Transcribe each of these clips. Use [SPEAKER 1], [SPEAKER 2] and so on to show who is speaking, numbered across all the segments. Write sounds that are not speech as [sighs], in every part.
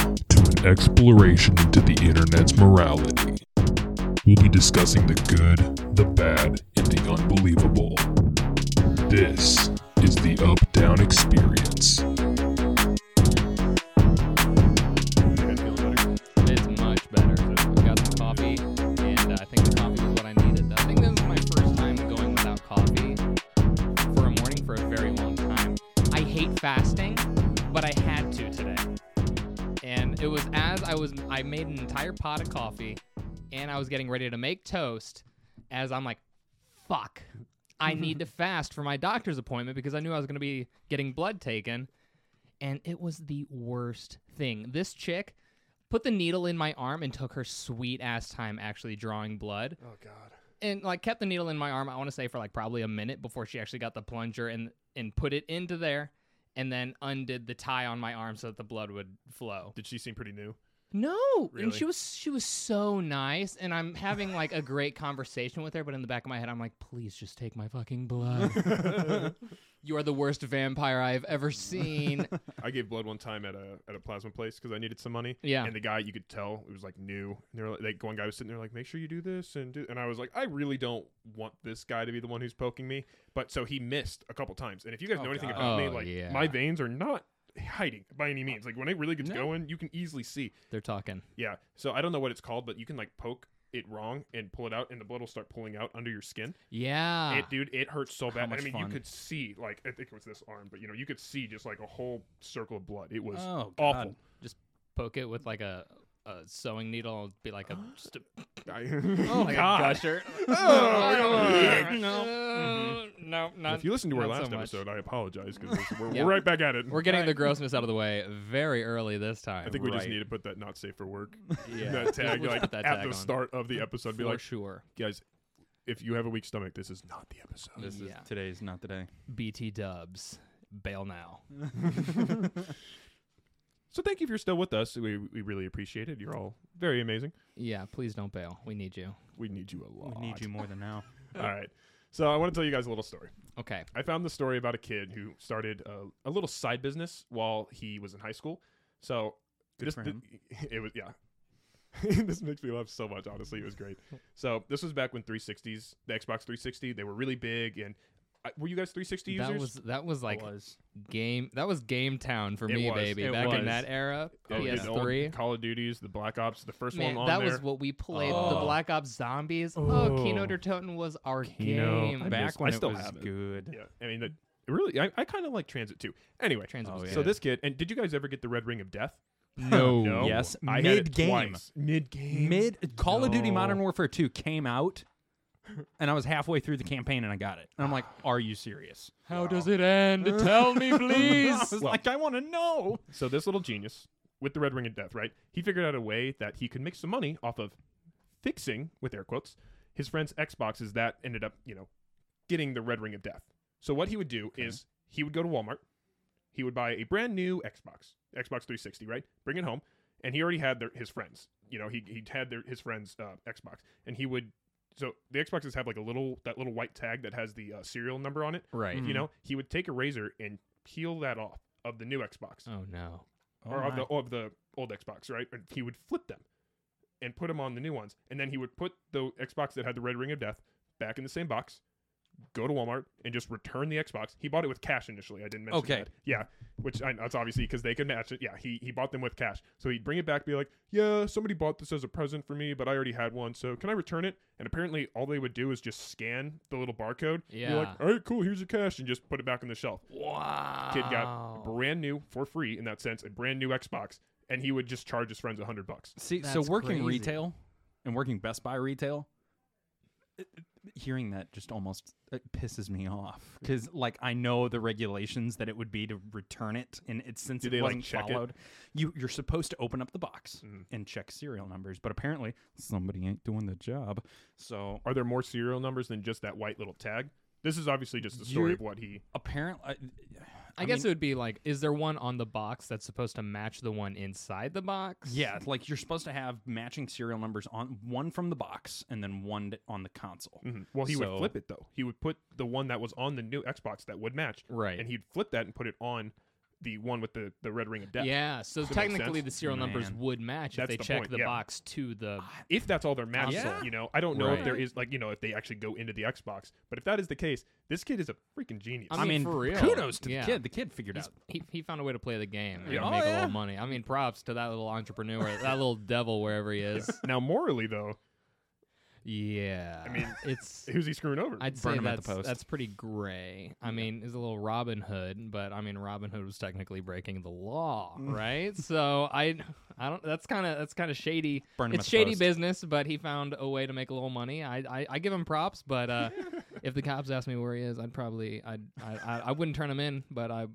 [SPEAKER 1] an exploration into the internet's morality. We'll be discussing the good, the bad, and the unbelievable. This is the Up Down Experience.
[SPEAKER 2] It's much better. I got some coffee, and uh, I think the coffee was what I needed. I think this is my first time going without coffee for a morning for a very long time. I hate fasting, but I had to today. And it was as I was, I made an entire pot of coffee, and I was getting ready to make toast, as I'm like, fuck, I need to fast for my doctor's appointment because I knew I was going to be getting blood taken. And it was the worst thing. This chick put the needle in my arm and took her sweet ass time actually drawing blood
[SPEAKER 3] Oh God.
[SPEAKER 2] and like kept the needle in my arm i want to say for like probably a minute before she actually got the plunger and and put it into there and then undid the tie on my arm so that the blood would flow
[SPEAKER 3] Did she seem pretty new?
[SPEAKER 2] no
[SPEAKER 3] Really?
[SPEAKER 2] and she was she was so nice and i'm having like a [laughs] great conversation with her but in the back of my head i'm like please just take my fucking blood [laughs] you are the worst vampire i've ever [laughs] seen
[SPEAKER 3] I gave blood one time at a at a plasma place because I needed some money.
[SPEAKER 2] Yeah.
[SPEAKER 3] And the guy, you could tell, it was like new. And they were like, like, one guy was sitting there like, make sure you do this and do. And I was like, I really don't want this guy to be the one who's poking me. But so he missed a couple times. And if you guys know anything
[SPEAKER 2] God.
[SPEAKER 3] about me,
[SPEAKER 2] Oh,
[SPEAKER 3] like
[SPEAKER 2] yeah.
[SPEAKER 3] my veins are not hiding by any means. Like when it really gets
[SPEAKER 2] No.
[SPEAKER 3] going, you can easily see.
[SPEAKER 2] they're talking
[SPEAKER 3] Yeah. So I don't know what it's called, but you can like poke it wrong and pull it out, and the blood will start pulling out under your skin.
[SPEAKER 2] yeah
[SPEAKER 3] It, dude, it hurts so bad. I
[SPEAKER 2] Ah. much
[SPEAKER 3] mean,
[SPEAKER 2] fun.
[SPEAKER 3] you could see, like, I think it was this arm, but you know, you could see just like a whole circle of blood. It was
[SPEAKER 2] Oh,
[SPEAKER 3] awful.
[SPEAKER 2] just poke it with like a, a sewing needle be like
[SPEAKER 3] [gasps]
[SPEAKER 2] a just a,
[SPEAKER 3] I- [laughs]
[SPEAKER 2] like
[SPEAKER 3] Oh God.
[SPEAKER 2] a gusher
[SPEAKER 3] [laughs]
[SPEAKER 2] [laughs]
[SPEAKER 3] Oh,
[SPEAKER 2] no Mm-hmm. no not
[SPEAKER 3] if you listen to our
[SPEAKER 2] not so
[SPEAKER 3] last
[SPEAKER 2] much.
[SPEAKER 3] episode, I apologize because
[SPEAKER 2] [laughs]
[SPEAKER 3] we're,
[SPEAKER 2] Yeah.
[SPEAKER 3] we're right back at it.
[SPEAKER 2] we're getting the grossness out of the way very early this time
[SPEAKER 3] I think we just
[SPEAKER 2] Right.
[SPEAKER 3] need to put that not safe
[SPEAKER 2] [laughs]
[SPEAKER 3] for work
[SPEAKER 2] yeah. [laughs]
[SPEAKER 3] that
[SPEAKER 2] We'll
[SPEAKER 3] tag
[SPEAKER 2] just
[SPEAKER 3] like
[SPEAKER 2] put that
[SPEAKER 3] at
[SPEAKER 2] tag
[SPEAKER 3] the
[SPEAKER 2] on,
[SPEAKER 3] start of the episode. Be
[SPEAKER 2] for
[SPEAKER 3] like,
[SPEAKER 2] sure
[SPEAKER 3] guys, if you have a weak stomach, this is not the episode.
[SPEAKER 4] This
[SPEAKER 2] Yeah.
[SPEAKER 4] is today's not the day.
[SPEAKER 2] bt dubs bail now
[SPEAKER 3] So thank you if you're still with us. We we really appreciate it. You're all very amazing.
[SPEAKER 2] yeah please don't bail we need you
[SPEAKER 3] We need you a lot.
[SPEAKER 4] We need you more than now.
[SPEAKER 3] All right. So I want to tell you guys a little story.
[SPEAKER 2] okay
[SPEAKER 3] I found the story about a kid who started a, a little side business while he was in high school. So
[SPEAKER 4] Good
[SPEAKER 3] this,
[SPEAKER 4] for
[SPEAKER 3] thi-
[SPEAKER 4] him.
[SPEAKER 3] [laughs] it was yeah. this makes me laugh so much. Honestly, it was great. So this was back when 360s, the Xbox 360, they were really big. And I, were you guys 360 users?
[SPEAKER 2] that was that was like
[SPEAKER 4] was.
[SPEAKER 2] game that was game town for
[SPEAKER 3] It
[SPEAKER 2] me
[SPEAKER 3] was. Oh,
[SPEAKER 2] baby
[SPEAKER 4] It
[SPEAKER 2] back in
[SPEAKER 4] was.
[SPEAKER 2] that era
[SPEAKER 3] They would get the old
[SPEAKER 2] ps3
[SPEAKER 3] Call of Duties, the Black Ops, the first
[SPEAKER 2] Man,
[SPEAKER 3] one on
[SPEAKER 2] that
[SPEAKER 3] there.
[SPEAKER 2] was what we played. The
[SPEAKER 4] Oh.
[SPEAKER 2] Black Ops Zombies. Oh, Kino
[SPEAKER 3] Oh.
[SPEAKER 2] der Toten was our
[SPEAKER 3] Kino.
[SPEAKER 2] game.
[SPEAKER 3] I
[SPEAKER 4] Back
[SPEAKER 3] missed-
[SPEAKER 4] when
[SPEAKER 3] I still
[SPEAKER 4] it was
[SPEAKER 3] have it.
[SPEAKER 4] good.
[SPEAKER 3] yeah, I mean, the, really, I, I kind of like Transit too. Anyway,
[SPEAKER 2] Transit
[SPEAKER 4] Oh,
[SPEAKER 2] was
[SPEAKER 4] yeah.
[SPEAKER 3] so this kid, and did you guys ever get the Red Ring of Death?
[SPEAKER 2] no.
[SPEAKER 3] [laughs] No.
[SPEAKER 4] Yes,
[SPEAKER 3] I had it
[SPEAKER 4] mid-game.
[SPEAKER 3] twice. Mid-game.
[SPEAKER 4] Mid Call of Duty
[SPEAKER 3] No.
[SPEAKER 4] Modern Warfare 2 came out,
[SPEAKER 3] [laughs]
[SPEAKER 4] and I was halfway through the campaign and I got it. And I'm like, are you serious?
[SPEAKER 2] How does it end? Tell me,
[SPEAKER 4] [laughs] I
[SPEAKER 2] please.
[SPEAKER 4] was like, I want to know.
[SPEAKER 3] So this little genius with the Red Ring of Death, right? He figured out a way that he could make some money off of fixing, with air quotes, his friend's Xboxes that ended up, you know, getting the Red Ring of Death. So what he would do is he would go to Walmart, he would buy a brand new Xbox, Xbox 360, right? Bring it home, and he already had their, his friends. You know, he he had their his friend's uh, Xbox, and he would. So the Xboxes have like a little that little white tag that has the uh, serial number on it.
[SPEAKER 2] right.
[SPEAKER 3] You know, he would take a razor and peel that off of the new Xbox
[SPEAKER 2] Oh no.
[SPEAKER 3] or
[SPEAKER 4] Oh
[SPEAKER 3] of the,
[SPEAKER 4] my.
[SPEAKER 3] of the old Xbox, right? And he would flip them and put them on the new ones. And then he would put the Xbox that had the red ring of death back in the same box, go to Walmart, and just return the Xbox. He bought it with cash initially. I didn't mention
[SPEAKER 4] Okay.
[SPEAKER 3] that. Yeah, which I, that's obviously because they could match it. Yeah, he, he bought them with cash. So he'd bring it back, be like, yeah, somebody bought this as a present for me, but I already had one. So can I return it? And apparently all they would do is just scan the little barcode. You're like,
[SPEAKER 2] Yeah.
[SPEAKER 3] all right, cool, here's your cash, and just put it back on the shelf
[SPEAKER 2] Wow.
[SPEAKER 3] kid
[SPEAKER 4] Oh.
[SPEAKER 3] got brand new for free in that sense, a brand new Xbox, and he would just charge his friends a hundred bucks.
[SPEAKER 4] See, so
[SPEAKER 2] That's
[SPEAKER 4] working
[SPEAKER 2] crazy.
[SPEAKER 4] retail and working Best Buy retail, it- it- hearing that just almost it pisses me off because like I know the regulations that it would be to return it, and it's since
[SPEAKER 3] Do
[SPEAKER 4] it
[SPEAKER 3] they, like,
[SPEAKER 4] wasn't
[SPEAKER 3] check it? Mm-hmm.
[SPEAKER 4] followed. You you're supposed to open up the box and check serial numbers, but apparently somebody ain't doing the job. So
[SPEAKER 3] Are there more serial numbers than just that white little tag? This is obviously just the story
[SPEAKER 4] You're-
[SPEAKER 3] of what he.
[SPEAKER 4] apparently,
[SPEAKER 2] I, guess it would be like, is there one on the box that's supposed to match the one inside the box?
[SPEAKER 4] yeah, like you're supposed to have matching serial numbers on one from the box and then one d- on the console.
[SPEAKER 3] Mhm. Well, he would
[SPEAKER 4] So-
[SPEAKER 3] flip it though. He would put the one that was on the new Xbox that would match,
[SPEAKER 2] Right.
[SPEAKER 3] and he'd flip that and put it on the one with the, the red ring of death.
[SPEAKER 2] Yeah, so
[SPEAKER 3] Does it make
[SPEAKER 2] technically
[SPEAKER 3] sense?
[SPEAKER 2] the serial numbers
[SPEAKER 4] Man.
[SPEAKER 2] would match
[SPEAKER 3] That's
[SPEAKER 2] if they
[SPEAKER 3] the
[SPEAKER 2] check
[SPEAKER 3] point,
[SPEAKER 2] the
[SPEAKER 3] yeah. Ah,
[SPEAKER 2] box to the.
[SPEAKER 3] If that's all they're mapped,
[SPEAKER 2] Yeah.
[SPEAKER 3] you know, I don't know if
[SPEAKER 2] Right.
[SPEAKER 3] there is like you know if they actually go into the Xbox, but if that is the case, this kid is a freaking genius.
[SPEAKER 2] I
[SPEAKER 4] I mean,
[SPEAKER 2] mean, for real.
[SPEAKER 4] kudos to
[SPEAKER 2] Yeah.
[SPEAKER 4] the kid. The kid figured
[SPEAKER 2] He's-
[SPEAKER 4] out.
[SPEAKER 2] He, he found a way to play the game and
[SPEAKER 3] Yeah.
[SPEAKER 4] Oh,
[SPEAKER 2] make a
[SPEAKER 4] yeah.
[SPEAKER 2] little money. I mean, props to that little entrepreneur, that little devil wherever he
[SPEAKER 3] [laughs]
[SPEAKER 2] is.
[SPEAKER 3] now morally though,
[SPEAKER 2] Yeah,
[SPEAKER 3] I mean,
[SPEAKER 2] it's.
[SPEAKER 3] who's he screwing over?
[SPEAKER 2] I'd say
[SPEAKER 4] Burn him at the
[SPEAKER 2] that's
[SPEAKER 4] post.
[SPEAKER 2] that's pretty gray. I mean, is a little Robin Hood, but I mean Robin Hood was technically breaking the law,
[SPEAKER 4] Mm. [laughs]
[SPEAKER 2] right? so I, I don't. That's kind of that's kind of shady.
[SPEAKER 4] Burn him
[SPEAKER 2] it's
[SPEAKER 4] at the
[SPEAKER 2] shady
[SPEAKER 4] post.
[SPEAKER 2] business, but he found a way to make a little money. I I, I give him props, but
[SPEAKER 4] [laughs]
[SPEAKER 2] uh, if the cops asked me where he is, I'd probably I'd, I I I wouldn't turn him in, but I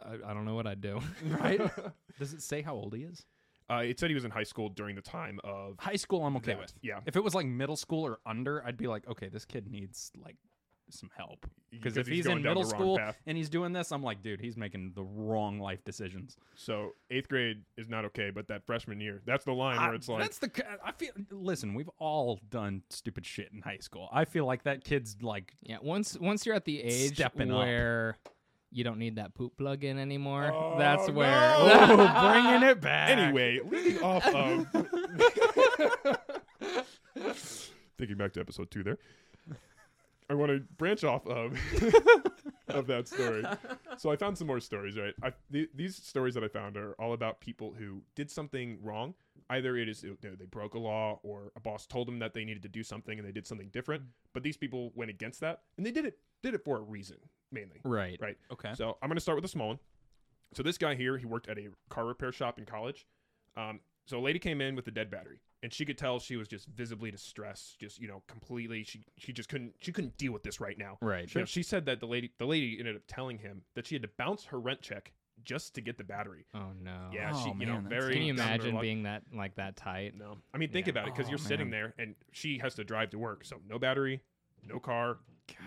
[SPEAKER 2] I, I don't know what I'd do.
[SPEAKER 4] [laughs] Right? Does it say how old he is?
[SPEAKER 3] Uh, it said he was in high school during the time of
[SPEAKER 4] High school, I'm okay
[SPEAKER 3] that.
[SPEAKER 4] with.
[SPEAKER 3] Yeah,
[SPEAKER 4] If it was like middle school or under, I'd be like, okay, this kid needs like some help. Because if he's,
[SPEAKER 3] going
[SPEAKER 4] in
[SPEAKER 3] down the
[SPEAKER 4] middle
[SPEAKER 3] wrong
[SPEAKER 4] school
[SPEAKER 3] path.
[SPEAKER 4] and he's doing this, I'm like, dude, he's making the wrong life decisions.
[SPEAKER 3] so eighth grade is not okay, but that freshman year, that's the line where
[SPEAKER 4] I-
[SPEAKER 3] it's like
[SPEAKER 4] that's the. ki- I feel. Listen, we've all done stupid shit in high school. I feel like that kid's [laughs] like
[SPEAKER 2] [laughs] Yeah, once once you're at the age
[SPEAKER 4] Stepping up.
[SPEAKER 2] where you don't need that poop plug in anymore,
[SPEAKER 3] Oh,
[SPEAKER 2] that's where [laughs]
[SPEAKER 3] no!
[SPEAKER 4] Oh, bringing it back.
[SPEAKER 3] Anyway, leading off of. Thinking back to episode two there. I want to branch off of of that story. So I found some more stories, right? I, th- these stories that I found are all about people who did something wrong. Either it is you know, they broke a law or a boss told them that they needed to do something and they did something different, but these people went against that and they did it did it for a reason mainly.
[SPEAKER 2] right.
[SPEAKER 3] Right.
[SPEAKER 4] Okay.
[SPEAKER 3] So I'm going to start with a small one. So this guy here, he worked at a car repair shop in college. Um, so a lady came in with a dead battery, and she could tell she was just visibly distressed, just you know, completely. She she just couldn't she couldn't deal with this right now.
[SPEAKER 2] Right.
[SPEAKER 3] You know, she said that the lady the lady ended up telling him that she had to bounce her rent check just to get the battery.
[SPEAKER 2] Oh no.
[SPEAKER 3] Yeah,
[SPEAKER 4] Oh,
[SPEAKER 3] she you
[SPEAKER 4] man,
[SPEAKER 3] know
[SPEAKER 4] that's
[SPEAKER 3] very.
[SPEAKER 2] Can you
[SPEAKER 3] down on her
[SPEAKER 2] imagine
[SPEAKER 3] luck.
[SPEAKER 2] being that like that tight?
[SPEAKER 3] No, I mean think
[SPEAKER 2] Yeah.
[SPEAKER 3] about it because
[SPEAKER 4] Oh,
[SPEAKER 3] you're sitting there and she has to drive to work, so no battery, no car,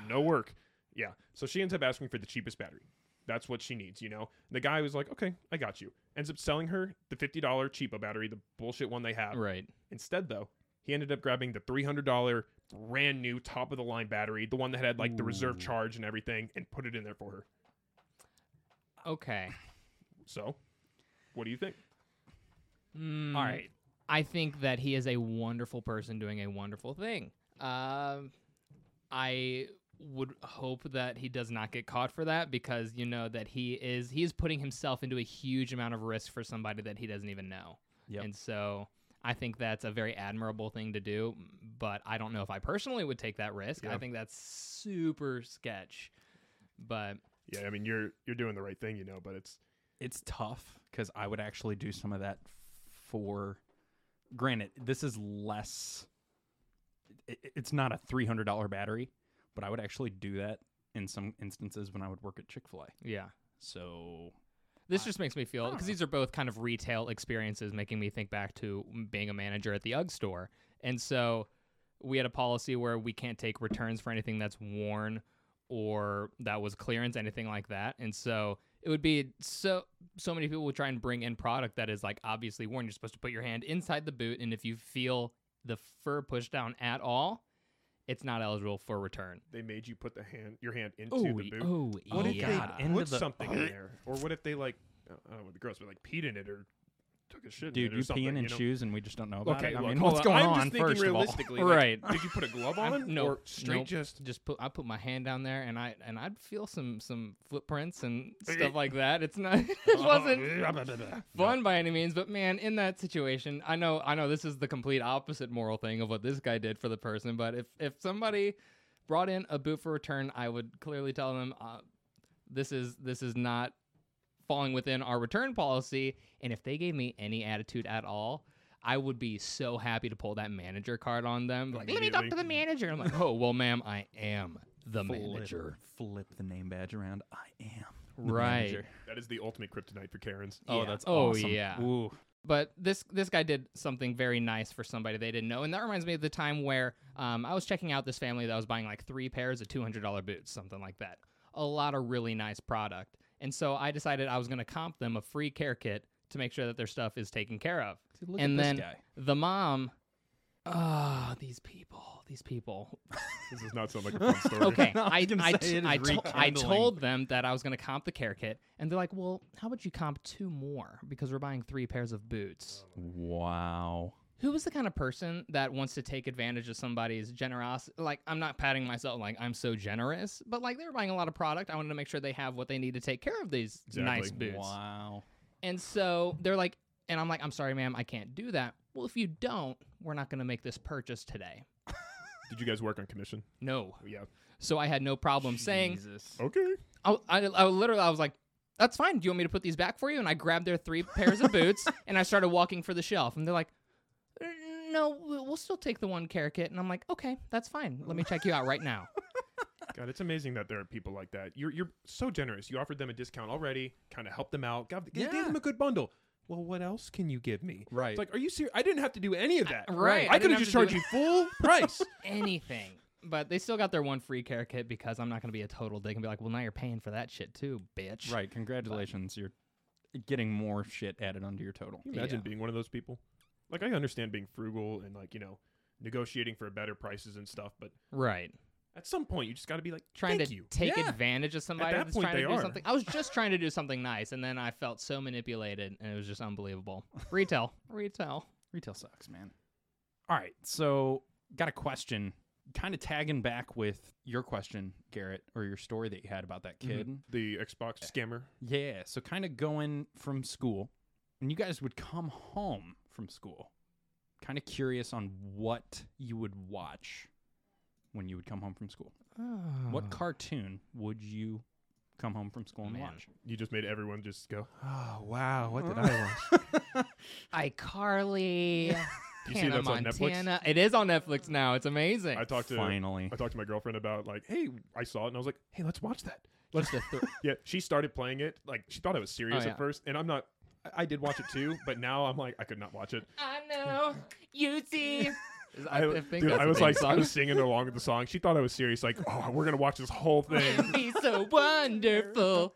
[SPEAKER 3] no work. Yeah, so she ends up asking for the cheapest battery. That's what she needs, you know. And the guy was like, "Okay, I got you." Ends up selling her the fifty dollar cheapo battery, the bullshit one they have.
[SPEAKER 2] Right.
[SPEAKER 3] Instead, though, he ended up grabbing the three hundred dollar brand new top of the line battery, the one that had like the reserve
[SPEAKER 4] Ooh.
[SPEAKER 3] charge and everything, and put it in there for her.
[SPEAKER 4] [sighs]
[SPEAKER 2] Okay.
[SPEAKER 3] So, what do you think?
[SPEAKER 2] Mm,
[SPEAKER 4] all right.
[SPEAKER 2] I think that he is a wonderful person doing a wonderful thing. Um, I would hope that he does not get caught for that because you know that he is he is putting himself into a huge amount of risk for somebody that he doesn't even know.
[SPEAKER 4] Yep.
[SPEAKER 2] And so I think that's a very admirable thing to do, but I don't know if I personally would take that risk. I
[SPEAKER 3] Yeah.
[SPEAKER 2] think that's super sketch. But
[SPEAKER 3] Yeah, I mean, you're you're doing the right thing, you know, but it's
[SPEAKER 4] it's tough because I would actually do some of that for. Granted, this is less. i- i- It's not a three hundred dollar battery, but I would actually do that in some instances when I would work at Chick Fil A.
[SPEAKER 2] yeah.
[SPEAKER 4] So
[SPEAKER 2] This just makes me feel
[SPEAKER 4] don't
[SPEAKER 2] because
[SPEAKER 4] know.
[SPEAKER 2] these are both kind of retail experiences, making me think back to m- being a manager at the UGG store. And so we had a policy where we can't take returns for anything that's worn or that was clearance, anything like that. And so it would be so so many people would try and bring in product that is like obviously worn. You're supposed to put your hand inside the boot, and if you feel the fur push down at all, it's not eligible for return.
[SPEAKER 3] they made you put the hand your hand into
[SPEAKER 2] Oh,
[SPEAKER 3] the boot.
[SPEAKER 2] oh,
[SPEAKER 4] What if
[SPEAKER 2] yeah.
[SPEAKER 4] they
[SPEAKER 3] put
[SPEAKER 4] into the-
[SPEAKER 3] something in there? Or what if they like, I don't know, it'd be gross, but like peed in it or took a shit in
[SPEAKER 4] dude,
[SPEAKER 3] it or
[SPEAKER 4] you
[SPEAKER 3] something,
[SPEAKER 4] peeing in
[SPEAKER 3] you know?
[SPEAKER 4] shoes and we just don't know about
[SPEAKER 3] Okay,
[SPEAKER 4] it. I
[SPEAKER 3] look,
[SPEAKER 4] mean,
[SPEAKER 3] hold
[SPEAKER 4] what's
[SPEAKER 3] on.
[SPEAKER 4] going
[SPEAKER 3] I'm
[SPEAKER 4] on
[SPEAKER 3] just
[SPEAKER 4] first
[SPEAKER 3] thinking
[SPEAKER 4] of all?
[SPEAKER 3] realistically, like,
[SPEAKER 2] Right.
[SPEAKER 3] did you put a glove
[SPEAKER 4] [laughs]
[SPEAKER 2] I'm-
[SPEAKER 3] on
[SPEAKER 2] no,
[SPEAKER 3] or straight
[SPEAKER 2] nope.
[SPEAKER 3] just?
[SPEAKER 2] just put I put my hand down there and I and I'd feel some some footprints and stuff like that. It's not [laughs]
[SPEAKER 3] [laughs]
[SPEAKER 2] it wasn't fun by any means, but man, in that situation, I know I know this is the complete opposite moral thing of what this guy did for the person, but if if somebody brought in a boot for return, I would clearly tell them uh, this is this is not falling within our return policy, and if they gave me any attitude at all, I would be so happy to pull that manager card on them. Like, let me talk to the manager. I'm like, oh well, ma'am, I am the manager.
[SPEAKER 4] Flip the name badge around. I am the
[SPEAKER 2] Right.
[SPEAKER 4] manager.
[SPEAKER 3] That is the ultimate kryptonite for Karens.
[SPEAKER 4] Oh,
[SPEAKER 2] Yeah.
[SPEAKER 4] that's
[SPEAKER 2] Oh,
[SPEAKER 4] awesome.
[SPEAKER 2] yeah.
[SPEAKER 4] Ooh.
[SPEAKER 2] But this this guy did something very nice for somebody they didn't know, and that reminds me of the time where um, I was checking out this family that was buying like three pairs of two hundred dollar boots, something like that. A lot of really nice product, and so I decided I was going to comp them a free care kit to make sure that their stuff is taken care of.
[SPEAKER 4] See, look
[SPEAKER 2] and
[SPEAKER 4] at
[SPEAKER 2] then
[SPEAKER 4] this guy.
[SPEAKER 2] the mom, ah, these people, these
[SPEAKER 4] [laughs]
[SPEAKER 2] people.
[SPEAKER 3] This does not sound like a fun story.
[SPEAKER 2] Okay,
[SPEAKER 4] I was
[SPEAKER 2] I
[SPEAKER 4] gonna
[SPEAKER 2] I,
[SPEAKER 4] say,
[SPEAKER 2] t-
[SPEAKER 4] it is
[SPEAKER 2] I, to- I
[SPEAKER 4] rekindling.
[SPEAKER 2] told them that I was going to comp the care kit, and they're like, "Well, how about you comp two more because we're buying three pairs of boots."
[SPEAKER 4] Wow.
[SPEAKER 2] Who is the kind of person that wants to take advantage of somebody's generosity? Like, I'm not patting myself like I'm so generous, but like they were buying a lot of product. I wanted to make sure they have what they need to take care of these nice
[SPEAKER 3] Exactly.
[SPEAKER 2] boots.
[SPEAKER 4] Wow.
[SPEAKER 2] And so they're like, and I'm like, I'm sorry, ma'am, I can't do that. Well, if you don't, we're not going to make this purchase today.
[SPEAKER 3] Did you guys work on commission?
[SPEAKER 2] No.
[SPEAKER 3] Yeah.
[SPEAKER 2] So I had no problem saying,
[SPEAKER 4] Jesus.
[SPEAKER 3] Okay.
[SPEAKER 2] I, I, I literally, I was like, that's fine. Do you want me to put these back for you? And I grabbed their three pairs of
[SPEAKER 3] [laughs]
[SPEAKER 2] boots and I started walking for the shelf. And they're like, "Er, no, we- we'll still take the one care kit. And I'm like, okay, that's fine. Let me check you out right now.
[SPEAKER 3] [laughs] God, it's amazing that there are people like that. You're you're so generous. You offered them a discount already, kind of helped them out. God, you
[SPEAKER 4] Yeah.
[SPEAKER 3] gave them a good bundle. Well, what else can you give me?
[SPEAKER 4] Right.
[SPEAKER 3] It's like, are you serious? I didn't have to do any of that.
[SPEAKER 2] Uh, right, I
[SPEAKER 3] I, could
[SPEAKER 2] didn't
[SPEAKER 3] have
[SPEAKER 2] have
[SPEAKER 3] just
[SPEAKER 2] to
[SPEAKER 3] charged
[SPEAKER 2] do-
[SPEAKER 3] you
[SPEAKER 2] [laughs]
[SPEAKER 3] full price.
[SPEAKER 2] Anything. But they still got their one free care kit because I'm not going to be a total dick and be like, well, now you're paying for that shit too, bitch.
[SPEAKER 4] Right. Congratulations. You're getting more shit added onto your total.
[SPEAKER 3] Can you imagine
[SPEAKER 2] Yeah.
[SPEAKER 3] being one of those people? Like, I understand being frugal and like you know negotiating for better prices and stuff, but
[SPEAKER 2] Right.
[SPEAKER 3] at some point you just got to be like,
[SPEAKER 2] trying
[SPEAKER 3] Thank
[SPEAKER 2] to
[SPEAKER 3] you.
[SPEAKER 2] take
[SPEAKER 4] Yeah.
[SPEAKER 2] advantage of somebody
[SPEAKER 3] that
[SPEAKER 2] that's
[SPEAKER 3] point,
[SPEAKER 2] trying to
[SPEAKER 3] they
[SPEAKER 2] do
[SPEAKER 3] are.
[SPEAKER 2] something. I was just trying to do something nice, and then I felt so manipulated, and it was just
[SPEAKER 3] [laughs]
[SPEAKER 2] unbelievable. Retail, retail.
[SPEAKER 4] Retail sucks, man. All right. So, got a question. Kind of tagging back with your question, Garrett, or your story that you had about that
[SPEAKER 3] Mm-hmm.
[SPEAKER 4] kid.
[SPEAKER 3] The Xbox scammer.
[SPEAKER 4] Yeah. So, kind of going from school, and you guys would come home from school. Kind of curious on what you would watch when you would come home from school.
[SPEAKER 2] Oh.
[SPEAKER 3] Uh.
[SPEAKER 4] What cartoon would you come home from school and
[SPEAKER 2] Man.
[SPEAKER 4] watch?
[SPEAKER 3] You just made everyone just go, oh wow, what did I
[SPEAKER 4] [laughs]
[SPEAKER 3] watch?
[SPEAKER 2] iCarly?
[SPEAKER 3] You see
[SPEAKER 2] Hannah
[SPEAKER 3] that's on Netflix?
[SPEAKER 2] Montana. It is on Netflix now. It's amazing.
[SPEAKER 3] I talked to
[SPEAKER 4] Finally.
[SPEAKER 3] I talked to my girlfriend about like, hey, I saw it and I was like, hey, let's watch that.
[SPEAKER 2] Just a thr-
[SPEAKER 3] Yeah, she started playing it. Like she thought I was serious
[SPEAKER 2] Oh, yeah.
[SPEAKER 3] at first, and I'm not. I- I did watch it too, but now I'm like I could not watch it.
[SPEAKER 2] [laughs] I know you [laughs] see.
[SPEAKER 3] [laughs] I,
[SPEAKER 2] think
[SPEAKER 3] dude,
[SPEAKER 2] that's
[SPEAKER 3] I
[SPEAKER 2] a
[SPEAKER 3] was
[SPEAKER 2] theme
[SPEAKER 3] like I
[SPEAKER 2] song.
[SPEAKER 3] [laughs] was singing along with the song. She thought I was serious. Like, oh, we're gonna watch this whole thing.
[SPEAKER 2] be so wonderful.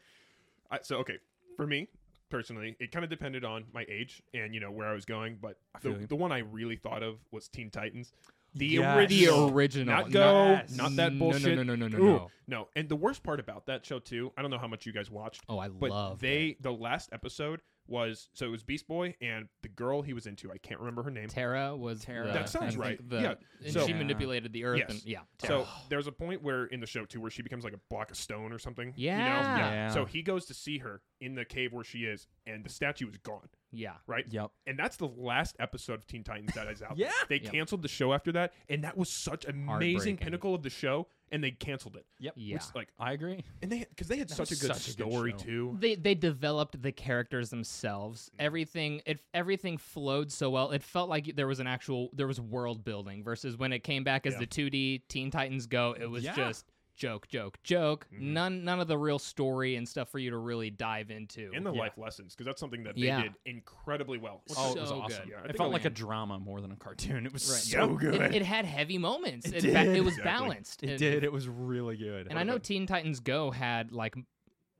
[SPEAKER 3] I, so okay, for me personally, it kind of depended on my age and you know where I was going. But
[SPEAKER 4] feel
[SPEAKER 3] the,
[SPEAKER 4] you.
[SPEAKER 3] the one I really thought of was Teen Titans, the
[SPEAKER 4] Yes.
[SPEAKER 2] The
[SPEAKER 3] original,
[SPEAKER 2] original,
[SPEAKER 3] not go,
[SPEAKER 4] Yes.
[SPEAKER 3] not that
[SPEAKER 2] No, no,
[SPEAKER 3] bullshit.
[SPEAKER 2] no, no, no, no,
[SPEAKER 3] Ooh,
[SPEAKER 2] no.
[SPEAKER 3] no. And the worst part about that show too, I don't know how much you guys watched.
[SPEAKER 2] Oh, I
[SPEAKER 3] but
[SPEAKER 2] love.
[SPEAKER 3] they the last episode was so it was Beast Boy and the girl he was into. I can't remember her name.
[SPEAKER 2] Tara was.
[SPEAKER 4] Tara.
[SPEAKER 2] the-
[SPEAKER 4] That
[SPEAKER 2] I
[SPEAKER 4] sounds
[SPEAKER 2] think
[SPEAKER 3] right.
[SPEAKER 2] the-
[SPEAKER 3] Yeah.
[SPEAKER 2] and
[SPEAKER 3] So-
[SPEAKER 2] she manipulated the earth.
[SPEAKER 3] Yes.
[SPEAKER 2] And, yeah.
[SPEAKER 3] So
[SPEAKER 2] Tara.
[SPEAKER 3] [sighs] there's a point where in the show too where she becomes like a block of stone or something. you know?
[SPEAKER 2] Yeah.
[SPEAKER 4] Yeah.
[SPEAKER 3] So he goes to see her in the cave where she is, and the statue is gone.
[SPEAKER 2] yeah.
[SPEAKER 3] Right.
[SPEAKER 4] Yep.
[SPEAKER 3] And that's the last episode of Teen Titans that is out.
[SPEAKER 4] [laughs] Yeah.
[SPEAKER 3] They
[SPEAKER 2] Yep.
[SPEAKER 3] canceled the show after that, and that was such amazing
[SPEAKER 2] Heartbreaking.
[SPEAKER 3] pinnacle of the show, and they canceled it.
[SPEAKER 4] Yep.
[SPEAKER 2] Yeah.
[SPEAKER 3] Which like
[SPEAKER 4] I agree.
[SPEAKER 3] and they because they had
[SPEAKER 4] That
[SPEAKER 3] such a
[SPEAKER 4] was
[SPEAKER 3] good
[SPEAKER 4] such a good
[SPEAKER 3] story
[SPEAKER 4] show.
[SPEAKER 3] too.
[SPEAKER 2] they they developed the characters themselves.
[SPEAKER 4] Mm.
[SPEAKER 2] Everything it everything flowed so well. It felt like there was an actual there was world building versus when it came back as
[SPEAKER 3] Yeah.
[SPEAKER 2] the 2D Teen Titans Go, it was
[SPEAKER 4] Yeah. Mm-hmm.
[SPEAKER 2] just joke, joke, joke.
[SPEAKER 3] Mhm.
[SPEAKER 2] None none of the real story and stuff for you to really dive into.
[SPEAKER 3] And the
[SPEAKER 4] Yeah.
[SPEAKER 3] life lessons because that's something that they
[SPEAKER 2] Yeah.
[SPEAKER 3] did incredibly well.
[SPEAKER 2] It's
[SPEAKER 4] Oh,
[SPEAKER 2] so
[SPEAKER 4] it was awesome.
[SPEAKER 2] good.
[SPEAKER 3] Yeah, I
[SPEAKER 4] it
[SPEAKER 3] think
[SPEAKER 4] felt
[SPEAKER 3] I'm-
[SPEAKER 4] like a drama more than a cartoon. It was
[SPEAKER 2] Right.
[SPEAKER 4] so
[SPEAKER 3] Yep.
[SPEAKER 4] [laughs] good.
[SPEAKER 2] it, it had heavy mommoments.
[SPEAKER 4] It
[SPEAKER 2] It, ba-
[SPEAKER 4] did.
[SPEAKER 2] it was
[SPEAKER 3] Exactly.
[SPEAKER 2] balanced.
[SPEAKER 4] It
[SPEAKER 2] And-
[SPEAKER 4] did. It was really good.
[SPEAKER 2] And I know Teen Titans Go had like m-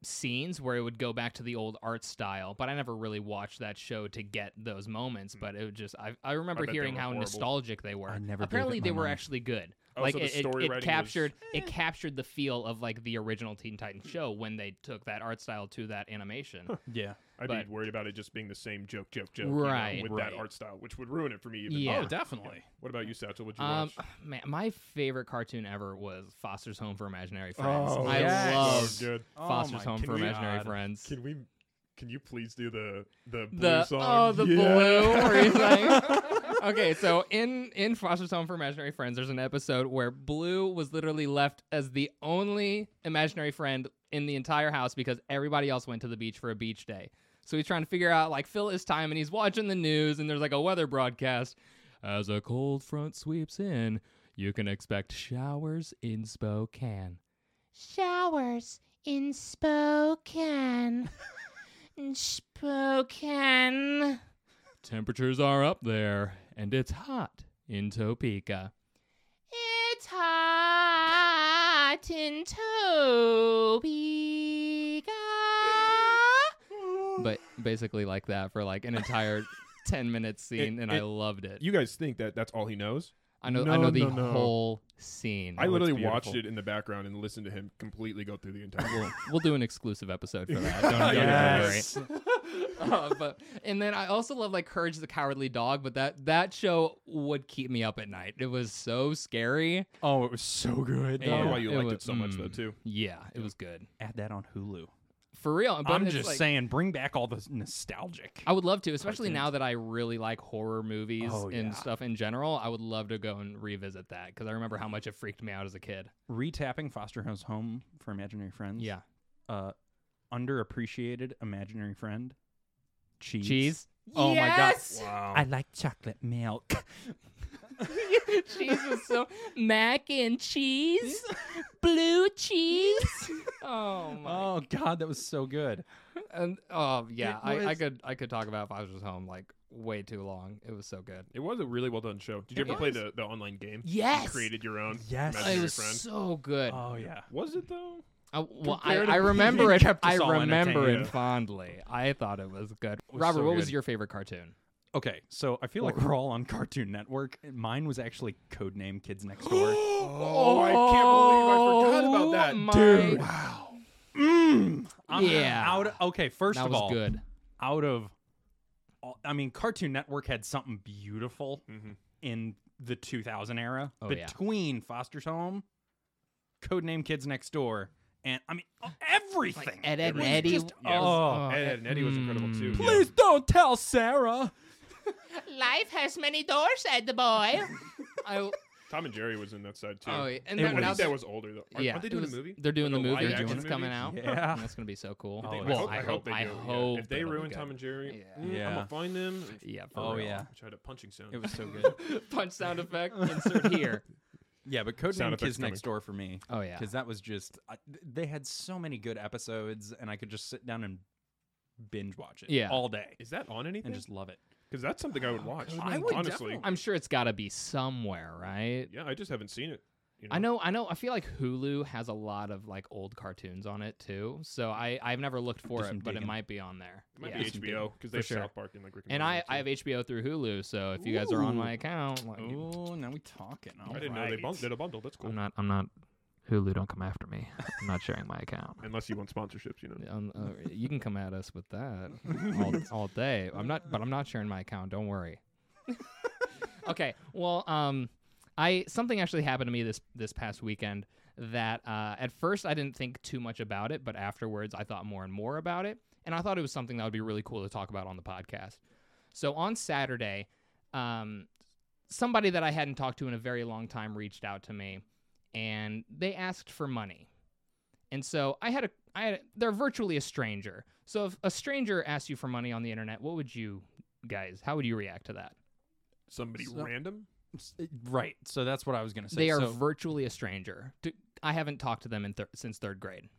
[SPEAKER 2] scenes where it would go back to the old art style, but I never really watched that show to get those moments. But it was just I, I remember
[SPEAKER 3] Hmm. bet they
[SPEAKER 2] hearing
[SPEAKER 3] were
[SPEAKER 2] how
[SPEAKER 3] horrible.
[SPEAKER 2] nostalgic they were.
[SPEAKER 4] I never gave it
[SPEAKER 2] apparently
[SPEAKER 4] my
[SPEAKER 2] they were
[SPEAKER 4] money.
[SPEAKER 2] actually good.
[SPEAKER 3] Oh,
[SPEAKER 2] like
[SPEAKER 3] so the
[SPEAKER 2] it, it-
[SPEAKER 3] story
[SPEAKER 2] it
[SPEAKER 3] writing was- eh.
[SPEAKER 2] captured it captured the feel of like the original Teen
[SPEAKER 3] Hmm.
[SPEAKER 2] Titans show when they took that art style to that animation.
[SPEAKER 4] Yeah.
[SPEAKER 3] I'd
[SPEAKER 2] But-
[SPEAKER 3] be worried about it just being the same joke, joke, joke, you know,
[SPEAKER 2] Right.
[SPEAKER 3] with
[SPEAKER 4] Right.
[SPEAKER 3] that art style, which would ruin it for me. Even
[SPEAKER 2] Yeah.
[SPEAKER 4] Oh, definitely.
[SPEAKER 3] What about you, Satchel? Would you
[SPEAKER 2] Um,
[SPEAKER 3] watch?
[SPEAKER 2] [sighs] man, my favorite cartoon ever was Foster's Home for Imaginary Friends.
[SPEAKER 3] Oh,
[SPEAKER 2] I
[SPEAKER 4] yes.
[SPEAKER 2] love
[SPEAKER 3] So good.
[SPEAKER 4] Oh
[SPEAKER 2] Foster's Home for
[SPEAKER 3] Oh, God.
[SPEAKER 2] Imaginary Friends.
[SPEAKER 3] Can we? Can you please do the the blue
[SPEAKER 2] the
[SPEAKER 3] song?
[SPEAKER 2] oh the
[SPEAKER 3] Yeah.
[SPEAKER 2] blue
[SPEAKER 3] [laughs]
[SPEAKER 2] where he's like okay so in in foster's home for imaginary friends there's an episode where blue was literally left as the only imaginary friend in the entire house because everybody else went to the beach for a beach day so he's trying to figure out like fill his time and he's watching the news and there's like a weather broadcast as a cold front sweeps in you can expect showers in spokane
[SPEAKER 5] showers in Spokane. in Spokane.
[SPEAKER 2] temperatures are up there and it's hot in topeka
[SPEAKER 5] It's hot in Topeka.
[SPEAKER 2] but basically
[SPEAKER 5] [laughs]
[SPEAKER 2] like that for like an entire 10 minute scene and i
[SPEAKER 3] it-
[SPEAKER 2] loved it
[SPEAKER 3] You guys think that that's all he knows?
[SPEAKER 2] I know. I
[SPEAKER 3] No,
[SPEAKER 2] know the
[SPEAKER 3] no, no.
[SPEAKER 2] whole scene. Oh,
[SPEAKER 3] I
[SPEAKER 4] it's
[SPEAKER 3] literally
[SPEAKER 4] beautiful.
[SPEAKER 3] watched it in the background and listened to him completely go through the entire.
[SPEAKER 2] we'll, we'll do an exclusive episode for
[SPEAKER 4] [laughs]
[SPEAKER 2] that. Don't,
[SPEAKER 4] Oh,
[SPEAKER 2] don't even worry. Uh, but and then I also love like Courage the Cowardly Dog, but that that show would keep me up at night. It was so scary.
[SPEAKER 4] Oh, it was so good.
[SPEAKER 3] [laughs] I don't
[SPEAKER 2] Yeah,
[SPEAKER 3] know why you
[SPEAKER 2] it
[SPEAKER 3] liked
[SPEAKER 2] was-
[SPEAKER 3] it so much though
[SPEAKER 2] mm.
[SPEAKER 3] too.
[SPEAKER 2] Yeah, it was good
[SPEAKER 4] Add that on Hulu.
[SPEAKER 2] for real. But
[SPEAKER 4] I'm
[SPEAKER 2] it's,
[SPEAKER 4] just
[SPEAKER 2] like,
[SPEAKER 4] saying, bring back all the nostalgic.
[SPEAKER 2] I would love to, especially
[SPEAKER 4] Cartoons.
[SPEAKER 2] now that I really like horror movies
[SPEAKER 4] Oh, yeah.
[SPEAKER 2] and stuff in general. I would love to go and revisit that because I remember how much it freaked me out as a kid.
[SPEAKER 4] Retapping Foster Home's Home for Imaginary Friends.
[SPEAKER 2] Yeah,
[SPEAKER 4] Uh, underappreciated Imaginary Friend. Cheese.
[SPEAKER 2] cheese.
[SPEAKER 4] Oh
[SPEAKER 5] Yes!
[SPEAKER 4] my god. Wow. I like chocolate
[SPEAKER 2] [laughs]
[SPEAKER 4] milk.
[SPEAKER 2] cheese was so.
[SPEAKER 5] mac and cheese, blue
[SPEAKER 2] [laughs]
[SPEAKER 5] cheese.
[SPEAKER 2] Oh my
[SPEAKER 4] oh god, that was so good.
[SPEAKER 2] And oh yeah,
[SPEAKER 4] It
[SPEAKER 2] I, I
[SPEAKER 4] was-
[SPEAKER 2] could I could talk about Foster's Home like way too long. It was so good.
[SPEAKER 3] It was a really well done show. Did you
[SPEAKER 2] It
[SPEAKER 3] ever play
[SPEAKER 2] was.
[SPEAKER 3] the, the online game?
[SPEAKER 2] Yes.
[SPEAKER 3] You created your own.
[SPEAKER 4] Yes.
[SPEAKER 2] It
[SPEAKER 3] Imaginary
[SPEAKER 2] was
[SPEAKER 3] friend.
[SPEAKER 2] so good.
[SPEAKER 4] Oh yeah.
[SPEAKER 3] was it though?
[SPEAKER 2] I, well, I, I
[SPEAKER 4] comparatively,
[SPEAKER 2] remember [laughs]
[SPEAKER 4] it
[SPEAKER 2] it.
[SPEAKER 4] kept
[SPEAKER 2] I
[SPEAKER 4] us all
[SPEAKER 2] remember
[SPEAKER 4] entertained.
[SPEAKER 2] it fondly. I thought it was good.
[SPEAKER 4] was
[SPEAKER 2] Robert,
[SPEAKER 4] so
[SPEAKER 2] what was
[SPEAKER 4] good.
[SPEAKER 2] your favorite cartoon?
[SPEAKER 4] Okay, so I feel like we're all on Cartoon Network. Mine was actually Codename Kids Next
[SPEAKER 3] [gasps]
[SPEAKER 4] Door.
[SPEAKER 3] [gasps] Oh, I can't believe I forgot about that.
[SPEAKER 2] Oh my-
[SPEAKER 4] Wow. Mm. I'm
[SPEAKER 2] Yeah.
[SPEAKER 4] Out. Okay. First
[SPEAKER 2] that
[SPEAKER 4] of
[SPEAKER 2] was
[SPEAKER 4] all,
[SPEAKER 2] good.
[SPEAKER 4] out of, all, I mean, Cartoon Network had something beautiful
[SPEAKER 3] Mhm.
[SPEAKER 4] in the 2000 era
[SPEAKER 2] Oh, yeah.
[SPEAKER 4] between Foster's Home, Codename Kids Next Door, and I mean oh, everything.
[SPEAKER 2] Ed,
[SPEAKER 4] It
[SPEAKER 2] Ed, and
[SPEAKER 4] was
[SPEAKER 2] Eddie.
[SPEAKER 4] just-
[SPEAKER 3] yeah.
[SPEAKER 4] oh,
[SPEAKER 3] Ed, Ed and Eddie was incredible too.
[SPEAKER 2] Mm.
[SPEAKER 3] yeah.
[SPEAKER 4] please don't tell Sarah.
[SPEAKER 5] Life has many doors, said
[SPEAKER 3] [laughs]
[SPEAKER 5] the boy.
[SPEAKER 2] I, oh,
[SPEAKER 3] Tom and Jerry was in that side too.
[SPEAKER 2] yeah, and
[SPEAKER 4] It
[SPEAKER 2] that,
[SPEAKER 3] I
[SPEAKER 2] now
[SPEAKER 3] think that
[SPEAKER 2] th-
[SPEAKER 3] was older though. Aren't,
[SPEAKER 2] yeah,
[SPEAKER 3] aren't they
[SPEAKER 2] it
[SPEAKER 3] doing
[SPEAKER 2] was-
[SPEAKER 3] a movie?
[SPEAKER 2] They're doing
[SPEAKER 3] Like
[SPEAKER 2] the
[SPEAKER 3] a
[SPEAKER 2] movie.
[SPEAKER 3] live
[SPEAKER 2] It's
[SPEAKER 3] action
[SPEAKER 2] coming
[SPEAKER 3] movie?
[SPEAKER 2] out.
[SPEAKER 4] Yeah.
[SPEAKER 2] And that's gonna be so cool.
[SPEAKER 4] They- I
[SPEAKER 2] well,
[SPEAKER 4] hope-
[SPEAKER 2] I
[SPEAKER 4] I
[SPEAKER 2] hope.
[SPEAKER 3] they
[SPEAKER 2] I
[SPEAKER 3] do, yeah.
[SPEAKER 2] hope
[SPEAKER 3] If they
[SPEAKER 2] it'll be
[SPEAKER 3] ruin
[SPEAKER 2] good.
[SPEAKER 3] Tom and Jerry,
[SPEAKER 2] Yeah.
[SPEAKER 3] mm, I'm
[SPEAKER 4] Yeah.
[SPEAKER 3] gonna find them.
[SPEAKER 2] Yeah. For
[SPEAKER 4] Oh
[SPEAKER 2] real.
[SPEAKER 4] yeah.
[SPEAKER 3] I tried a punching sound.
[SPEAKER 4] It was
[SPEAKER 3] [laughs]
[SPEAKER 4] so
[SPEAKER 2] [laughs]
[SPEAKER 4] good.
[SPEAKER 2] Punch sound effect. Insert here.
[SPEAKER 4] yeah, but
[SPEAKER 3] Sound
[SPEAKER 4] Codename
[SPEAKER 3] effects
[SPEAKER 4] Kids Next Door for me.
[SPEAKER 2] Oh yeah.
[SPEAKER 4] because that was just I, th- they had so many good episodes, and I could just sit down and binge watch it
[SPEAKER 2] Yeah.
[SPEAKER 4] all day
[SPEAKER 3] Is that on anything?
[SPEAKER 4] and just love it.
[SPEAKER 3] Because that's something I would watch.
[SPEAKER 4] I would
[SPEAKER 3] honestly.
[SPEAKER 2] I'm sure it's got to be somewhere, right?
[SPEAKER 3] Yeah, I just haven't seen it. You know?
[SPEAKER 2] I know, I know. I feel like Hulu has a lot of like old cartoons on it too. So I, I've never looked for
[SPEAKER 4] Do some
[SPEAKER 2] it, but it
[SPEAKER 4] digging.
[SPEAKER 2] might be on there.
[SPEAKER 3] It might
[SPEAKER 2] Yeah.
[SPEAKER 3] be HBO because
[SPEAKER 2] For
[SPEAKER 3] they have
[SPEAKER 2] sure.
[SPEAKER 3] South Park and like Rick and,
[SPEAKER 2] And I,
[SPEAKER 3] Morty,
[SPEAKER 2] I have
[SPEAKER 3] too.
[SPEAKER 2] HBO through Hulu. So if you guys are on my
[SPEAKER 4] Ooh.
[SPEAKER 2] account, like,
[SPEAKER 4] Oh, now we talking.
[SPEAKER 3] I didn't know they bun- did a bundle. That's cool.
[SPEAKER 2] I'm not, I'm not. Hulu, don't come after me. I'm not sharing my account.
[SPEAKER 3] Unless you want sponsorships, you know.
[SPEAKER 2] Um, uh, you can come at us with that all, all day. I'm not, but I'm not sharing my account. Don't worry. okay. Well, um, I something actually happened to me this this past weekend that uh, at first I didn't think too much about it, but afterwards I thought more and more about it, and I thought it was something that would be really cool to talk about on the podcast. So on Saturday, um, somebody that I hadn't talked to in a very long time reached out to me, and they asked for money. And so I had a, I had a, they're virtually a stranger. So if a stranger asked you for money on the internet, what would you guys, how would you react to that?
[SPEAKER 3] Somebody
[SPEAKER 4] So-
[SPEAKER 3] random.
[SPEAKER 4] Right, so that's what I was gonna say.
[SPEAKER 2] they are
[SPEAKER 4] So,
[SPEAKER 2] virtually a stranger. D- I haven't talked to them in thir- since third grade.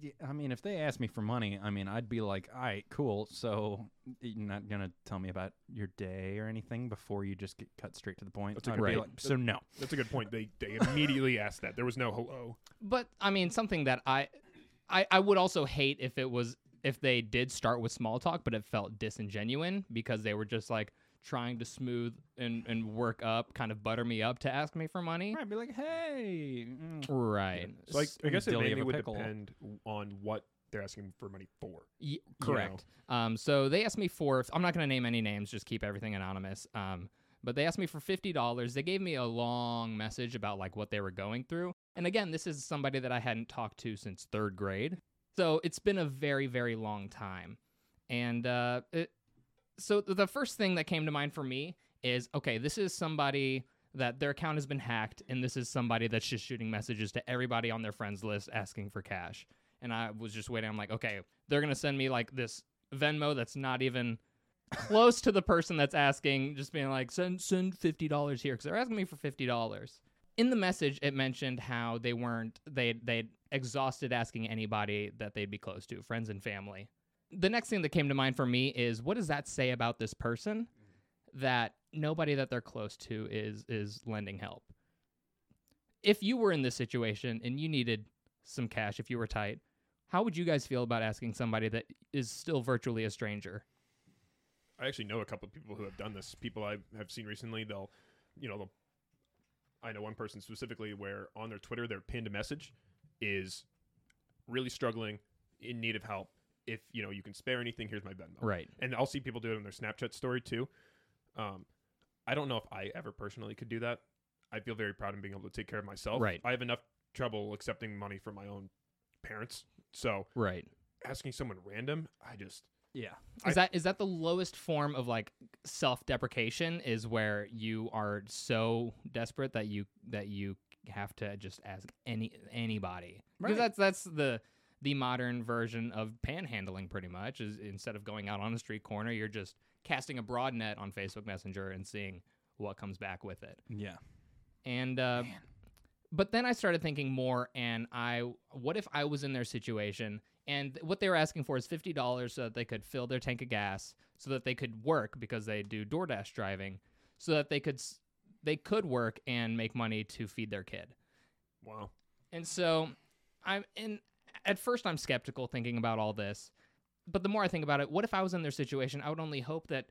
[SPEAKER 4] y- I mean, if they asked me for money, I mean, I'd be like, "All right, cool." So you're not gonna tell me about your day or anything before you just get cut straight to the point.
[SPEAKER 3] That's a
[SPEAKER 4] I'd
[SPEAKER 3] good
[SPEAKER 4] be
[SPEAKER 2] point.
[SPEAKER 4] like, so no.
[SPEAKER 3] That's a good point. They they immediately asked that. There was no hello.
[SPEAKER 2] But I mean, something that I, I, I would also hate if it was if they did start with small talk, but it felt disingenuine because they were just like trying to smooth and and work up, kind of butter me up to ask me for money.
[SPEAKER 4] I'd be like, "Hey." mm,
[SPEAKER 2] Right.
[SPEAKER 3] So like I
[SPEAKER 4] I'm
[SPEAKER 3] guess it
[SPEAKER 4] dilly of
[SPEAKER 3] mainly
[SPEAKER 4] a
[SPEAKER 3] would
[SPEAKER 4] pickle.
[SPEAKER 3] depend on what they're asking for money for.
[SPEAKER 2] Y- correct. Um, so they asked me for. I'm not going to name any names. Just keep everything anonymous. Um, but they asked me for fifty dollars. They gave me a long message about like what they were going through. And again, this is somebody that I hadn't talked to since third grade. So it's been a very very long time. And uh, it, so th- the first thing that came to mind for me is okay, this is somebody that their account has been hacked, and this is somebody that's just shooting messages to everybody on their friends list asking for cash. And I was just waiting. I'm like, okay, they're gonna send me like this Venmo that's not even close to the person that's asking, just being like, send send fifty dollars here because they're asking me for fifty dollars. In the message, it mentioned how they weren't they they exhausted asking anybody that they'd be close to, friends and family the next thing that came to mind for me is what does that say about this person that nobody that they're close to is is lending help if you were in this situation and you needed some cash if you were tight how would you guys feel about asking somebody that is still virtually a stranger
[SPEAKER 3] I actually know a couple of people who have done this. People I have seen recently, they'll you know, I know one person specifically where on their Twitter their pinned message is really struggling, in need of help. If you know you can spare anything, here's my Venmo.
[SPEAKER 2] Right.
[SPEAKER 3] And I'll see people do it on their Snapchat story too. Um, I don't know if I ever personally could do that. I feel very proud in being able to take care of myself.
[SPEAKER 2] Right.
[SPEAKER 3] I have enough trouble accepting money from my own parents. So
[SPEAKER 2] Right.
[SPEAKER 3] asking someone random, I just
[SPEAKER 4] Yeah.
[SPEAKER 3] I-
[SPEAKER 2] Is that is that the lowest form of like self-deprecation is where you are so desperate that you that you have to just ask any anybody.
[SPEAKER 4] Right.
[SPEAKER 2] Because that's that's the the modern version of panhandling pretty much is instead of going out on a street corner, you're just casting a broad net on Facebook Messenger and seeing what comes back with it.
[SPEAKER 4] Yeah.
[SPEAKER 2] and uh, but then I started thinking more, and I what if I was in their situation, and th- what they were asking for is fifty dollars so that they could fill their tank of gas, so that they could work because they do DoorDash driving, so that they could s- they could work and make money to feed their kid.
[SPEAKER 3] wow.
[SPEAKER 2] And so I'm and at first I'm skeptical thinking about all this. But the more I think about it, what if I was in their situation? I would only hope that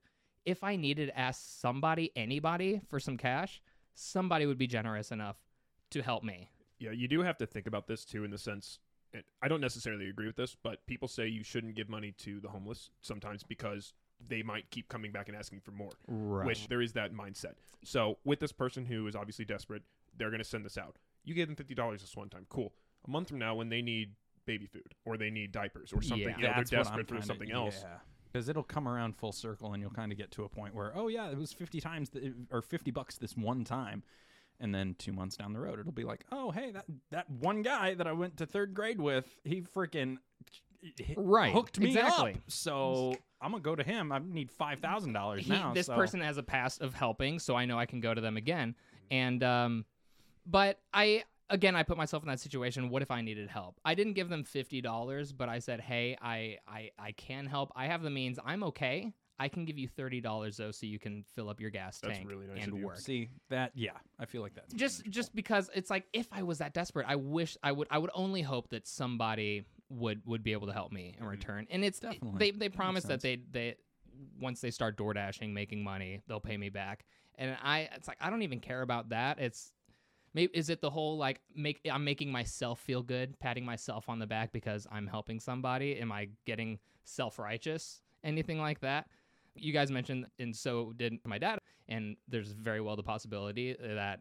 [SPEAKER 2] if I needed to ask somebody, anybody for some cash, somebody would be generous enough to help me.
[SPEAKER 3] Yeah, you do have to think about this too, in the sense, and I don't necessarily agree with this, but people say you shouldn't give money to the homeless sometimes because they might keep coming back and asking for more,
[SPEAKER 2] Right.
[SPEAKER 3] which there is that mindset. So, with this person who is obviously desperate, they're going to send this out. You gave them $50 this one time. Cool. A month from now, when they need baby food or they need diapers or something,
[SPEAKER 2] Yeah.
[SPEAKER 3] you know,
[SPEAKER 4] That's
[SPEAKER 3] they're
[SPEAKER 4] what I'm
[SPEAKER 3] desperate for
[SPEAKER 4] kinda-
[SPEAKER 3] something else.
[SPEAKER 4] Yeah. Because it'll come around full circle, and you'll kind of get to a point where, oh yeah, it was fifty times th- or fifty bucks this one time, and then two months down the road, it'll be like, oh hey, that that one guy that I went to third grade with, he freaking h-
[SPEAKER 2] Right,
[SPEAKER 4] hooked me
[SPEAKER 2] exactly.
[SPEAKER 4] up. So I'm gonna go to him. I need five thousand dollars
[SPEAKER 2] He-
[SPEAKER 4] now.
[SPEAKER 2] this
[SPEAKER 4] so-
[SPEAKER 2] person has a past of helping, so I know I can go to them again. And um, but I again, I put myself in that situation. What if I needed help? I didn't give them fifty dollars, but I said, hey, I I I can help. I have the means. I'm okay. I can give you thirty dollars though, so you can fill up your gas
[SPEAKER 3] That's
[SPEAKER 2] tank
[SPEAKER 3] really nice
[SPEAKER 2] and
[SPEAKER 3] of you.
[SPEAKER 2] work.
[SPEAKER 4] See that? Yeah, I feel like that's
[SPEAKER 2] Just just because it's like if I was that desperate, I wish I would I would only hope that somebody would would be able to help me in
[SPEAKER 3] Mm-hmm.
[SPEAKER 2] return. And it's
[SPEAKER 4] Definitely.
[SPEAKER 2] they
[SPEAKER 4] That
[SPEAKER 2] they
[SPEAKER 4] makes
[SPEAKER 2] promise that
[SPEAKER 4] sense.
[SPEAKER 2] they they once they start door dashing, making money, they'll pay me back. And I it's like I don't even care about that. It's maybe is it the whole like make I'm making myself feel good, patting myself on the back because I'm helping somebody? Am I getting self righteous? Anything like that? You guys mentioned, and so did my dad. And there's very well the possibility that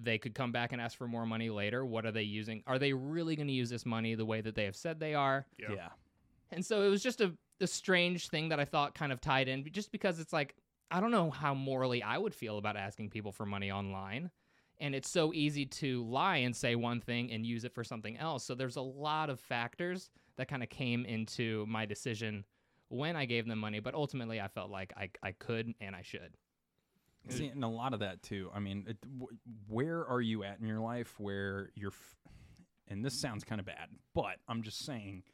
[SPEAKER 2] they could come back and ask for more money later. What are they using? Are they really going to use this money the way that they have said they are?
[SPEAKER 3] Yeah.
[SPEAKER 4] yeah.
[SPEAKER 2] And so it was just a, a strange thing that I thought kind of tied in, just because it's like, I don't know how morally I would feel about asking people for money online. And it's so easy to lie and say one thing and use it for something else. So there's a lot of factors that kind of came into my decision when I gave them money. But ultimately, I felt like I, I could and I should.
[SPEAKER 4] See, and a lot of that too. I mean, it, w- where are you at in your life where you're, f- and this sounds kind of bad, but I'm just saying,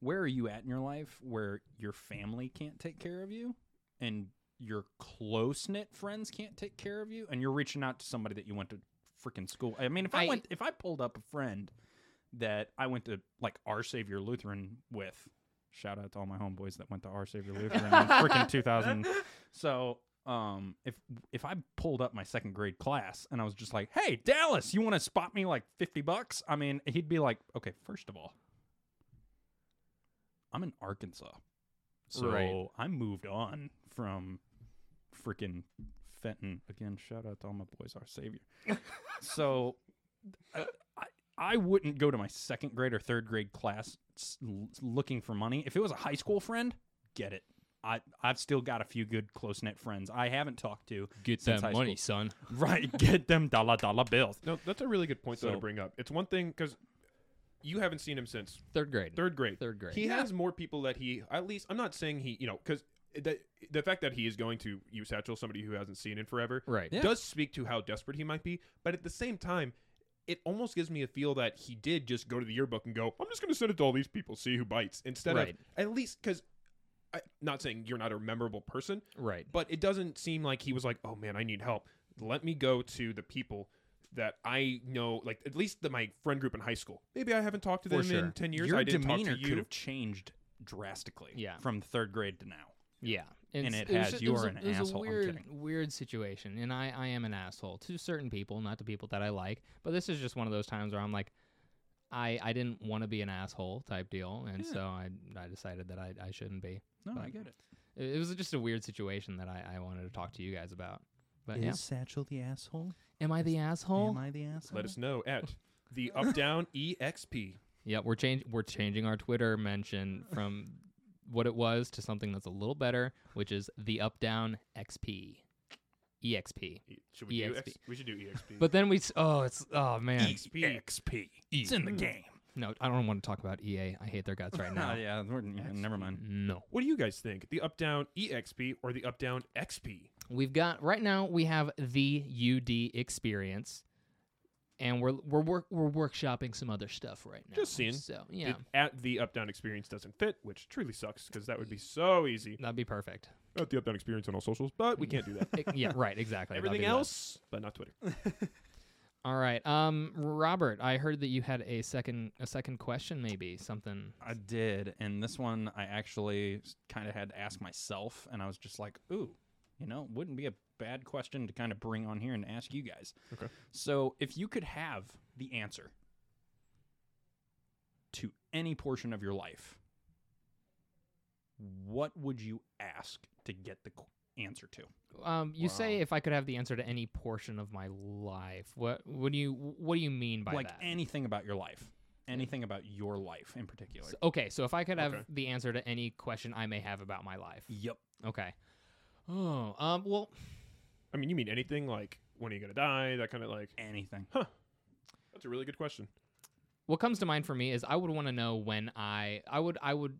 [SPEAKER 4] where are you at in your life where your family can't take care of you and your close knit friends can't take care of you and you're reaching out to somebody that you went to freaking school? I mean, if I,
[SPEAKER 2] I-
[SPEAKER 4] went, if I pulled up a friend that I went to like Our Savior Lutheran with, shout out to all my homeboys that went to Our Savior Lutheran in freaking 2000. So, um, if if I pulled up my second grade class and I was just like, "Hey, Dallas, you want to spot me like fifty bucks?" I mean, he'd be like, "Okay, first of all, I'm in Arkansas, so
[SPEAKER 2] Right.
[SPEAKER 4] I moved on from freaking Fenton again. Shout out to all my boys, our savior." so, I, I I wouldn't go to my second grade or third grade class s- l- looking for money. If it was a high school friend, get it. I, I've still got a few good close knit friends I haven't talked to.
[SPEAKER 2] Get
[SPEAKER 4] Since that high money,
[SPEAKER 2] son.
[SPEAKER 4] Right, get them dollar dollar bills.
[SPEAKER 3] No, that's a really good point though to
[SPEAKER 4] So-
[SPEAKER 3] bring up. It's one thing because you haven't seen him since
[SPEAKER 2] Third grade.
[SPEAKER 3] third grade.
[SPEAKER 2] Third grade.
[SPEAKER 3] He has more people that he at least. I'm not saying he, you know, because the the fact that he is going to use Satchel, somebody who hasn't seen in forever,
[SPEAKER 2] Right.
[SPEAKER 4] Yeah.
[SPEAKER 3] does speak to how desperate he might be. But at the same time, it almost gives me a feel that he did just go to the yearbook and go, "I'm just going to send it to all these people, see who bites." Instead
[SPEAKER 2] Right.
[SPEAKER 3] of at least because. Not saying you're not a memorable person,
[SPEAKER 2] Right.
[SPEAKER 3] but it doesn't seem like he was like, "Oh man, I need help. Let me go to the people that I know, like at least the, my friend group in high school. Maybe I haven't talked to them in ten years.
[SPEAKER 4] Your
[SPEAKER 3] I didn't
[SPEAKER 4] demeanor
[SPEAKER 3] talk to you.
[SPEAKER 4] could have changed drastically
[SPEAKER 2] Yeah.
[SPEAKER 4] from third grade to now.
[SPEAKER 2] Yeah, And,
[SPEAKER 4] And
[SPEAKER 2] s-
[SPEAKER 4] it has,
[SPEAKER 2] just-
[SPEAKER 4] "You
[SPEAKER 2] was
[SPEAKER 4] are
[SPEAKER 2] a-
[SPEAKER 4] an
[SPEAKER 2] it was
[SPEAKER 4] asshole."
[SPEAKER 2] A
[SPEAKER 4] I'm
[SPEAKER 2] weird,
[SPEAKER 4] kidding.
[SPEAKER 2] weird situation, and I, I am an asshole to certain people, not to people that I like. But this is just one of those times where I'm like, I, I didn't want to be an asshole type deal, and
[SPEAKER 4] Yeah.
[SPEAKER 2] so I, I decided that I, I shouldn't be.
[SPEAKER 4] No,
[SPEAKER 2] But-
[SPEAKER 4] I get it.
[SPEAKER 2] It, it was just a weird situation that I, I wanted to talk to you guys about. But yeah,
[SPEAKER 4] Satchel the asshole?
[SPEAKER 2] am I the asshole?
[SPEAKER 4] I the
[SPEAKER 3] [laughs]
[SPEAKER 4] asshole?
[SPEAKER 3] Let us know at the E Updown EXP.
[SPEAKER 2] Yeah, we're change we're changing our Twitter mention
[SPEAKER 4] [sighs]
[SPEAKER 2] from what it was to something that's a little better, which is the up down XP. EXP.
[SPEAKER 3] E- Should we do
[SPEAKER 2] EXP?
[SPEAKER 3] X? E We should do EXP.
[SPEAKER 2] But then we s- oh it's oh man. Mm.
[SPEAKER 4] XP. E, It's in the
[SPEAKER 3] Hmm.
[SPEAKER 4] game.
[SPEAKER 2] No, I don't want to talk about EA. I hate their guts
[SPEAKER 4] [laughs]
[SPEAKER 2] right
[SPEAKER 4] No,
[SPEAKER 2] now.
[SPEAKER 4] yeah, we're- yeah, never mind.
[SPEAKER 2] No.
[SPEAKER 3] what do you guys think? The Updown EXP or the Updown XP?
[SPEAKER 2] We've got right now we have the UD experience and we're we're work, we're workshopping some other stuff right now.
[SPEAKER 3] Just seeing.
[SPEAKER 2] So, yeah.
[SPEAKER 3] It- at the Updown Experience doesn't fit, which truly sucks because that would be so easy.
[SPEAKER 2] That'd be perfect.
[SPEAKER 3] At the Updown Experience on all socials, but we can't
[SPEAKER 2] [laughs]
[SPEAKER 3] do that.
[SPEAKER 2] It- yeah, right, exactly. That'd
[SPEAKER 3] Everything
[SPEAKER 2] be that.
[SPEAKER 3] else, but not Twitter.
[SPEAKER 2] All right. Um, Robert, I heard that you had a second a second question, maybe something.
[SPEAKER 4] I did, and this one I actually kind of had to ask myself, and I was just like, ooh, you know, wouldn't be a bad question to kind of bring on here and ask you guys.
[SPEAKER 3] Okay.
[SPEAKER 4] So, if you could have the answer to any portion of your life, what would you ask to get the qu- answer to?
[SPEAKER 2] Um, you say
[SPEAKER 3] Wow.
[SPEAKER 2] if I could have the answer to any portion of my life, what what do you what do you mean by
[SPEAKER 4] like
[SPEAKER 2] that?
[SPEAKER 4] anything about your life, anything about your life in particular.
[SPEAKER 2] So- okay, so if I could have
[SPEAKER 3] Okay.
[SPEAKER 2] the answer to any question I may have about my life,
[SPEAKER 4] yep.
[SPEAKER 2] okay. Oh, um, well,
[SPEAKER 3] I mean, you mean anything like when are you gonna die? That kind of like.
[SPEAKER 4] Anything.
[SPEAKER 3] That's a really good question.
[SPEAKER 2] what comes to mind for me is I would want to know when I I would I would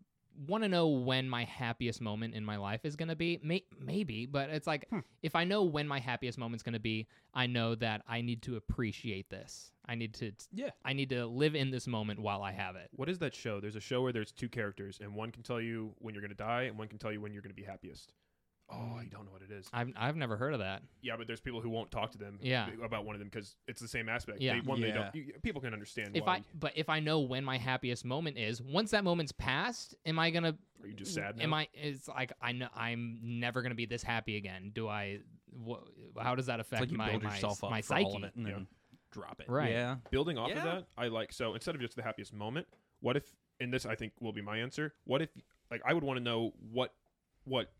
[SPEAKER 2] want to know when my happiest moment in my life is going to be May- maybe but it's like
[SPEAKER 3] Hmm.
[SPEAKER 2] if I know when my happiest moment's going to be I know that I need to appreciate this. I need to
[SPEAKER 4] Yeah.
[SPEAKER 2] I need to live in this moment while I have it.
[SPEAKER 3] What is that show? There's a show where there's two characters, and one can tell you when you're gonna die, and one can tell you when you're gonna be happiest. Oh, I don't know what it is.
[SPEAKER 2] I've I've never heard of that.
[SPEAKER 3] Yeah, but there's people who won't talk to them.
[SPEAKER 2] Yeah.
[SPEAKER 3] About one of them because it's the same aspect.
[SPEAKER 2] Yeah.
[SPEAKER 3] They, one, they
[SPEAKER 4] Yeah.
[SPEAKER 3] don't. You, you- people can understand
[SPEAKER 2] If
[SPEAKER 3] why.
[SPEAKER 2] I but if I know when my happiest moment is, once that moment's passed, am I going to
[SPEAKER 3] Are you just sad? Now?
[SPEAKER 2] Am I it's like I know I'm never going to be this happy again. Do I wh- how does that affect
[SPEAKER 4] It's like you
[SPEAKER 2] my
[SPEAKER 4] build
[SPEAKER 2] my,
[SPEAKER 4] yourself up
[SPEAKER 2] my
[SPEAKER 4] for
[SPEAKER 2] psyche?
[SPEAKER 4] all of it Mm. and
[SPEAKER 3] Yeah.
[SPEAKER 4] then drop it.
[SPEAKER 2] Right.
[SPEAKER 4] Yeah.
[SPEAKER 3] building off
[SPEAKER 4] Yeah.
[SPEAKER 3] of that, I like so instead of just the happiest moment, what if and this I think will be my answer. What if like I would want to know what what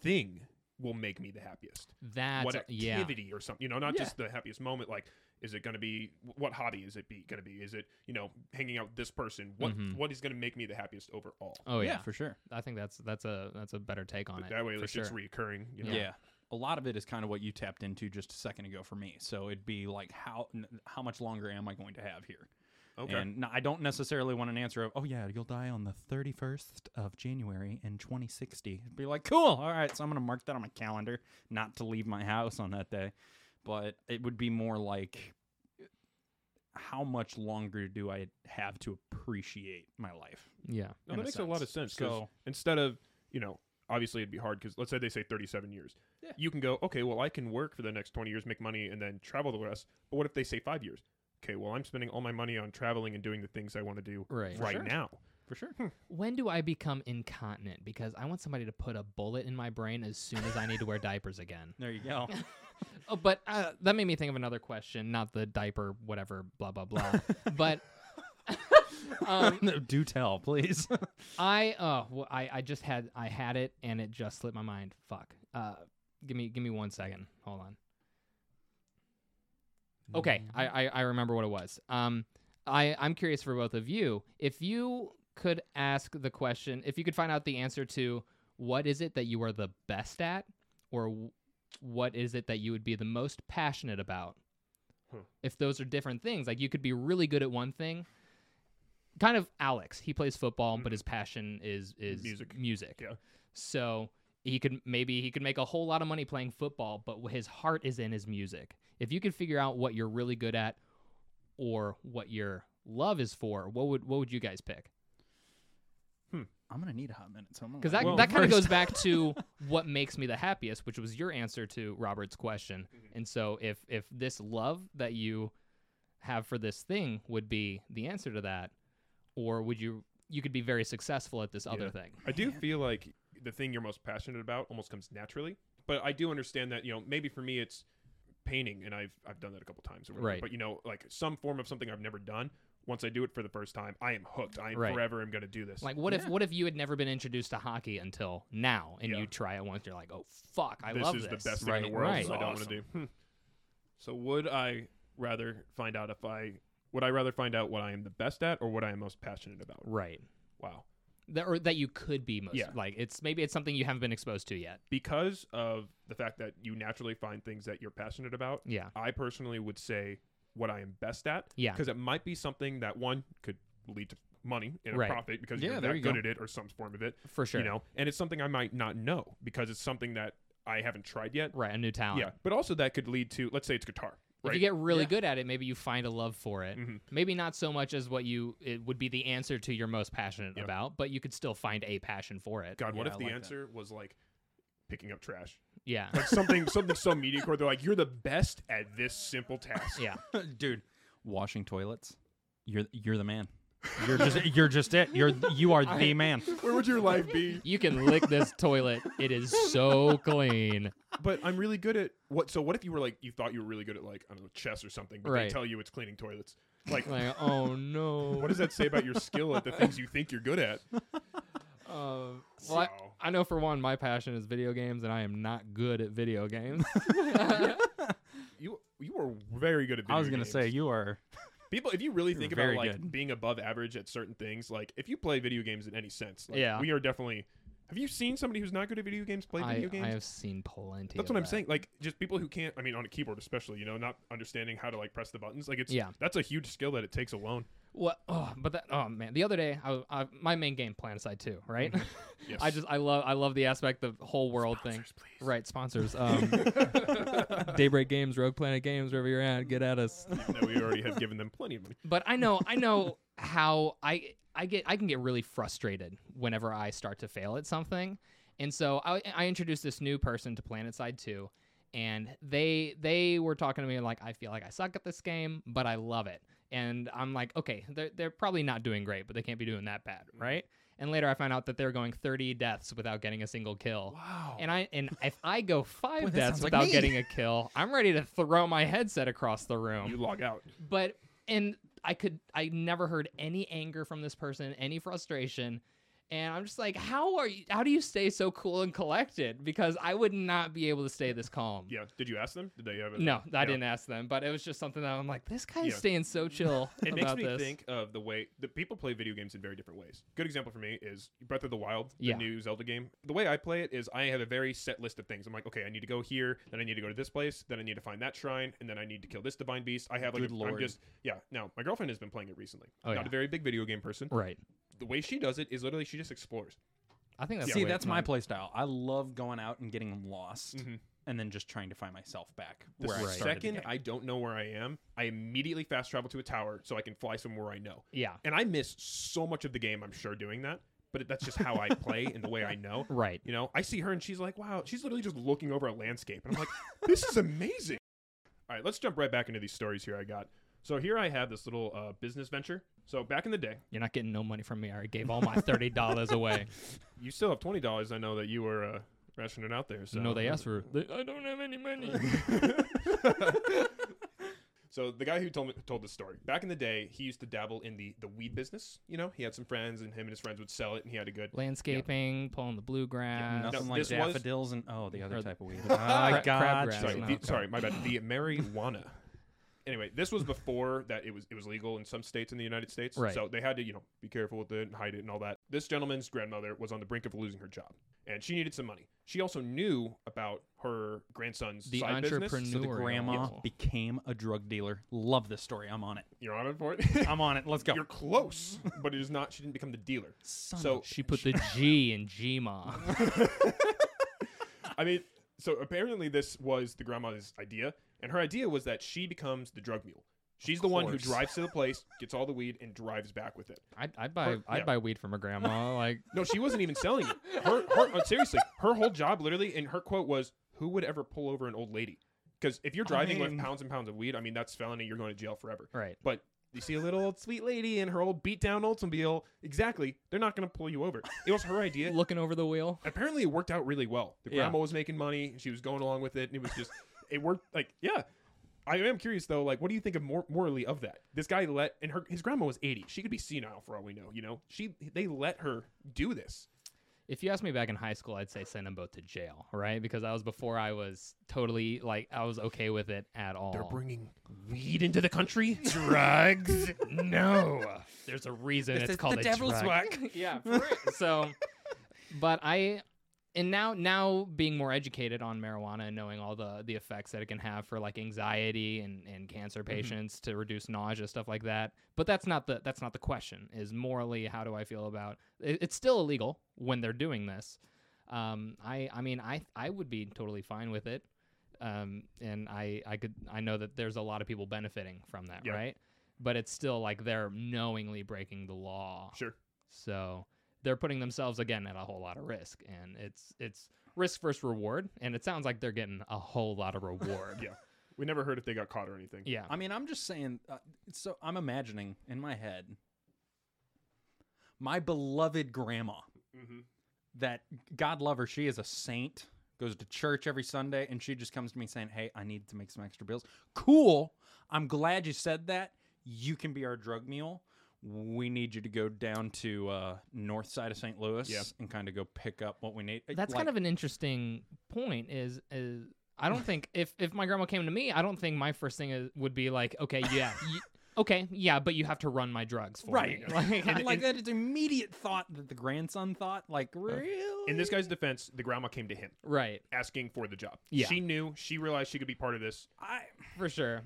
[SPEAKER 3] thing will make me the happiest?
[SPEAKER 2] That's
[SPEAKER 3] what
[SPEAKER 2] yeah.
[SPEAKER 3] activity or something, you know, not
[SPEAKER 4] Yeah.
[SPEAKER 3] just the happiest moment like is it going to be what hobby is it be going to be? Is it, you know, hanging out with this person? What
[SPEAKER 2] Mhm.
[SPEAKER 3] what is going to make me the happiest overall?
[SPEAKER 2] Oh yeah.
[SPEAKER 4] for sure.
[SPEAKER 2] I think that's that's a that's a better take on it.
[SPEAKER 3] that way
[SPEAKER 2] for
[SPEAKER 3] like,
[SPEAKER 2] sure.
[SPEAKER 3] it's reoccurring, you know.
[SPEAKER 4] Yeah. A lot of it is kind of what you tapped into just a second ago for me. So it'd be like how n- how much longer am I going to have here?
[SPEAKER 3] Okay.
[SPEAKER 4] And no, I don't necessarily want an answer of, "Oh yeah, you'll die on the 31st of January in 2060." It'd be like, "Cool. All right, so I'm going to mark that on my calendar not to leave my house on that day." But it would be more like how much longer do I have to appreciate my life?
[SPEAKER 2] yeah.
[SPEAKER 3] No,
[SPEAKER 4] in
[SPEAKER 3] that
[SPEAKER 4] a
[SPEAKER 3] makes a lot of
[SPEAKER 4] sense.
[SPEAKER 3] sense. 'cause
[SPEAKER 4] So-
[SPEAKER 3] instead of you know, obviously it'd be hard because let's say they say thirty-seven years,
[SPEAKER 4] Yeah.
[SPEAKER 3] you can go, okay, well I can work for the next twenty years, make money, and then travel the rest. But what if they say five years? Okay, well I'm spending all my money on traveling and doing the things I want to do
[SPEAKER 2] Right. For
[SPEAKER 3] right
[SPEAKER 4] sure.
[SPEAKER 3] now.
[SPEAKER 4] For sure.
[SPEAKER 2] When do I become incontinent? Because I want somebody to put a bullet in my brain as soon as I need to wear diapers again.
[SPEAKER 4] [laughs] There you go.
[SPEAKER 2] Oh, but uh, that made me think of another question. Not the diaper, whatever, blah blah blah. but um,
[SPEAKER 4] [laughs] no, do tell, please.
[SPEAKER 2] I uh wh- I I just had I had it and it just slipped my mind. Fuck. Uh, give me give me one second. Hold on. Okay, I, I I remember what it was. Um, I I'm curious for both of you if you could ask the question if you could find out the answer to what is it that you are the best at or w- what is it that you would be the most passionate about
[SPEAKER 3] Hmm.
[SPEAKER 2] if those are different things like you could be really good at one thing kind of alex he plays football but his passion is is
[SPEAKER 3] Mm-hmm. Music.
[SPEAKER 2] music
[SPEAKER 3] Yeah.
[SPEAKER 2] so he could maybe he could make a whole lot of money playing football but wh- his heart is in his music if you could figure out what you're really good at or what your love is for what would what would you guys pick
[SPEAKER 4] I'm gonna need a hot minute, so I'm gonna
[SPEAKER 2] because that,
[SPEAKER 3] Well,
[SPEAKER 2] that kind of
[SPEAKER 4] first- [laughs]
[SPEAKER 2] goes back to what makes me the happiest, which was your answer to Robert's question.
[SPEAKER 3] Mm-hmm.
[SPEAKER 2] And so, if if this love that you have for this thing would be the answer to that, or would you you could be very successful at this other
[SPEAKER 3] Yeah.
[SPEAKER 2] thing?
[SPEAKER 3] I do feel like the thing you're most passionate about almost comes naturally. But I do understand that you know maybe for me it's painting, and I've I've done that a couple times. Or whatever.
[SPEAKER 2] Right.
[SPEAKER 3] But you know, like some form of something I've never done. Once I do it for the first time, I am hooked. I am
[SPEAKER 2] Right.
[SPEAKER 3] forever am going to do this.
[SPEAKER 2] Like what if what if you had never been introduced to hockey until now and
[SPEAKER 3] Yeah.
[SPEAKER 2] you try it once you're like oh fuck I
[SPEAKER 3] this
[SPEAKER 2] love
[SPEAKER 3] is
[SPEAKER 2] this
[SPEAKER 3] the best thing in
[SPEAKER 2] Right,
[SPEAKER 3] the world.
[SPEAKER 2] right.
[SPEAKER 3] So I don't want to do. Hmm. [laughs] So would I rather find out if I would I rather find out what I am the best at or what I am most passionate about?
[SPEAKER 2] right
[SPEAKER 3] Wow.
[SPEAKER 2] that or that you could be most
[SPEAKER 3] Yeah.
[SPEAKER 2] like it's maybe it's something you haven't been exposed to yet
[SPEAKER 3] Because of the fact that you naturally find things that you're passionate about,
[SPEAKER 2] yeah
[SPEAKER 3] I personally would say what I am best at.
[SPEAKER 2] Yeah.
[SPEAKER 3] Because it might be something that one could lead to money and a
[SPEAKER 2] Right.
[SPEAKER 3] profit because
[SPEAKER 4] Yeah,
[SPEAKER 3] you're
[SPEAKER 4] there
[SPEAKER 3] that
[SPEAKER 4] you
[SPEAKER 3] good
[SPEAKER 4] go.
[SPEAKER 3] at it or some form of it.
[SPEAKER 2] for sure
[SPEAKER 3] You know, and it's something I might not know because it's something that I haven't tried yet.
[SPEAKER 2] right a new talent
[SPEAKER 3] Yeah. But also that could lead to let's say it's guitar.
[SPEAKER 2] If
[SPEAKER 3] Right.
[SPEAKER 2] you get really
[SPEAKER 4] Yeah.
[SPEAKER 2] good at it, maybe you find a love for it.
[SPEAKER 3] Mhm.
[SPEAKER 2] Maybe not so much as what you it would be the answer to your most passionate
[SPEAKER 3] Yeah.
[SPEAKER 2] about, but you could still find a passion for it.
[SPEAKER 3] God, what
[SPEAKER 4] Yeah,
[SPEAKER 3] if
[SPEAKER 4] I
[SPEAKER 3] the
[SPEAKER 4] like that.
[SPEAKER 3] answer was like picking up trash?
[SPEAKER 2] Yeah.
[SPEAKER 3] Like something [laughs] something so mediocre they're like, You're the best at this simple task.
[SPEAKER 2] yeah.
[SPEAKER 4] [laughs] dude washing toilets you're you're the man you're just you're just it you're you are the man
[SPEAKER 3] Where would your life be?
[SPEAKER 2] You can lick this toilet. It is so clean.
[SPEAKER 3] But I'm really good at what so what if you were like you thought you were really good at like I don't know, chess or something, but
[SPEAKER 2] Right.
[SPEAKER 3] they tell you it's cleaning toilets. Like
[SPEAKER 2] Like, oh no.
[SPEAKER 3] what does that say about your skill at the things you think you're good at?
[SPEAKER 2] Uh, well, I,
[SPEAKER 3] So-
[SPEAKER 2] I know for one, my passion is video games, and I am not good at video games.
[SPEAKER 3] You you are very good at video
[SPEAKER 4] i was gonna
[SPEAKER 3] games.
[SPEAKER 4] say you are
[SPEAKER 3] people if you really think about
[SPEAKER 4] very
[SPEAKER 3] like
[SPEAKER 4] good.
[SPEAKER 3] being above average at certain things, like if you play video games in any sense, like,
[SPEAKER 2] Yeah.
[SPEAKER 3] we are definitely have you seen somebody who's not good at video games play
[SPEAKER 2] I,
[SPEAKER 3] video games?
[SPEAKER 2] I have seen plenty.
[SPEAKER 3] That's
[SPEAKER 2] of
[SPEAKER 3] what I'm
[SPEAKER 2] that.
[SPEAKER 3] saying. Like just people who can't I mean on a keyboard especially, you know, not understanding how to like press the buttons. Like it's
[SPEAKER 2] Yeah.
[SPEAKER 3] that's a huge skill that it takes alone.
[SPEAKER 2] What? Oh, but that. Oh man, the other day, I, was- I my main game plan aside too, right?
[SPEAKER 3] Yes.
[SPEAKER 2] I just I love I love the aspect the whole world thing. Right, sponsors. Um, Daybreak Games, Rogue Planet Games, wherever you're at, get at us.
[SPEAKER 3] no, we already have given them plenty of
[SPEAKER 2] [laughs]
[SPEAKER 3] money.
[SPEAKER 2] But I know I
[SPEAKER 4] [laughs]
[SPEAKER 2] know how I I get I can get really frustrated whenever I start to fail at something, and so I I introduced this new person to Planet Side Two, and they they were talking to me like I feel like I suck at this game, but I love it. And I'm like, okay, they're, they're probably not doing great, but they can't be doing that bad,
[SPEAKER 4] Mm.
[SPEAKER 2] right? And later I found out that they're going 30 deaths without getting a single kill.
[SPEAKER 4] wow
[SPEAKER 2] And I and if I go five
[SPEAKER 4] [laughs] Boy, that
[SPEAKER 2] deaths
[SPEAKER 4] sounds like
[SPEAKER 2] without
[SPEAKER 4] me. [laughs]
[SPEAKER 2] getting a kill, I'm ready to throw my headset across the
[SPEAKER 3] You
[SPEAKER 2] room.
[SPEAKER 3] log out.
[SPEAKER 2] But and I could I never heard any anger from this person, any frustration. And I'm just like, how are you how do you stay so cool and collected? Because I would not be able to stay this calm.
[SPEAKER 3] Yeah. Did you ask them? Did they have a
[SPEAKER 2] No, I
[SPEAKER 3] Yeah.
[SPEAKER 2] didn't ask them, but it was just something that I'm like, this guy is
[SPEAKER 3] Yeah.
[SPEAKER 2] staying so chill
[SPEAKER 3] [laughs] [laughs] It makes
[SPEAKER 2] about
[SPEAKER 3] me
[SPEAKER 2] this.
[SPEAKER 3] think of the way that people play video games in very different ways. Good example for me is Breath of the Wild, the
[SPEAKER 2] Yeah.
[SPEAKER 3] new Zelda game. The way I play it is I have a very set list of things. I'm like, okay, I need to go here, then I need to go to this place, then I need to find that shrine, and then I need to kill this divine beast. I have like,
[SPEAKER 4] Good
[SPEAKER 3] a, I'm
[SPEAKER 4] lord.
[SPEAKER 3] just yeah. Now my girlfriend has been playing it recently.
[SPEAKER 2] Oh,
[SPEAKER 3] Not
[SPEAKER 2] yeah.
[SPEAKER 3] a very big video game person.
[SPEAKER 2] Right.
[SPEAKER 3] The way she does it is literally she just explores.
[SPEAKER 2] I think that's the
[SPEAKER 4] see
[SPEAKER 2] way-
[SPEAKER 4] that's my playstyle i love going out and getting lost
[SPEAKER 3] Mhm.
[SPEAKER 4] and then just trying to find myself back
[SPEAKER 3] The
[SPEAKER 4] where i
[SPEAKER 2] Right.
[SPEAKER 4] started the
[SPEAKER 3] second
[SPEAKER 4] game.
[SPEAKER 3] I don't know where I am, I immediately fast travel to a tower so I can fly somewhere I know.
[SPEAKER 2] Yeah.
[SPEAKER 3] And I miss so much of the game, I'm sure, doing that. But that's just how I play and the way I know.
[SPEAKER 2] [laughs] Right.
[SPEAKER 3] You know, I see her and she's like, wow, she's literally just looking over a landscape. And I'm like, this is amazing. All right, let's jump right back into these stories here I got. So here I have this little uh, business venture. So back in the day,
[SPEAKER 2] You're not getting no money from me. I already gave all my thirty
[SPEAKER 3] [laughs]
[SPEAKER 2] dollars away.
[SPEAKER 3] you still have $20. I know that you were uh, rationing out there. So.
[SPEAKER 2] no, they asked
[SPEAKER 3] [laughs]
[SPEAKER 2] for. They, I don't have any money.
[SPEAKER 3] So the guy who told me, told the story back in the day, he used to dabble in the the weed business. You know, he had some friends, and him and his friends would sell it, and he had a good.
[SPEAKER 2] Landscaping, pulling the bluegrass.
[SPEAKER 4] nothing
[SPEAKER 3] no,
[SPEAKER 4] like
[SPEAKER 3] this was-
[SPEAKER 4] daffodils and oh the other
[SPEAKER 2] Or-
[SPEAKER 4] type of weed Ah,
[SPEAKER 2] Cra-
[SPEAKER 4] i got
[SPEAKER 2] crabgrass.
[SPEAKER 3] Sorry,
[SPEAKER 2] no,
[SPEAKER 3] the-
[SPEAKER 2] okay.
[SPEAKER 3] sorry, my bad.
[SPEAKER 2] [laughs]
[SPEAKER 3] The marijuana. Anyway, this was before that it was it was legal in some states in the United States.
[SPEAKER 2] Right.
[SPEAKER 3] So they had to you know be careful with it and hide it and all that. This gentleman's grandmother was on the brink of losing her job, and she needed some money. She also knew about her grandson's
[SPEAKER 2] the
[SPEAKER 3] side business.
[SPEAKER 2] entrepreneur.
[SPEAKER 4] so the grandma
[SPEAKER 2] Yes.
[SPEAKER 4] became a drug dealer love this story i'm on it
[SPEAKER 3] You're on it
[SPEAKER 2] [laughs]
[SPEAKER 3] for it.
[SPEAKER 4] i'm on it let's go
[SPEAKER 3] You're close, but it is not. She didn't become the dealer.
[SPEAKER 4] Son
[SPEAKER 3] so
[SPEAKER 2] She put
[SPEAKER 3] [laughs]
[SPEAKER 2] the G in Gma.
[SPEAKER 3] I mean, so apparently this was the grandma's idea, and her idea was that she becomes the drug mule. She's the one who
[SPEAKER 4] course.
[SPEAKER 3] drives to the place, gets all the weed, and drives back with it.
[SPEAKER 2] I'd, I'd buy I'd
[SPEAKER 3] yeah.
[SPEAKER 2] buy weed from her
[SPEAKER 3] [laughs]
[SPEAKER 2] grandma. Like
[SPEAKER 3] No, she wasn't even selling
[SPEAKER 4] [laughs]
[SPEAKER 3] it. Her, her uh, seriously, her whole job, literally, and her quote was, "Who would ever pull over an old lady?" Because if you're
[SPEAKER 4] I
[SPEAKER 3] driving
[SPEAKER 4] mean-
[SPEAKER 3] with pounds and pounds of weed, I mean that's felony. You're going to jail forever.
[SPEAKER 2] right.
[SPEAKER 3] But You see a little old sweet lady in her old beat down Oldsmobile. Exactly. They're not going to pull you over. It was her idea.
[SPEAKER 2] Looking over the wheel.
[SPEAKER 3] apparently it worked out really well. The
[SPEAKER 4] Yeah.
[SPEAKER 3] grandma was making money, and she was going along with it, and it was just it worked like yeah. I am curious though, like what do you think of mor- morally of that? This guy let and her his grandma was 80. She could be senile for all we know, you know. She they let her do this.
[SPEAKER 2] If you asked me back in high school, I'd say send them both to jail, right? Because that was before I was totally like I was okay with it at all.
[SPEAKER 3] They're bringing weed into the country. Drugs.
[SPEAKER 2] no, there's a reason it's called a drug.
[SPEAKER 4] yeah.
[SPEAKER 2] so but i and now now being more educated on marijuana and knowing all the the effects that it can have for like anxiety and and cancer patients to reduce nausea stuff like that but that's not the that's not the question is morally how do i feel about it, it's still illegal when they're doing this um i i mean i i would be totally fine with it um and i i could i know that there's a lot of people benefiting from that
[SPEAKER 3] Yeah.
[SPEAKER 2] right but it's still like they're knowingly breaking the law
[SPEAKER 3] Sure.
[SPEAKER 2] so they're putting themselves again at a whole lot of risk, and it's it's risk versus reward, and it sounds like they're getting a whole lot of reward.
[SPEAKER 3] [laughs] Yeah. We never heard if they got caught or anything.
[SPEAKER 2] yeah.
[SPEAKER 4] [laughs] I mean, I'm just saying. Uh, so I'm imagining in my head my beloved grandma
[SPEAKER 3] Mhm.
[SPEAKER 4] that God love her. She is a saint, goes to church every Sunday, and she just comes to me saying, Hey, I need to make some extra bills. Cool. I'm glad you said that. You can be our drug mule. We need you to go down to uh, north side of St. Louis
[SPEAKER 3] Yeah.
[SPEAKER 4] and kind of go pick up what we need. uh,
[SPEAKER 2] That's kind of an interesting point. Is is I don't think if if my grandma came to me, I don't think my first thing is, would be like, okay, yeah,
[SPEAKER 3] [laughs]
[SPEAKER 2] you, okay, yeah, but you have to run my drugs for
[SPEAKER 4] right. [laughs]
[SPEAKER 2] me. Like,
[SPEAKER 4] And, like that is immediate thought that the grandson thought. Like really?
[SPEAKER 3] In Uh, this guy's defense, the grandma came to him
[SPEAKER 2] right,
[SPEAKER 3] asking for the job.
[SPEAKER 2] Yeah.
[SPEAKER 3] She knew, she realized she could be part of this.
[SPEAKER 4] I,
[SPEAKER 2] for sure.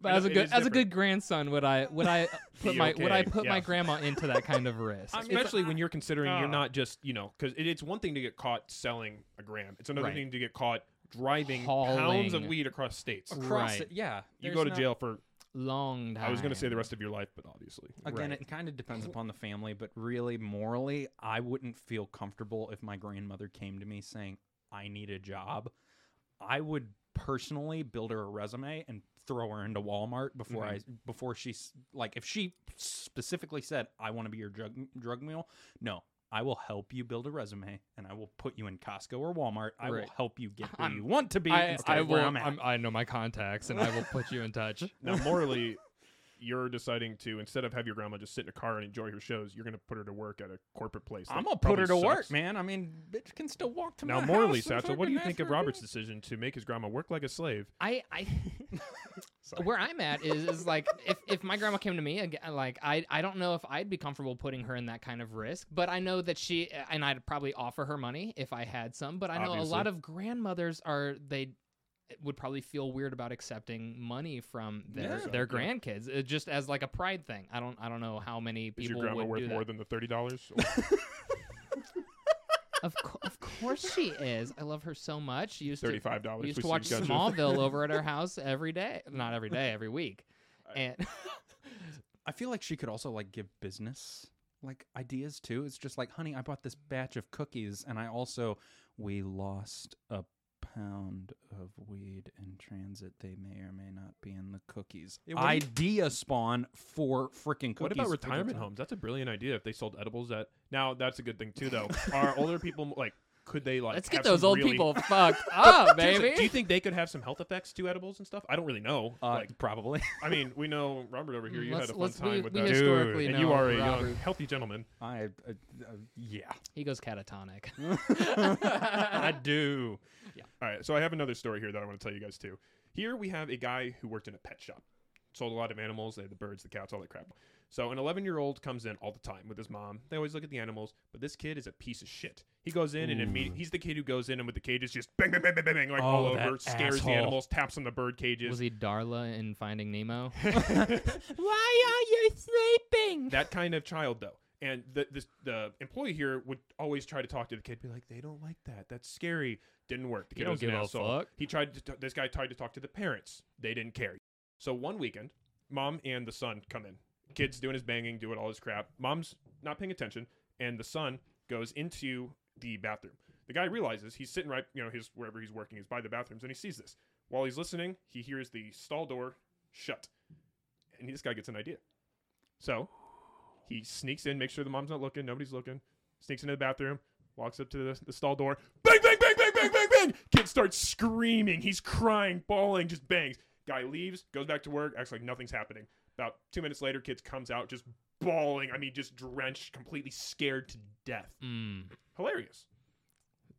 [SPEAKER 2] But
[SPEAKER 3] know,
[SPEAKER 2] as a
[SPEAKER 3] it
[SPEAKER 2] good
[SPEAKER 3] is
[SPEAKER 2] as a
[SPEAKER 3] different.
[SPEAKER 2] good grandson, would I would
[SPEAKER 3] [laughs]
[SPEAKER 2] I put
[SPEAKER 3] Be
[SPEAKER 2] my would I
[SPEAKER 3] okay,
[SPEAKER 2] put my
[SPEAKER 3] yeah.
[SPEAKER 2] grandma into that kind of
[SPEAKER 3] [laughs]
[SPEAKER 2] risk?
[SPEAKER 4] I'm-
[SPEAKER 3] especially when you're considering
[SPEAKER 4] Ah.
[SPEAKER 3] you're not just you know because it, it's one thing to get caught selling a gram it's another
[SPEAKER 2] Right.
[SPEAKER 3] thing to get caught driving pounds of
[SPEAKER 2] Hauling.
[SPEAKER 3] weed across states
[SPEAKER 4] across
[SPEAKER 2] Right.
[SPEAKER 4] it, yeah.
[SPEAKER 3] you
[SPEAKER 4] There's
[SPEAKER 3] go to
[SPEAKER 4] no-
[SPEAKER 3] jail for
[SPEAKER 2] Long time.
[SPEAKER 3] i was going to say the rest of your life but obviously
[SPEAKER 4] Again,
[SPEAKER 2] Right.
[SPEAKER 4] it kind of depends upon the family, but really, morally, I wouldn't feel comfortable if my grandmother came to me saying, I need a job. I would personally build her a resume and throw her into Walmart before
[SPEAKER 2] Mm-hmm.
[SPEAKER 4] I before she s- like if she specifically said I want to be your drug drug mule no I will help you build a resume and I will put you in Costco or Walmart I
[SPEAKER 2] Right.
[SPEAKER 4] will help you get where
[SPEAKER 2] I'm-
[SPEAKER 4] you want to be
[SPEAKER 2] I,
[SPEAKER 4] instead
[SPEAKER 2] I
[SPEAKER 4] of where
[SPEAKER 2] will.
[SPEAKER 4] I'm at.
[SPEAKER 2] I'm, I know my contacts, and I will put you in touch.
[SPEAKER 3] now morally you're deciding to instead of have your grandma just sit in a car and enjoy her shows you're going to put her to work at a corporate place that
[SPEAKER 4] I'm gonna put her to
[SPEAKER 3] probably
[SPEAKER 4] work,
[SPEAKER 3] sucks.
[SPEAKER 4] man. I mean, bitch can still walk to
[SPEAKER 3] now
[SPEAKER 4] my
[SPEAKER 3] morally
[SPEAKER 4] house and
[SPEAKER 3] satchel what do
[SPEAKER 4] fucking
[SPEAKER 3] you
[SPEAKER 4] ask
[SPEAKER 3] think
[SPEAKER 4] for
[SPEAKER 3] of
[SPEAKER 4] a
[SPEAKER 3] robert's
[SPEAKER 4] drink.
[SPEAKER 3] decision to make his grandma work like a slave
[SPEAKER 2] [laughs] I, I
[SPEAKER 3] Sorry.
[SPEAKER 2] where I'm at is is like if, if my grandma came to me ag- like I I don't know if I'd be comfortable putting her in that kind of risk, but I know that she and I'd probably offer her money if I had some, but I know a lot
[SPEAKER 3] Obviously.
[SPEAKER 2] of grandmothers are they would probably feel weird about accepting money from their
[SPEAKER 4] Yeah.
[SPEAKER 2] their grandkids uh, just as like a pride thing. I don't I don't know how many
[SPEAKER 3] is
[SPEAKER 2] people
[SPEAKER 3] your grandma
[SPEAKER 2] would
[SPEAKER 3] worth
[SPEAKER 2] do
[SPEAKER 3] more
[SPEAKER 2] that.
[SPEAKER 3] than the $30
[SPEAKER 2] Of, co- of course she is. I love her so much. She used to
[SPEAKER 3] $35
[SPEAKER 2] We used to
[SPEAKER 3] we see
[SPEAKER 2] watch
[SPEAKER 3] you got you. [laughs]
[SPEAKER 2] Smallville over at our house every day. Not every day, every week. And
[SPEAKER 4] I feel like she could also like give business like ideas too. It's just like, honey, I bought this batch of cookies, and I also we lost a pound of weed in transit. They may or may not be in the cookies.
[SPEAKER 3] Yeah, what do you-
[SPEAKER 4] Idea spawn for freaking cookies.
[SPEAKER 3] What about
[SPEAKER 4] for
[SPEAKER 3] retirement
[SPEAKER 4] the-
[SPEAKER 3] homes? That's a brilliant idea. If they sold edibles, that now that's a good thing too. Though,
[SPEAKER 2] [laughs]
[SPEAKER 3] are older people like could they
[SPEAKER 2] [laughs]
[SPEAKER 3] like?
[SPEAKER 2] let's get
[SPEAKER 3] have some
[SPEAKER 2] those old
[SPEAKER 3] really- [laughs]
[SPEAKER 2] people fucked up,
[SPEAKER 3] Seriously,
[SPEAKER 2] baby.
[SPEAKER 3] Do you think they could have some health effects to edibles and stuff? I don't really know.
[SPEAKER 4] Uh,
[SPEAKER 3] like,
[SPEAKER 4] probably. [laughs]
[SPEAKER 3] I mean, we know Robert over here. You
[SPEAKER 2] Let's-
[SPEAKER 3] had a fun
[SPEAKER 2] let's-
[SPEAKER 3] time
[SPEAKER 2] we-
[SPEAKER 3] with
[SPEAKER 2] we
[SPEAKER 3] that,
[SPEAKER 2] historically
[SPEAKER 3] and
[SPEAKER 2] know
[SPEAKER 3] you are a young,
[SPEAKER 2] Robert.
[SPEAKER 3] healthy gentleman.
[SPEAKER 4] I, uh, uh, yeah.
[SPEAKER 2] he goes catatonic.
[SPEAKER 3] [laughs]
[SPEAKER 4] [laughs] I do.
[SPEAKER 3] All right, so I have another story here that I want to tell you guys too. Here we have a guy who worked in a pet shop, sold a lot of animals. They had the birds, the cats, all that crap. So an 11 year old comes in all the time with his mom. They always look at the animals, but this kid is a piece of shit. He goes in and immediately he's the kid who goes in and with the cages just bang bang bang bang bang, bang like
[SPEAKER 4] Oh,
[SPEAKER 3] all
[SPEAKER 4] that
[SPEAKER 3] over, scares
[SPEAKER 4] asshole.
[SPEAKER 3] the animals, taps on the bird cages.
[SPEAKER 4] [laughs]
[SPEAKER 2] Was he Darla in Finding
[SPEAKER 3] [laughs]
[SPEAKER 2] Nemo? [laughs]
[SPEAKER 5] Why are you sleeping?
[SPEAKER 3] that kind of child though. And the, this, the employee here would always try to talk to the kid, be like, "They don't like that. That's scary." Didn't work. The
[SPEAKER 2] You
[SPEAKER 3] kid
[SPEAKER 2] don't
[SPEAKER 3] was an
[SPEAKER 2] give a
[SPEAKER 3] asshole.
[SPEAKER 2] fuck.
[SPEAKER 3] He tried to. T- this guy tried to talk to the parents. They didn't care. So one weekend, mom and the son come in. Kid's doing his banging, doing all his crap. Mom's not paying attention, and the son goes into the bathroom. The guy realizes he's sitting right, you know, his wherever he's working is by the bathrooms, and he sees this. While he's listening, he hears the stall door shut, and this guy gets an idea. So he sneaks in, makes sure the mom's not looking, nobody's looking, sneaks into the bathroom, walks up to the, the stall door, bang, bang, bang, bang, bang, bang, bang. Kid starts screaming. He's crying, bawling, just bangs. Guy leaves, goes back to work, acts like nothing's happening. About two minutes later, kids comes out just bawling. I mean, just drenched, completely scared to death.
[SPEAKER 2] Mm.
[SPEAKER 3] Hilarious.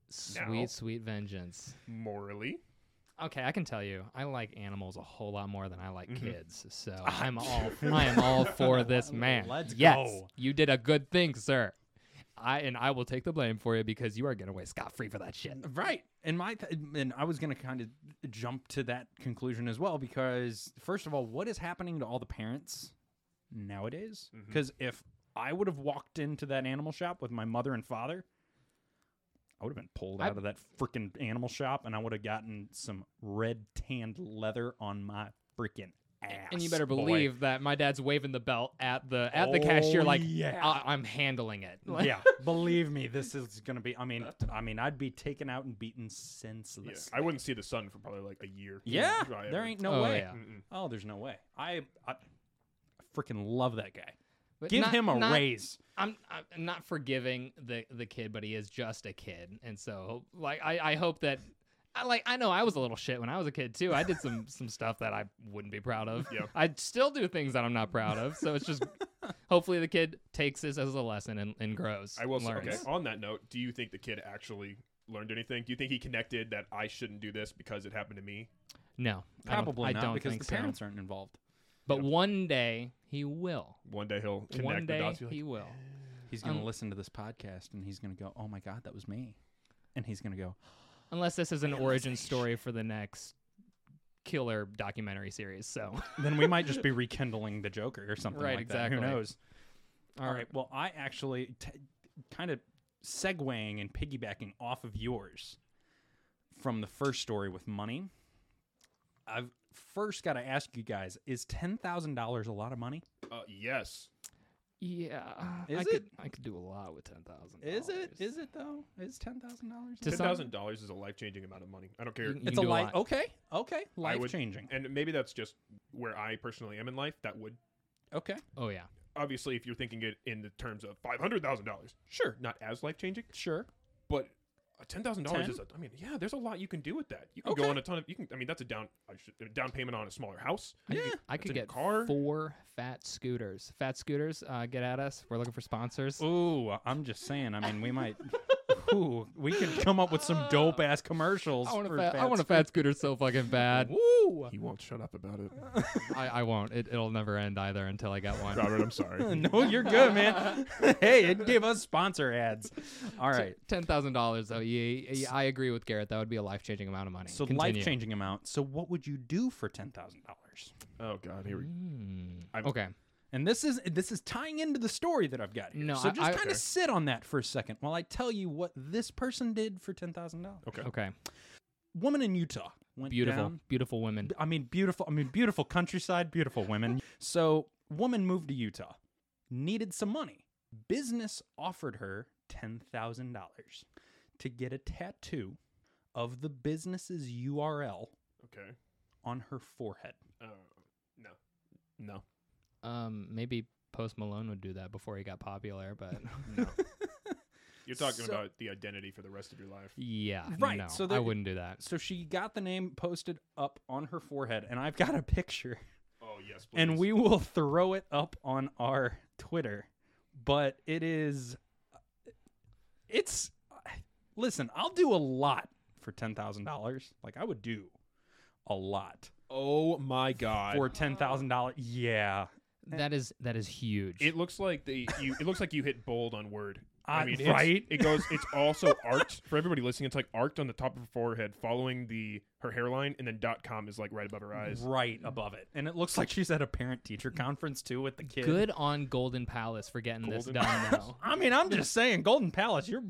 [SPEAKER 2] Sweet,
[SPEAKER 3] Now-
[SPEAKER 2] sweet vengeance.
[SPEAKER 3] Morally,
[SPEAKER 2] Okay, I can tell you, I like animals a whole lot more than I like
[SPEAKER 4] Mm-hmm.
[SPEAKER 3] Mhm.
[SPEAKER 2] kids.
[SPEAKER 4] [laughs]
[SPEAKER 2] So I'm all, I am all for this man.
[SPEAKER 4] Let's
[SPEAKER 2] yes,
[SPEAKER 4] go.
[SPEAKER 2] you did a good thing, sir. I and I will take the blame for you because you are getting away scot free for that shit.
[SPEAKER 4] Right. And my th- and I was going to kind of jump to that conclusion as well because first of all, what is happening to all the parents nowadays?
[SPEAKER 2] Mm-hmm.
[SPEAKER 3] Mhm.
[SPEAKER 4] Because if I would have walked into that animal shop with my mother and father, I would have been pulled
[SPEAKER 2] I-
[SPEAKER 4] out of that freaking animal shop and I would have gotten some red tanned leather on my freaking ass.
[SPEAKER 2] And you better
[SPEAKER 4] boy.
[SPEAKER 2] believe that my dad's waving the belt at the at the
[SPEAKER 4] Oh,
[SPEAKER 2] cashier like "Uh,
[SPEAKER 4] yeah.
[SPEAKER 2] [laughs] I, I'm handling it. Like,
[SPEAKER 4] yeah, believe me, this is gonna be. I mean, I mean, I'd be taken out and beaten
[SPEAKER 3] yeah.
[SPEAKER 4] senseless.
[SPEAKER 3] I wouldn't see the sun for probably like a year.
[SPEAKER 4] Yeah,
[SPEAKER 3] Right.
[SPEAKER 4] there ain't no
[SPEAKER 2] Oh,
[SPEAKER 4] way.
[SPEAKER 2] yeah.
[SPEAKER 3] Mm-mm.
[SPEAKER 4] Oh, there's no way. I I, I freaking love that guy.
[SPEAKER 2] [laughs] but
[SPEAKER 4] Give
[SPEAKER 2] not-
[SPEAKER 4] him a
[SPEAKER 2] not-
[SPEAKER 4] raise.
[SPEAKER 2] I'm I'm not forgiving the the kid, but he is just a kid, and so like I I hope that. I, like I know I was a little shit when I was a kid too. I did
[SPEAKER 3] [laughs]
[SPEAKER 2] some some stuff that I wouldn't be proud of.
[SPEAKER 3] Yep.
[SPEAKER 2] I still do things that I'm not proud of. So it's
[SPEAKER 3] [laughs]
[SPEAKER 2] just hopefully the kid takes this as a lesson and, and grows.
[SPEAKER 3] I will
[SPEAKER 2] and
[SPEAKER 3] say, okay,
[SPEAKER 2] learns.
[SPEAKER 3] on that note, do you think the kid actually learned anything? Do you think he connected that I shouldn't do this because it happened to me?
[SPEAKER 2] No, I don't-
[SPEAKER 4] Probably
[SPEAKER 2] I don't,
[SPEAKER 4] not because
[SPEAKER 2] think
[SPEAKER 4] the parents
[SPEAKER 2] so.
[SPEAKER 4] aren't involved.
[SPEAKER 2] But one day he will.
[SPEAKER 3] One day he'll connect
[SPEAKER 2] one
[SPEAKER 3] the
[SPEAKER 2] day
[SPEAKER 3] dots. be like,
[SPEAKER 2] he will.
[SPEAKER 4] He's gonna
[SPEAKER 2] Um,
[SPEAKER 4] listen to this podcast and he's gonna go, "Oh my god, that was me," and he's gonna go,
[SPEAKER 2] Unless this is an origin story for the next killer documentary series. So
[SPEAKER 4] "Then we might just be rekindling the Joker or something
[SPEAKER 2] Right,
[SPEAKER 4] like that." Who
[SPEAKER 2] exactly.
[SPEAKER 4] knows? All
[SPEAKER 2] All
[SPEAKER 4] right. Well, I actually t- kind of segueing and piggybacking off of yours from the first story with money. I've first got to ask you guys: Is ten thousand dollars a lot of money?
[SPEAKER 3] uh, yes.
[SPEAKER 2] Yeah, I
[SPEAKER 4] Is
[SPEAKER 2] could
[SPEAKER 4] it?
[SPEAKER 2] I could do a lot with ten thousand.
[SPEAKER 4] Is it? Is it though? Is ten thousand
[SPEAKER 2] To
[SPEAKER 4] dollars?
[SPEAKER 2] some-
[SPEAKER 3] Ten thousand dollars is a life changing amount of money. I don't care.
[SPEAKER 2] You-
[SPEAKER 4] It's a
[SPEAKER 2] do a
[SPEAKER 4] life.
[SPEAKER 2] lot.
[SPEAKER 4] Okay. Okay.
[SPEAKER 3] I
[SPEAKER 4] Life
[SPEAKER 3] would-
[SPEAKER 4] changing.
[SPEAKER 3] And maybe that's just where I personally am in life. That would
[SPEAKER 4] Okay.
[SPEAKER 2] Oh yeah.
[SPEAKER 3] obviously, if you're thinking it in the terms of five hundred thousand dollars,
[SPEAKER 4] Sure.
[SPEAKER 3] not as life changing,
[SPEAKER 4] Sure.
[SPEAKER 3] but ten thousand dollars
[SPEAKER 4] Ten?
[SPEAKER 3] is. A, I mean, yeah, there's a lot you can do with that. You can
[SPEAKER 4] Okay.
[SPEAKER 3] go on a ton of. You can. I mean, that's a down. I should, a down payment on a smaller house.
[SPEAKER 2] I could,
[SPEAKER 4] Yeah,
[SPEAKER 2] get- I could
[SPEAKER 3] in a
[SPEAKER 2] get
[SPEAKER 3] car.
[SPEAKER 2] four fat scooters. Fat scooters, uh, get at us. We're looking for sponsors.
[SPEAKER 4] Ooh, I'm just saying. I mean, we might. [laughs] Ooh, we could come up with some dope ass commercials.
[SPEAKER 2] I want a
[SPEAKER 4] for
[SPEAKER 2] fat, I
[SPEAKER 4] Fats
[SPEAKER 2] want a fat scooter so fucking bad.
[SPEAKER 4] Woo!
[SPEAKER 3] He won't shut up about it.
[SPEAKER 2] I, I won't. It, it'll never end either until I
[SPEAKER 4] [laughs]
[SPEAKER 2] get one.
[SPEAKER 3] Robert, I'm sorry.
[SPEAKER 4] [laughs] no, you're good, man. [laughs] hey, it gave us sponsor ads. All right.
[SPEAKER 2] Ten thousand dollars though. Yeah, yeah, I agree with Garrett. That would be a life changing amount of money.
[SPEAKER 4] So
[SPEAKER 2] Continue.
[SPEAKER 4] life changing amount. So what would you do for ten thousand dollars?
[SPEAKER 3] oh God, here we.
[SPEAKER 2] Mm,
[SPEAKER 3] I'm-
[SPEAKER 2] okay.
[SPEAKER 4] And this is this is tying into the story that I've got here.
[SPEAKER 2] No,
[SPEAKER 4] so
[SPEAKER 2] I-
[SPEAKER 4] just
[SPEAKER 2] I-
[SPEAKER 4] kind of
[SPEAKER 2] Okay.
[SPEAKER 4] sit on that for a second while I tell you what this person did for ten thousand dollars.
[SPEAKER 3] Okay.
[SPEAKER 2] Okay.
[SPEAKER 4] Woman in Utah went
[SPEAKER 2] Beautiful.
[SPEAKER 4] down-
[SPEAKER 2] Beautiful women.
[SPEAKER 4] I mean, beautiful. I mean, beautiful countryside, beautiful women. So, woman moved to Utah, needed some money. Business offered her ten thousand dollars to get a tattoo of the business's URL
[SPEAKER 3] Okay.
[SPEAKER 4] on her forehead.
[SPEAKER 3] Uh, no. No.
[SPEAKER 2] Um, maybe Post Malone would do that before he got popular, but [laughs]
[SPEAKER 4] [laughs]
[SPEAKER 3] No. You're talking
[SPEAKER 4] So-
[SPEAKER 3] about the identity for the rest of your life.
[SPEAKER 2] yeah,
[SPEAKER 4] Right,
[SPEAKER 2] No,
[SPEAKER 4] so
[SPEAKER 2] I
[SPEAKER 4] there-
[SPEAKER 2] wouldn't do that.
[SPEAKER 4] So she got the name posted up on her forehead, and I've got a picture,
[SPEAKER 3] Oh yes, please.
[SPEAKER 4] and we will [laughs] throw it up on our Twitter. But it is, it's. Listen, I'll do a lot for ten thousand dollars. Like I would do a lot
[SPEAKER 3] Oh my God.
[SPEAKER 4] for ten thousand dollars. Yeah,
[SPEAKER 2] That is that is huge.
[SPEAKER 3] It looks like the you. It looks like you hit bold on word.
[SPEAKER 4] I-
[SPEAKER 3] mean, it's-
[SPEAKER 4] Uh, right?
[SPEAKER 3] It goes. It's also arced for everybody listening. It's like arced on the top of her forehead, following the her hairline, and then dot com is like right above her eyes.
[SPEAKER 4] right above it, and it looks like she's at a parent teacher conference too with the kid.
[SPEAKER 2] Good on Golden Palace for getting this
[SPEAKER 3] Golden
[SPEAKER 2] done
[SPEAKER 3] Palace.
[SPEAKER 2] now.
[SPEAKER 4] I mean, I'm just saying, Golden Palace. You're,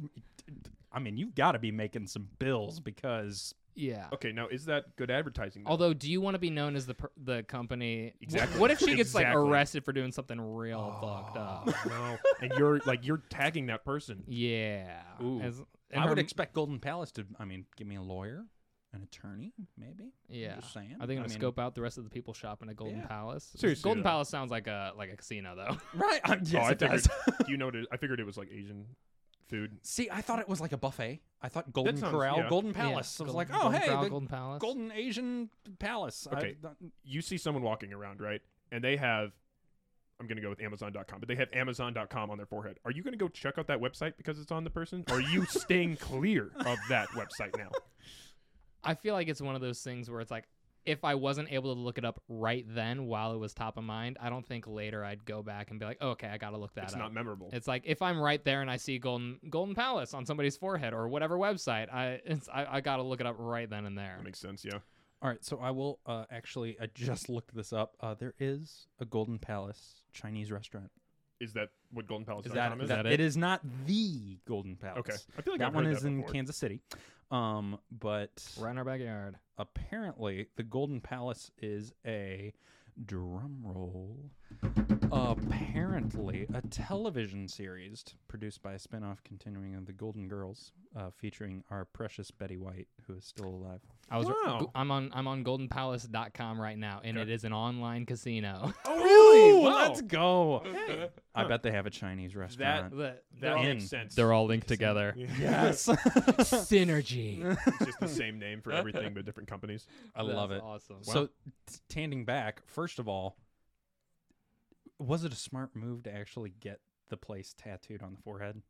[SPEAKER 4] I mean, you've got to be making some bills because
[SPEAKER 2] [laughs] Yeah.
[SPEAKER 3] Okay, now is that good advertising? though?
[SPEAKER 2] Although, do you want to be known as the per- the company? Wh-
[SPEAKER 3] Exactly.
[SPEAKER 2] What if she gets
[SPEAKER 3] Exactly.
[SPEAKER 2] like arrested for doing something real
[SPEAKER 4] Oh.
[SPEAKER 2] fucked up?
[SPEAKER 3] [laughs] no, and you're like you're tagging
[SPEAKER 4] [laughs]
[SPEAKER 3] that person.
[SPEAKER 2] Yeah.
[SPEAKER 4] Ooh.
[SPEAKER 2] As- and
[SPEAKER 4] I would
[SPEAKER 2] her-
[SPEAKER 4] expect Golden Palace to. I mean, give me a lawyer. an attorney, maybe.
[SPEAKER 2] Yeah.
[SPEAKER 4] just saying.
[SPEAKER 2] Are they
[SPEAKER 4] I
[SPEAKER 2] going to
[SPEAKER 4] mean-
[SPEAKER 2] scope out the rest of the people shopping at Golden
[SPEAKER 4] Yeah.
[SPEAKER 2] Palace?
[SPEAKER 3] Seriously,
[SPEAKER 2] Golden
[SPEAKER 3] though.
[SPEAKER 2] Palace sounds like a like a casino though. [laughs]
[SPEAKER 4] Right. Um, yes,
[SPEAKER 3] Oh, I
[SPEAKER 4] it
[SPEAKER 3] figured-
[SPEAKER 4] does. [laughs]
[SPEAKER 3] Do you know what it, I figured it was like Asian food.
[SPEAKER 4] See, I thought it was like a buffet. I thought Golden
[SPEAKER 3] sounds-
[SPEAKER 4] Corral,
[SPEAKER 3] yeah.
[SPEAKER 4] Golden
[SPEAKER 2] Yeah,
[SPEAKER 4] Palace. I was
[SPEAKER 2] Golden-
[SPEAKER 4] like, oh,
[SPEAKER 2] Golden
[SPEAKER 4] hey,
[SPEAKER 2] Corral,
[SPEAKER 4] the
[SPEAKER 2] Golden Palace.
[SPEAKER 4] Golden Asian Palace. I-
[SPEAKER 3] Okay.
[SPEAKER 4] th-
[SPEAKER 3] You see someone walking around, right? And they have I'm going to go with amazon.com, but they have amazon.com on their forehead. Are you going to go check out that website because it's on the person? Or are you staying clear of that website now?
[SPEAKER 2] I feel like it's one of those things where it's like if I wasn't able to look it up right then while it was top of mind, I don't think later I'd go back and be like, oh, okay, I got to look that
[SPEAKER 3] It's
[SPEAKER 2] up.
[SPEAKER 3] not memorable.
[SPEAKER 2] It's like if I'm right there and I see Golden Golden Palace on somebody's forehead or whatever website, I it's, I, I gotta look it up right then and there.
[SPEAKER 3] That makes sense, yeah.
[SPEAKER 4] All right. So I will uh, actually, I just looked this up. Uh, there is a Golden Palace Chinese restaurant.
[SPEAKER 3] Is that what Golden Palace
[SPEAKER 4] Is that,
[SPEAKER 3] is?
[SPEAKER 4] is
[SPEAKER 2] that
[SPEAKER 4] that
[SPEAKER 2] it?
[SPEAKER 4] it is not the Golden Palace.
[SPEAKER 3] Okay. I feel like
[SPEAKER 4] that
[SPEAKER 3] I've
[SPEAKER 4] one
[SPEAKER 3] heard
[SPEAKER 4] is in
[SPEAKER 3] before.
[SPEAKER 4] Kansas City. Um, but
[SPEAKER 2] Right in our backyard.
[SPEAKER 4] apparently the Golden Palace is a drum roll. Apparently, a television series produced by a spin-off continuing of the Golden Girls, uh, featuring our precious Betty White, who is still alive.
[SPEAKER 2] I was
[SPEAKER 3] Wow.
[SPEAKER 2] I'm on I'm on goldenpalace.com right now and it is an online
[SPEAKER 4] [laughs]
[SPEAKER 2] casino. [laughs]
[SPEAKER 3] Oh, really? Wow.
[SPEAKER 4] Let's go!
[SPEAKER 3] [laughs]
[SPEAKER 4] I bet they have a Chinese restaurant.
[SPEAKER 2] that
[SPEAKER 3] That
[SPEAKER 4] all-
[SPEAKER 3] makes sense.
[SPEAKER 2] they're all linked together.
[SPEAKER 4] [laughs]
[SPEAKER 2] [laughs]
[SPEAKER 4] yes,
[SPEAKER 2] Synergy.
[SPEAKER 3] It's just the same name for everything, but different companies.
[SPEAKER 4] I love it.
[SPEAKER 2] Awesome.
[SPEAKER 4] So, t- standing back, first of all, was it a smart move to actually get the place tattooed on the forehead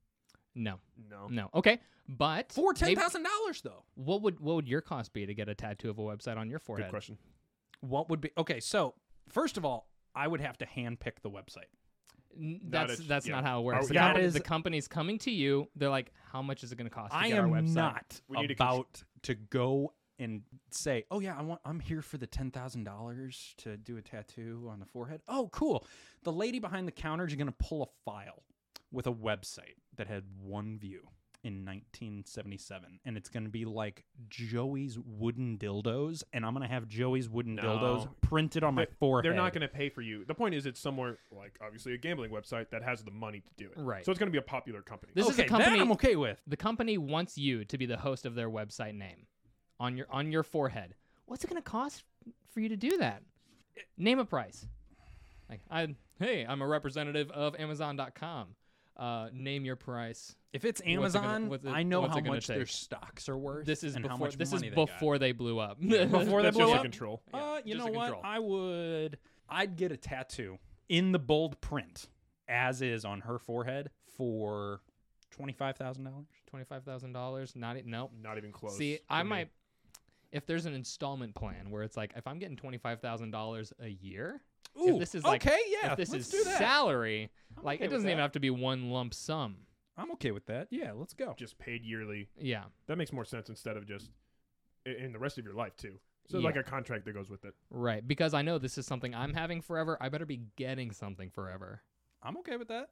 [SPEAKER 2] no,
[SPEAKER 3] No.
[SPEAKER 2] no. Okay, but
[SPEAKER 4] for ten
[SPEAKER 2] maybe-
[SPEAKER 4] thousand dollars though?
[SPEAKER 2] What would what would your cost be to get a tattoo of a website on your
[SPEAKER 3] Good
[SPEAKER 2] forehead?
[SPEAKER 3] question.
[SPEAKER 4] What would be okay? So first of all, I would have to handpick the website.
[SPEAKER 2] N-
[SPEAKER 3] Not
[SPEAKER 2] That's
[SPEAKER 3] a-
[SPEAKER 2] that's
[SPEAKER 3] yeah.
[SPEAKER 2] not how it
[SPEAKER 3] Are
[SPEAKER 2] works.
[SPEAKER 3] we-
[SPEAKER 2] The,
[SPEAKER 4] That
[SPEAKER 2] company-
[SPEAKER 4] is-
[SPEAKER 2] the company's coming to you. They're like, how much is it going to cost? To
[SPEAKER 4] I
[SPEAKER 2] get our
[SPEAKER 4] am
[SPEAKER 2] website?
[SPEAKER 4] not
[SPEAKER 3] We need to cons-
[SPEAKER 4] about to go and say, "Oh yeah, I want. I'm here for the ten thousand dollars to do a tattoo on the forehead." Oh, cool. The lady behind the counter is going to pull a file with a website that had one view in 1977 and it's going to be like Joey's wooden dildos and I'm going to have Joey's wooden dildos
[SPEAKER 3] No.
[SPEAKER 4] printed on my
[SPEAKER 3] But
[SPEAKER 4] forehead.
[SPEAKER 3] They're not going to pay for you. The point is, it's somewhere like obviously a gambling website that has the money to do it.
[SPEAKER 2] Right.
[SPEAKER 3] So it's going to be a popular company.
[SPEAKER 2] This
[SPEAKER 4] okay,
[SPEAKER 2] is a
[SPEAKER 4] that
[SPEAKER 2] company-
[SPEAKER 4] I'm okay with.
[SPEAKER 2] The company wants you to be the host of their website name on your on your forehead. What's it going to cost for you to do that? Name a price. Like I hey, I'm a representative of amazon.com. Uh, name your price.
[SPEAKER 4] If it's
[SPEAKER 2] gonna-
[SPEAKER 4] Amazon,
[SPEAKER 2] what's it-
[SPEAKER 4] I know
[SPEAKER 2] what's
[SPEAKER 4] how
[SPEAKER 2] it gonna
[SPEAKER 4] much their
[SPEAKER 2] take?
[SPEAKER 4] stocks are worth.
[SPEAKER 2] This is
[SPEAKER 4] and how
[SPEAKER 2] before
[SPEAKER 4] much
[SPEAKER 2] this is
[SPEAKER 4] money they got.
[SPEAKER 2] before they blew up. [laughs]
[SPEAKER 4] Before they
[SPEAKER 3] That's just
[SPEAKER 4] blow
[SPEAKER 3] a
[SPEAKER 4] up?
[SPEAKER 3] control.
[SPEAKER 4] uh, you
[SPEAKER 2] just
[SPEAKER 4] know
[SPEAKER 2] a
[SPEAKER 4] what?
[SPEAKER 2] control.
[SPEAKER 4] I would. I'd get a tattoo in the bold print, as is on her forehead, for twenty five thousand dollars.
[SPEAKER 2] $25,000. Not it. Nope.
[SPEAKER 3] Not even close.
[SPEAKER 2] See,
[SPEAKER 3] for
[SPEAKER 2] I
[SPEAKER 3] me.
[SPEAKER 2] might if there's an installment plan where it's like if I'm getting twenty five thousand dollars a year, if this is like
[SPEAKER 4] okay, yeah.
[SPEAKER 2] if this
[SPEAKER 4] let's
[SPEAKER 2] is
[SPEAKER 4] do that.
[SPEAKER 2] salary,
[SPEAKER 4] I'm
[SPEAKER 2] like
[SPEAKER 4] okay
[SPEAKER 2] it
[SPEAKER 4] with
[SPEAKER 2] doesn't even
[SPEAKER 4] that.
[SPEAKER 2] have to be one lump sum.
[SPEAKER 4] I'm okay with that. Yeah, let's go.
[SPEAKER 3] just paid yearly.
[SPEAKER 2] Yeah,
[SPEAKER 3] That makes more sense instead of just i- in the rest of your life too. So
[SPEAKER 2] Yeah.
[SPEAKER 3] like a contract that goes with it.
[SPEAKER 2] right. Because I know this is something I'm having forever. I better be getting something forever.
[SPEAKER 4] I'm okay with that.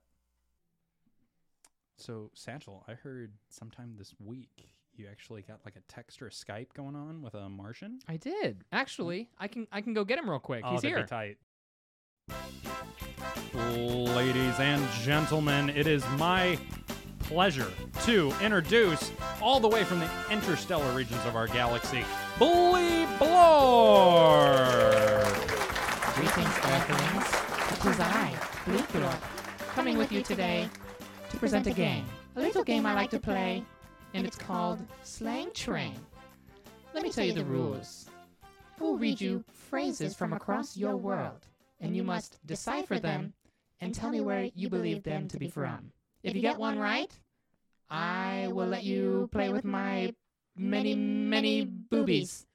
[SPEAKER 4] So Satchel, I heard sometime this week you actually got like a text or a Skype going on with a Martian.
[SPEAKER 2] I did actually. I can I can go get him real quick. He's
[SPEAKER 4] that'd
[SPEAKER 2] here.
[SPEAKER 4] Oh, Be tight. Ladies and gentlemen, it is my pleasure to introduce, all the way from the interstellar regions of our galaxy, Bully Blore.
[SPEAKER 6] Greetings, Earthlings. It is I, Bleeplor, coming with you today to present a game. A little game I like to play, and it's called Slang Train. Let me tell you the rules. We'll read you phrases from across your world, and you must decipher them and tell me where you believe them to be from. If you get one right, I will let you play with my many, many boobies.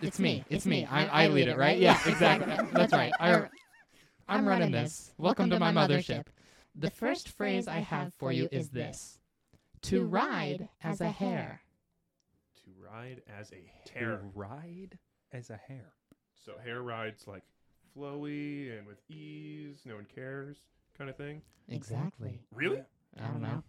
[SPEAKER 2] It's me. It's me. I, I lead it,
[SPEAKER 6] [laughs]
[SPEAKER 2] right? Yeah, exactly. That's right. I, I'm running this. Welcome to my mothership.
[SPEAKER 6] The first phrase I have for you is this
[SPEAKER 5] To ride as a hare.
[SPEAKER 3] To ride as a hare.
[SPEAKER 4] Ride as a hare.
[SPEAKER 3] So hair rides like flowy and with ease, no one cares kind of thing.
[SPEAKER 6] Exactly.
[SPEAKER 3] Really?
[SPEAKER 6] I don't know.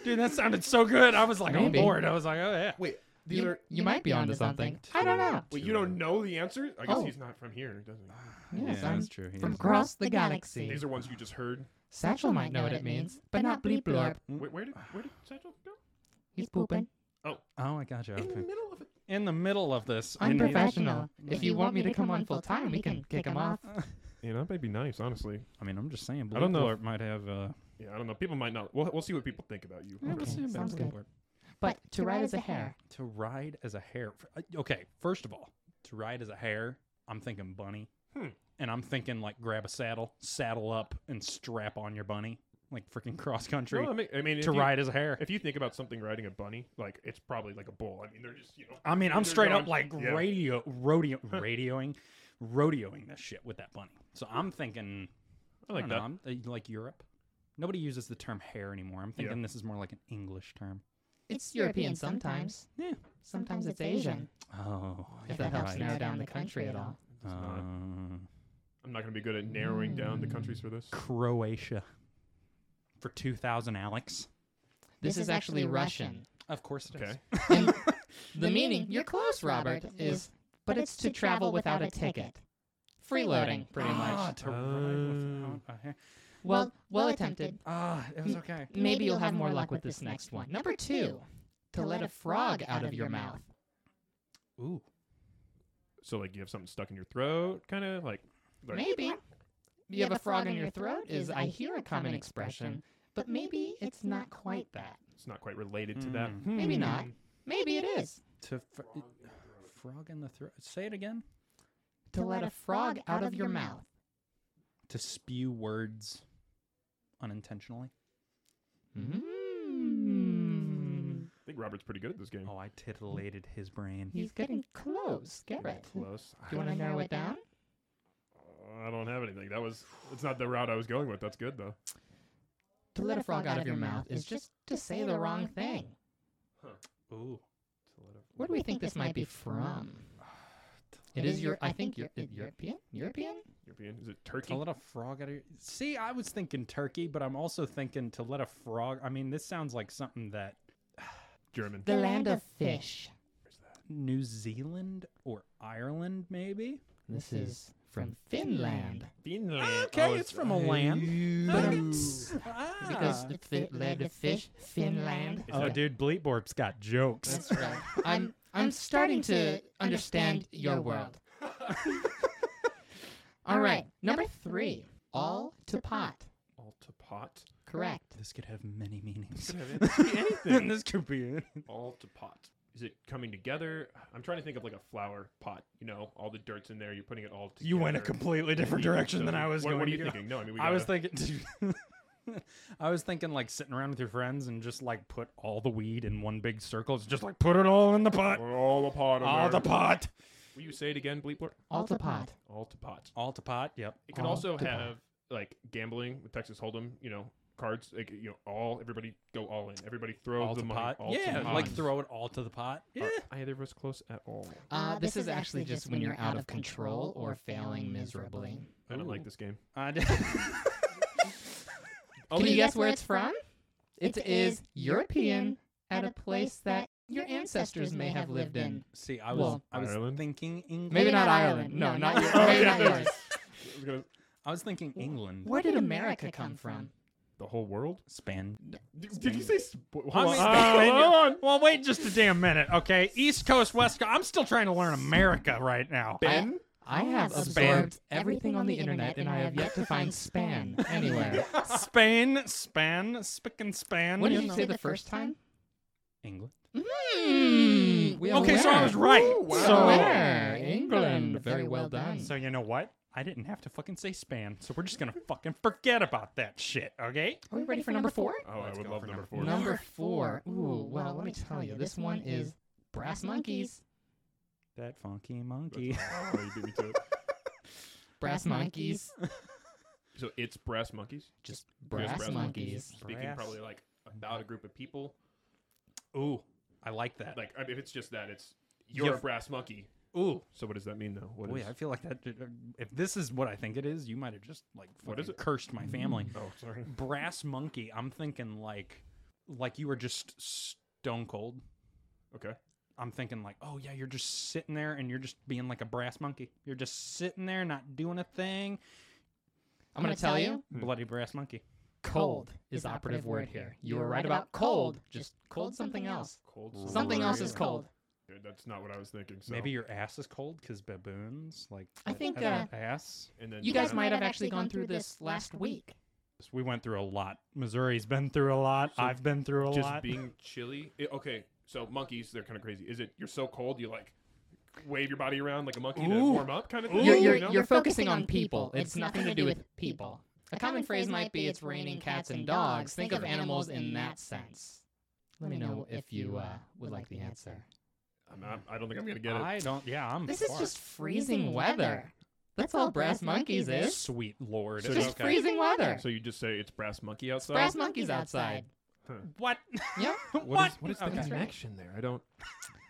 [SPEAKER 4] [laughs] Dude, that sounded so good. I was like
[SPEAKER 2] Maybe.
[SPEAKER 4] on board. I was like, oh yeah.
[SPEAKER 3] Wait, These
[SPEAKER 6] You-
[SPEAKER 3] are.
[SPEAKER 6] you might be onto something. I don't know.
[SPEAKER 3] Wait, you don't know the answer? I guess
[SPEAKER 6] Oh.
[SPEAKER 3] he's not from here, doesn't
[SPEAKER 4] Ah,
[SPEAKER 3] he?
[SPEAKER 6] Yes,
[SPEAKER 4] yeah,
[SPEAKER 6] I'm
[SPEAKER 4] that's true. He
[SPEAKER 6] From
[SPEAKER 4] is.
[SPEAKER 6] across the galaxy.
[SPEAKER 3] These are ones you just
[SPEAKER 4] [sighs]
[SPEAKER 3] heard.
[SPEAKER 6] Satchel might know what it means, but not bleep blorp.
[SPEAKER 3] Wait, where did where did Satchel go?
[SPEAKER 6] He's pooping.
[SPEAKER 4] Oh, I got you.
[SPEAKER 3] In the
[SPEAKER 4] Okay.
[SPEAKER 3] middle of it.
[SPEAKER 4] In the middle of this, and he's-
[SPEAKER 6] Unprofessional. If you want me to come on full time, we can kick him off.
[SPEAKER 3] Yeah, that might be nice, honestly.
[SPEAKER 4] I mean, I'm just saying. Blue
[SPEAKER 3] I don't know
[SPEAKER 4] Blorp might have. Uh,
[SPEAKER 3] Yeah, I don't know. People might not. We'll, we'll see what people think about you. [laughs]
[SPEAKER 6] we'll see about sounds
[SPEAKER 4] Blue
[SPEAKER 6] good.
[SPEAKER 4] Blorp.
[SPEAKER 6] But to ride as a hare.
[SPEAKER 4] To ride as a hare. F- uh, Okay, first of all, to ride as a hare, I'm thinking bunny,
[SPEAKER 3] Hmm.
[SPEAKER 4] and I'm thinking like grab a saddle, saddle up, and strap on your bunny, like freaking cross
[SPEAKER 3] No,
[SPEAKER 4] country.
[SPEAKER 3] I mean, I mean
[SPEAKER 4] to
[SPEAKER 3] if you-
[SPEAKER 4] ride as a hare.
[SPEAKER 3] If you think about something riding a bunny, like it's probably like a bull. I mean, they're just you know.
[SPEAKER 4] I mean, I'm
[SPEAKER 3] they're
[SPEAKER 4] straight up
[SPEAKER 3] going-
[SPEAKER 4] like
[SPEAKER 3] yeah.
[SPEAKER 4] radio,
[SPEAKER 3] [laughs]
[SPEAKER 4] rodeo, radioing, rodeoing this shit with that bunny. So I'm thinking,
[SPEAKER 3] I like
[SPEAKER 4] don't
[SPEAKER 3] that.
[SPEAKER 4] know, I'm, uh, like Europe. Nobody uses the term hair anymore. I'm
[SPEAKER 3] Yeah.
[SPEAKER 4] thinking this is more like an English term.
[SPEAKER 6] It's European sometimes.
[SPEAKER 4] Yeah.
[SPEAKER 6] Sometimes it's Asian,
[SPEAKER 4] Oh,
[SPEAKER 6] if
[SPEAKER 4] yeah,
[SPEAKER 6] that helps
[SPEAKER 4] right.
[SPEAKER 6] narrow down the country at all.
[SPEAKER 3] It's not-
[SPEAKER 4] Uh,
[SPEAKER 3] I'm not going to be good at narrowing down the countries for this.
[SPEAKER 4] Croatia for 2000, Alex.
[SPEAKER 6] This is actually Russian.
[SPEAKER 4] Of course it is.
[SPEAKER 3] Okay.
[SPEAKER 6] And
[SPEAKER 5] The meaning, you're close, Robert, is
[SPEAKER 6] but it's to travel without a ticket. Freeloading, pretty
[SPEAKER 4] Ah,
[SPEAKER 6] much.
[SPEAKER 4] to ride without a hair.
[SPEAKER 6] Well, well attempted.
[SPEAKER 4] Ah, it was okay.
[SPEAKER 6] Maybe you'll have more luck with this next one. Number two, to let a frog out of your mouth.
[SPEAKER 4] Ooh.
[SPEAKER 3] So like you have something stuck in your throat, kind of like. like-
[SPEAKER 6] Maybe. You have a frog in your throat is I hear a common expression, but maybe it's not quite that. Hmm.
[SPEAKER 3] It's not quite related to that.
[SPEAKER 4] Hmm.
[SPEAKER 6] Maybe not. Maybe it is.
[SPEAKER 4] To fr- frog in the throat. Say it again.
[SPEAKER 6] To let a frog out of your mouth.
[SPEAKER 4] To spew words unintentionally.
[SPEAKER 6] Hmm. Mm.
[SPEAKER 3] I think Robert's pretty good at this game.
[SPEAKER 4] Oh, I titillated his brain.
[SPEAKER 6] He's getting close, Garrett. Do
[SPEAKER 3] Close.
[SPEAKER 6] you want to narrow it down?
[SPEAKER 3] I don't have anything. That was. It's not the route I was going with. That's good though.
[SPEAKER 6] To let a frog out of your mouth is just to say the wrong thing.
[SPEAKER 4] Ooh.
[SPEAKER 6] Where do we think this might be from? It is your. I think you're European. European.
[SPEAKER 3] European. Is it Turkey?
[SPEAKER 4] To let a frog out of your... See, I was thinking turkey, but I'm also thinking to let a frog... I mean, this sounds like something that
[SPEAKER 3] German.
[SPEAKER 6] The land of fish.
[SPEAKER 4] New Zealand or Ireland, maybe?
[SPEAKER 6] This is from Finland.
[SPEAKER 3] Finland.
[SPEAKER 4] Ah,
[SPEAKER 3] Oh,
[SPEAKER 4] Okay, it's from a land.
[SPEAKER 6] But-
[SPEAKER 4] Ah.
[SPEAKER 6] Because the fi- land of fish, Finland.
[SPEAKER 4] Oh, dude, Bleep Borp's got jokes.
[SPEAKER 6] That's right. I'm I'm starting to understand your world. [laughs] All right, number three. All to pot.
[SPEAKER 3] All to pot.
[SPEAKER 6] Correct.
[SPEAKER 4] [laughs] This could have many meanings.
[SPEAKER 3] anything.
[SPEAKER 4] [laughs] this could be it.
[SPEAKER 3] all to pot. Is it coming together? I'm trying to think of like a flower pot. You know, all the dirt's in there. You're putting it all together.
[SPEAKER 4] You went a completely different direction than I was
[SPEAKER 3] What,
[SPEAKER 4] going
[SPEAKER 3] what are you
[SPEAKER 4] to go.
[SPEAKER 3] thinking? No, I mean we.
[SPEAKER 4] I was
[SPEAKER 3] gotta-
[SPEAKER 4] thinking, [laughs] I was thinking like sitting around with your friends and just like put all the weed in one big circle. It's just like put it all in the pot,
[SPEAKER 3] all the pot.
[SPEAKER 4] all the pot,
[SPEAKER 3] Will you say it again, bleep blur?
[SPEAKER 6] All to pot.
[SPEAKER 3] All to pot.
[SPEAKER 4] all to pot. Yep.
[SPEAKER 3] It can
[SPEAKER 6] All
[SPEAKER 3] also
[SPEAKER 6] to pot.
[SPEAKER 3] have like gambling with Texas Hold'em. You know, cards. Like you know, all everybody go all in. Everybody throw
[SPEAKER 4] all
[SPEAKER 3] the
[SPEAKER 4] to
[SPEAKER 3] money.
[SPEAKER 4] pot. Uh,
[SPEAKER 3] All
[SPEAKER 4] yeah,
[SPEAKER 3] to
[SPEAKER 4] like
[SPEAKER 3] pot.
[SPEAKER 4] throw it all to the pot. Yeah. [laughs]
[SPEAKER 3] Are either of us close at all?
[SPEAKER 6] Uh, this is actually just when you're out of control or failing miserably.
[SPEAKER 3] I don't like this game.
[SPEAKER 4] I d- [laughs]
[SPEAKER 6] Can you guess where it's from? It is European at a place that your ancestors may have lived in.
[SPEAKER 4] See, I was
[SPEAKER 6] Well-
[SPEAKER 4] I was
[SPEAKER 3] Ireland?
[SPEAKER 4] thinking England.
[SPEAKER 6] Maybe not Ireland. No, not yours.
[SPEAKER 4] Oh,
[SPEAKER 6] Maybe not
[SPEAKER 3] I
[SPEAKER 6] yours.
[SPEAKER 3] was gonna-
[SPEAKER 4] I was thinking England,
[SPEAKER 6] Where did America come from?
[SPEAKER 3] the whole world.
[SPEAKER 4] Spain.
[SPEAKER 3] Did, did you say? Sp-
[SPEAKER 4] I
[SPEAKER 3] hold
[SPEAKER 4] mean,
[SPEAKER 3] on.
[SPEAKER 4] [laughs] Spain-
[SPEAKER 3] Ah, hold on.
[SPEAKER 4] Well, wait just a damn minute, okay? East Coast, West Coast. I'm still trying to learn America right now.
[SPEAKER 3] Ben.
[SPEAKER 6] I have
[SPEAKER 4] Spam.
[SPEAKER 6] absorbed everything on the internet and I have yet to find span [laughs] anywhere.
[SPEAKER 4] Spain, span, spick and span.
[SPEAKER 6] What did you say the first time?
[SPEAKER 4] England.
[SPEAKER 6] Mm, we are
[SPEAKER 4] Okay, so I was
[SPEAKER 6] aware.
[SPEAKER 4] right.
[SPEAKER 6] So
[SPEAKER 4] So,
[SPEAKER 6] where? England. Very well done.
[SPEAKER 4] so you know what? I didn't have to fucking say span, so we're just gonna fucking forget about that shit, okay?
[SPEAKER 6] Are we ready for number four?
[SPEAKER 3] Oh, I
[SPEAKER 4] Let's
[SPEAKER 3] would
[SPEAKER 4] go
[SPEAKER 3] love
[SPEAKER 4] for
[SPEAKER 3] number
[SPEAKER 4] number
[SPEAKER 3] four.
[SPEAKER 6] Number four. Ooh, well, let me tell you, this one is brass monkeys.
[SPEAKER 4] That funky monkey.
[SPEAKER 3] That's- oh, you beat me to it.
[SPEAKER 6] Brass monkeys.
[SPEAKER 3] So it's brass monkeys.
[SPEAKER 6] [laughs] Just
[SPEAKER 3] Yes,
[SPEAKER 6] brass monkeys.
[SPEAKER 3] Speaking
[SPEAKER 4] Brass.
[SPEAKER 3] probably like about a group of people.
[SPEAKER 4] [laughs] Ooh, I like that.
[SPEAKER 3] Like I mean, if it's just that, it's you're
[SPEAKER 4] Yeah.
[SPEAKER 3] a brass monkey.
[SPEAKER 4] Ooh,
[SPEAKER 3] So what does that mean though? What
[SPEAKER 4] boy,
[SPEAKER 3] is-
[SPEAKER 4] I feel like that. If this is what I think it is, you might have just like
[SPEAKER 3] What is
[SPEAKER 4] fucking
[SPEAKER 3] it?
[SPEAKER 4] cursed my family.
[SPEAKER 3] Oh, sorry. [laughs]
[SPEAKER 4] Brass monkey. I'm thinking like, like you were just stone cold.
[SPEAKER 3] Okay.
[SPEAKER 4] I'm thinking like, oh yeah, you're just sitting there and you're just being like a brass monkey. You're just sitting there not doing a thing.
[SPEAKER 6] I'm gonna tell you,
[SPEAKER 4] Bloody brass monkey.
[SPEAKER 6] cold is the operative word here. You were right about cold, just cold something else.
[SPEAKER 3] Cold.
[SPEAKER 6] Something
[SPEAKER 3] Ooh.
[SPEAKER 6] else is cold.
[SPEAKER 3] Yeah, That's not what I was thinking. So.
[SPEAKER 4] Maybe your ass is cold because baboons like
[SPEAKER 6] I
[SPEAKER 4] that
[SPEAKER 6] think, uh,
[SPEAKER 4] have an ass.
[SPEAKER 3] And then
[SPEAKER 6] You guys might have actually gone through this last week.
[SPEAKER 4] We went through a lot. Missouri's been through a lot.
[SPEAKER 3] So
[SPEAKER 4] I've been through a
[SPEAKER 3] just
[SPEAKER 4] lot.
[SPEAKER 3] being chilly. It- okay, so monkeys, they're kind of crazy. Is it you're so cold you like wave your body around like a monkey to
[SPEAKER 4] Ooh.
[SPEAKER 3] warm up kind of thing?
[SPEAKER 6] You're,
[SPEAKER 3] you
[SPEAKER 6] you're,
[SPEAKER 3] know?
[SPEAKER 6] you're focusing on people. It's nothing to do with people.
[SPEAKER 5] A common phrase might be it's raining cats and dogs. Think of animals in that sense.
[SPEAKER 6] Let me know if you uh, would like the answer.
[SPEAKER 3] I'm not, I don't think I'm gonna get it.
[SPEAKER 4] I don't. Yeah, I'm.
[SPEAKER 6] This is
[SPEAKER 4] far.
[SPEAKER 6] just freezing weather. That's all brass monkeys is.
[SPEAKER 4] sweet lord.
[SPEAKER 3] So
[SPEAKER 6] Just
[SPEAKER 3] okay.
[SPEAKER 6] freezing weather.
[SPEAKER 3] so you just say it's brass monkey outside.
[SPEAKER 6] Brass monkeys outside.
[SPEAKER 4] What?
[SPEAKER 6] Yeah.
[SPEAKER 4] what?
[SPEAKER 3] What is- what is the
[SPEAKER 4] Okay.
[SPEAKER 6] That's right.
[SPEAKER 3] connection there? I don't.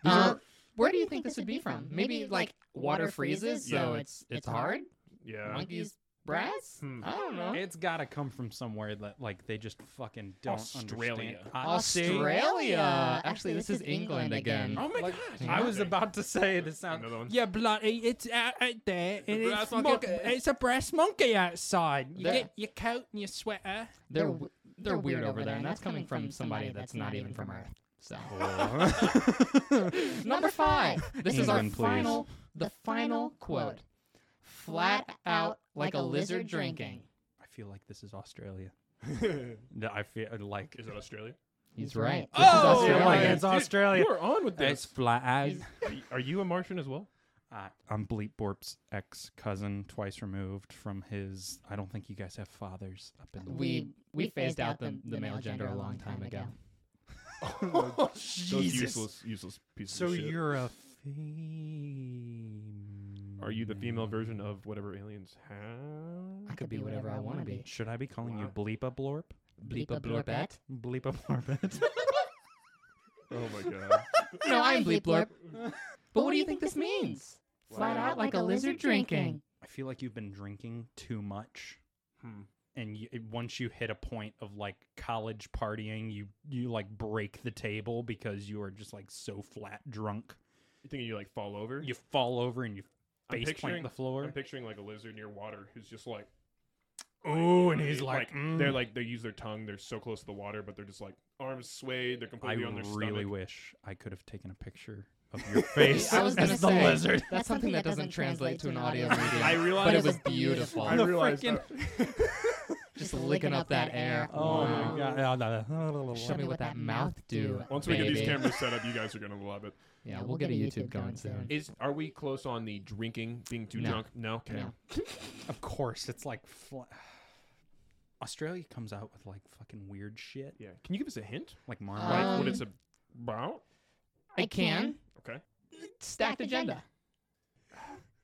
[SPEAKER 6] Uh, where do you think this would be from? Maybe like water freezes,
[SPEAKER 3] Yeah.
[SPEAKER 6] so it's it's hard.
[SPEAKER 3] Yeah.
[SPEAKER 6] Monkeys, brass.
[SPEAKER 3] Hmm.
[SPEAKER 6] I don't know.
[SPEAKER 4] It's gotta come from somewhere that like they just fucking don't
[SPEAKER 3] Australia.
[SPEAKER 4] understand. I- see?
[SPEAKER 6] Australia. Actually, this is England again.
[SPEAKER 4] Oh my
[SPEAKER 3] Like,
[SPEAKER 4] gosh! I was
[SPEAKER 3] okay.
[SPEAKER 4] about to say this sound. [laughs]
[SPEAKER 3] Another one.
[SPEAKER 4] Yeah, bloody! It's out, out there, and
[SPEAKER 3] brass
[SPEAKER 4] it's,
[SPEAKER 3] monkey.
[SPEAKER 4] mon- it's a brass monkey outside. You
[SPEAKER 6] There-
[SPEAKER 4] get your coat and your sweater.
[SPEAKER 6] They're w- they're weird over there, and that's coming from somebody that's not even from Earth. So number five. This is our
[SPEAKER 4] England, please.
[SPEAKER 6] final, the final quote. Flat out like a lizard drinking.
[SPEAKER 4] I feel like this
[SPEAKER 3] [laughs]
[SPEAKER 4] is Australia. No, I feel like
[SPEAKER 3] Is it Australia?
[SPEAKER 6] He's right. This is
[SPEAKER 4] Oh,
[SPEAKER 6] Australia.
[SPEAKER 4] yeah, it's
[SPEAKER 3] Dude,
[SPEAKER 4] Australia.
[SPEAKER 3] You are on with
[SPEAKER 4] It's
[SPEAKER 3] this.
[SPEAKER 4] flat out.
[SPEAKER 6] He's-
[SPEAKER 3] Are you- Are you a Martian as well?
[SPEAKER 4] I, I'm Bleep Borp's ex cousin, twice removed from his. I don't think you guys have fathers up in the.
[SPEAKER 6] We we phased out the, the male gender a long time ago.
[SPEAKER 4] Oh,
[SPEAKER 3] Those useless, useless pieces
[SPEAKER 4] So
[SPEAKER 3] of shit.
[SPEAKER 4] you're a female.
[SPEAKER 3] Are you the female version of whatever aliens have?
[SPEAKER 6] I [laughs] could be whatever I want to be.
[SPEAKER 4] Should I be calling
[SPEAKER 3] Wow.
[SPEAKER 4] you Bleepa Blorp?
[SPEAKER 6] Bleep a blorpet.
[SPEAKER 4] Bleepa
[SPEAKER 3] [laughs]
[SPEAKER 4] Blorpet.
[SPEAKER 3] Oh my god.
[SPEAKER 6] No, I'm bleep blorp. But what do you think this means? Flat out like a lizard drinking.
[SPEAKER 4] I feel like you've been drinking too much.
[SPEAKER 3] Hmm.
[SPEAKER 4] And you, once you hit a point of like college partying, you you like break the table because you are just like so flat drunk.
[SPEAKER 3] You thinking you like fall over?
[SPEAKER 4] You fall over and you
[SPEAKER 3] I'm
[SPEAKER 4] face plant
[SPEAKER 3] picturing-
[SPEAKER 4] the floor.
[SPEAKER 3] I'm picturing like a lizard near water who's just like.
[SPEAKER 4] Oh, and he's like,
[SPEAKER 3] they're
[SPEAKER 4] mm.
[SPEAKER 3] like they use their tongue. They're so close to the water, but they're just like arms swayed. They're
[SPEAKER 4] I
[SPEAKER 3] completely on
[SPEAKER 4] really
[SPEAKER 3] their stomach.
[SPEAKER 4] wish I could have taken a picture of
[SPEAKER 3] [laughs]
[SPEAKER 4] your face
[SPEAKER 6] I was gonna
[SPEAKER 4] as the
[SPEAKER 6] say,
[SPEAKER 4] lizard.
[SPEAKER 6] That's something that doesn't translate to an audio medium.
[SPEAKER 3] I
[SPEAKER 6] but
[SPEAKER 3] realized.
[SPEAKER 6] it was beautiful.
[SPEAKER 3] I
[SPEAKER 4] The
[SPEAKER 3] realized.
[SPEAKER 4] freaking-
[SPEAKER 3] that.
[SPEAKER 6] Just licking up that air.
[SPEAKER 4] Oh
[SPEAKER 6] Wow.
[SPEAKER 4] my god! Yeah, no, no, no, no, no.
[SPEAKER 6] Show me what that mouth do.
[SPEAKER 3] Once we get these
[SPEAKER 6] baby.
[SPEAKER 3] cameras set up, you guys are gonna love it.
[SPEAKER 6] Yeah, we'll get a YouTube going soon.
[SPEAKER 3] Is are we close on the drinking being too
[SPEAKER 6] No.
[SPEAKER 3] drunk? No. Okay.
[SPEAKER 6] No.
[SPEAKER 4] Of course, it's like fl- [sighs] Australia comes out with like fucking weird shit,
[SPEAKER 3] Yeah. Can you give us a hint?
[SPEAKER 4] like
[SPEAKER 3] Like
[SPEAKER 4] Marmite.
[SPEAKER 6] Uh,
[SPEAKER 3] what
[SPEAKER 6] Um,
[SPEAKER 3] it's about?
[SPEAKER 6] I can.
[SPEAKER 3] Okay.
[SPEAKER 6] Stacked agenda.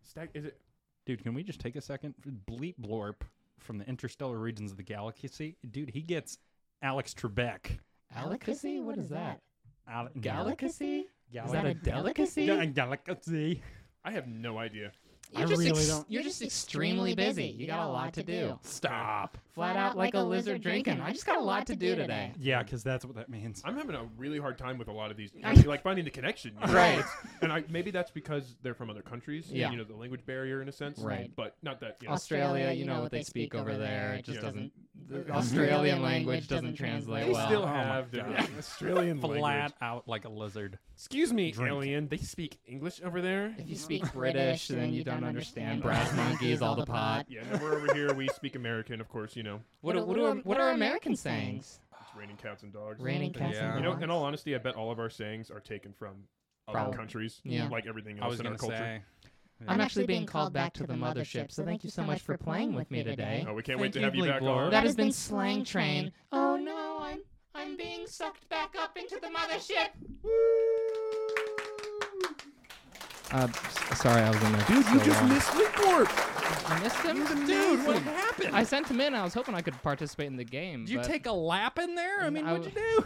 [SPEAKER 3] Stack. Is it?
[SPEAKER 4] Dude, can we just take a second? Bleep Blorp from the interstellar regions of the galaxy. Dude, he gets Alex Trebek.
[SPEAKER 6] Alicacy? What is that?
[SPEAKER 4] Ale- no.
[SPEAKER 6] Galicacy? Is
[SPEAKER 4] Galaxy.
[SPEAKER 6] that a delicacy?
[SPEAKER 4] Yeah, galaxy.
[SPEAKER 3] I have no idea.
[SPEAKER 4] I
[SPEAKER 6] You're just
[SPEAKER 4] really
[SPEAKER 6] ex-
[SPEAKER 4] don't-
[SPEAKER 6] You're just extremely busy. You got a lot to do.
[SPEAKER 4] Stop.
[SPEAKER 6] Flat out like a lizard drinking. I just got a lot to do today.
[SPEAKER 4] Yeah, because that's what that means.
[SPEAKER 3] I'm having a really hard time with a lot of these.
[SPEAKER 6] I-
[SPEAKER 3] Actually, like finding the connection. you know?
[SPEAKER 6] Right.
[SPEAKER 3] It's- and I maybe that's because they're from other countries. and,
[SPEAKER 6] Yeah.
[SPEAKER 3] You know the language barrier in a sense.
[SPEAKER 6] Right.
[SPEAKER 3] But not that. You know,
[SPEAKER 6] Australia, you know what they speak over there. It just
[SPEAKER 3] Yeah.
[SPEAKER 6] doesn't. The Australian language doesn't translate
[SPEAKER 3] They
[SPEAKER 6] well.
[SPEAKER 3] still
[SPEAKER 4] Oh my
[SPEAKER 3] have their
[SPEAKER 4] God.
[SPEAKER 3] [laughs] Australian language.
[SPEAKER 4] Flat out like a lizard.
[SPEAKER 3] Excuse me,
[SPEAKER 4] Drink.
[SPEAKER 3] alien. They speak English over there.
[SPEAKER 6] If you speak British, then you don't understand brass monkeys, all the pot.
[SPEAKER 3] Yeah, no, we're over here. We speak American, of course. You know,
[SPEAKER 6] What are, what are, what are American sayings?
[SPEAKER 3] it's raining cats and dogs.
[SPEAKER 6] Raining cats
[SPEAKER 4] Yeah.
[SPEAKER 3] You
[SPEAKER 6] and
[SPEAKER 3] know,
[SPEAKER 6] dogs.
[SPEAKER 3] in all honesty, I bet all of our sayings are taken from other
[SPEAKER 6] Probably.
[SPEAKER 3] countries,
[SPEAKER 6] Yeah.
[SPEAKER 3] like everything
[SPEAKER 4] I was
[SPEAKER 3] else in our
[SPEAKER 4] gonna
[SPEAKER 3] culture.
[SPEAKER 4] say.
[SPEAKER 6] I'm actually being called back to the mothership, so thank you so much for playing with me today.
[SPEAKER 3] Oh, we can't
[SPEAKER 4] Thank
[SPEAKER 3] wait to
[SPEAKER 4] you,
[SPEAKER 3] have you
[SPEAKER 4] Blake
[SPEAKER 3] back
[SPEAKER 4] Blore.
[SPEAKER 3] on.
[SPEAKER 6] That has been Slang Train.
[SPEAKER 5] Oh no, I'm I'm being sucked back up into the mothership.
[SPEAKER 6] Uh, s- sorry, I was in there. Dude, you just missed Lickborp. I missed him. Dude, what happened? I sent him in. I was hoping I could participate in the game.
[SPEAKER 4] Did you
[SPEAKER 6] but
[SPEAKER 4] take a lap in there? I mean,
[SPEAKER 6] I
[SPEAKER 4] what'd you do?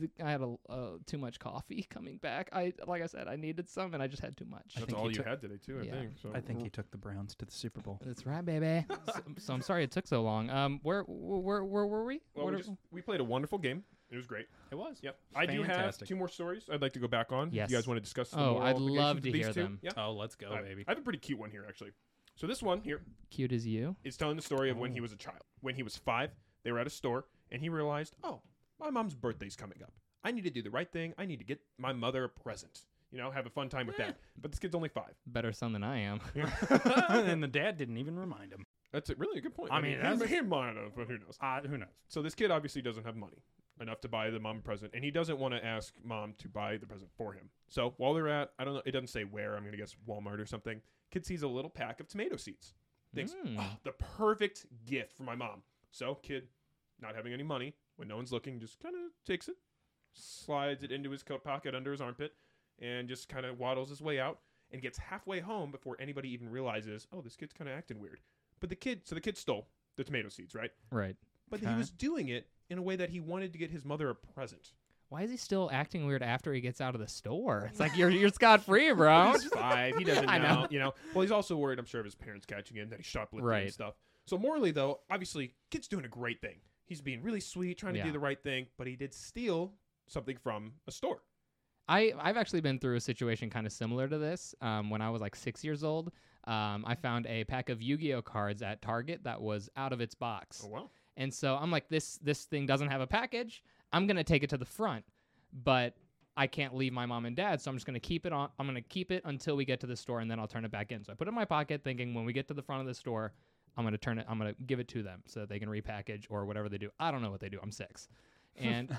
[SPEAKER 6] th- I had a, uh, too much coffee [laughs] coming back. I like I said, I needed some, and I just had too much.
[SPEAKER 4] I
[SPEAKER 3] That's
[SPEAKER 4] think
[SPEAKER 3] all
[SPEAKER 4] he
[SPEAKER 3] you
[SPEAKER 4] took-
[SPEAKER 3] had today, too. I
[SPEAKER 6] Yeah.
[SPEAKER 3] think. So.
[SPEAKER 4] I think he took the Browns to the Super Bowl.
[SPEAKER 6] That's right, [laughs] baby. so, so I'm sorry it took so long. Um, where where where, where were we?
[SPEAKER 3] Well,
[SPEAKER 6] What
[SPEAKER 3] we,
[SPEAKER 6] are-
[SPEAKER 3] just, we played a wonderful game. It was great.
[SPEAKER 4] It was.
[SPEAKER 3] Yep. I do have
[SPEAKER 4] Fantastic.
[SPEAKER 3] two more stories I'd like to go back on. If
[SPEAKER 2] Yes.
[SPEAKER 3] you guys want to discuss the
[SPEAKER 2] Oh,
[SPEAKER 3] moral
[SPEAKER 2] I'd
[SPEAKER 3] obligations
[SPEAKER 2] love
[SPEAKER 3] of
[SPEAKER 2] to
[SPEAKER 3] these
[SPEAKER 2] hear
[SPEAKER 3] two?
[SPEAKER 2] them.
[SPEAKER 3] Yeah.
[SPEAKER 4] Oh, let's go,
[SPEAKER 3] I,
[SPEAKER 4] baby.
[SPEAKER 3] I have a pretty cute one here, actually. So this one here
[SPEAKER 2] Cute as you.
[SPEAKER 3] is telling the story of when
[SPEAKER 4] Oh.
[SPEAKER 3] he was a child. When he was five, they were at a store, and he realized, oh, my mom's birthday's coming up. I need to do the right thing. I need to get my mother a present. You know, have a fun time with that. But this kid's only five.
[SPEAKER 2] Better son than I am.
[SPEAKER 4] [laughs]
[SPEAKER 6] [laughs]
[SPEAKER 4] and the dad didn't even remind him.
[SPEAKER 3] That's a, really a good point.
[SPEAKER 4] I mean,
[SPEAKER 3] he-
[SPEAKER 4] that's-
[SPEAKER 3] he, might have, but who knows?
[SPEAKER 4] Uh, who knows?
[SPEAKER 3] So this kid obviously doesn't have money enough to buy the mom a present, and he doesn't want to ask mom to buy the present for him. So while they're at, I don't know, it doesn't say where. I'm gonna guess Walmart or something. Kid sees a little pack of tomato seeds. Thinks
[SPEAKER 2] Mm.
[SPEAKER 3] "Oh, the perfect gift for my mom. So kid, not having any money when no one's looking, just kind of takes it, slides it into his coat pocket under his armpit, and just kind of waddles his way out and gets halfway home before anybody even realizes, oh, this kid's kind of acting weird. But the kid, so the kid stole the tomato seeds, right?
[SPEAKER 2] Right.
[SPEAKER 3] but he
[SPEAKER 2] Okay.
[SPEAKER 3] was doing it in a way that he wanted to get his mother a present.
[SPEAKER 2] Why is he still acting weird after he gets out of the store? It's like you're you're scot free, bro.
[SPEAKER 3] He's five. Oh, [laughs] He doesn't know,
[SPEAKER 2] I know.
[SPEAKER 3] You know. Well, he's also worried. I'm sure of his parents catching him that he's shoplifting
[SPEAKER 2] Right.
[SPEAKER 3] and stuff. So morally, though, obviously, kid's doing a great thing. He's being really sweet, trying to
[SPEAKER 2] Yeah.
[SPEAKER 3] do the right thing, but he did steal something from a store.
[SPEAKER 2] I I've actually been through a situation kind of similar to this. Um, when I was like six years old, um, I found a pack of Yu-Gi-Oh cards at Target that was out of its box.
[SPEAKER 3] Oh, wow!
[SPEAKER 2] And so I'm like, this this thing doesn't have a package. I'm gonna take it to the front, but I can't leave my mom and dad, so I'm just gonna keep it on. I'm gonna keep it until we get to the store, and then I'll turn it back in. So I put it in my pocket, thinking when we get to the front of the store, I'm gonna turn it. I'm gonna give it to them so that they can repackage or whatever they do. I don't know what they do. I'm six, and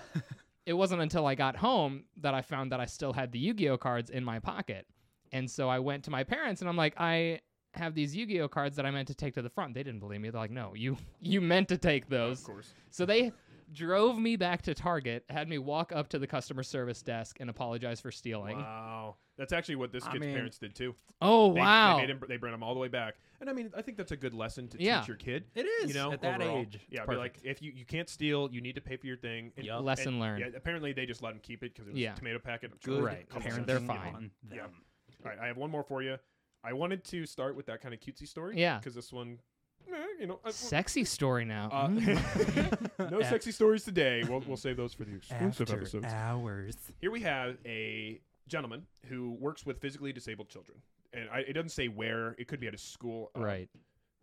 [SPEAKER 2] it wasn't until I got home that I found that I still had the Yu-Gi-Oh cards in my pocket. And so I went to my parents and I'm like, I have these Yu-Gi-Oh cards that I meant to take to the front. They didn't believe me. They're like, "No, you [laughs] you meant to take those."
[SPEAKER 3] Of course.
[SPEAKER 2] So they drove me back to Target, had me walk up to the customer service desk and apologize for stealing.
[SPEAKER 3] Wow. That's actually what this
[SPEAKER 4] I
[SPEAKER 3] kid's
[SPEAKER 4] mean-
[SPEAKER 3] parents did too.
[SPEAKER 2] Oh
[SPEAKER 3] They,
[SPEAKER 2] wow.
[SPEAKER 3] They, made him, they brought him all the way back, and I mean, I think that's a good lesson to
[SPEAKER 2] Yeah.
[SPEAKER 3] teach your kid.
[SPEAKER 4] It is
[SPEAKER 3] You know,
[SPEAKER 4] at that
[SPEAKER 3] overall.
[SPEAKER 4] age.
[SPEAKER 3] Yeah,
[SPEAKER 4] It's
[SPEAKER 3] be like
[SPEAKER 4] perfect.
[SPEAKER 3] if you, you can't steal, you need to pay for your thing. And-
[SPEAKER 4] Yup.
[SPEAKER 2] Lesson
[SPEAKER 3] and-
[SPEAKER 2] learned.
[SPEAKER 3] Yeah, apparently they just let him keep it because it was
[SPEAKER 2] Yeah.
[SPEAKER 3] a tomato packet. I'm sure
[SPEAKER 4] Good
[SPEAKER 2] Right.
[SPEAKER 3] common
[SPEAKER 2] Parents
[SPEAKER 3] sense.
[SPEAKER 2] they're
[SPEAKER 4] on
[SPEAKER 2] fine.
[SPEAKER 4] them.
[SPEAKER 3] Yeah. All right, I have one more for you. I wanted to start with that kind of cutesy story.
[SPEAKER 2] Yeah.
[SPEAKER 3] Because this one, eh, you
[SPEAKER 2] Uh,
[SPEAKER 3] know, I-
[SPEAKER 2] Sexy story now. Mm.
[SPEAKER 3] uh, no
[SPEAKER 4] Af-
[SPEAKER 3] sexy stories today. We'll, we'll save those for the [laughs] exclusive
[SPEAKER 4] After
[SPEAKER 3] episodes.
[SPEAKER 4] hours.
[SPEAKER 3] Here we have a gentleman who works with physically disabled children. And I, it doesn't say where. It could be at a school. Uh,
[SPEAKER 2] right.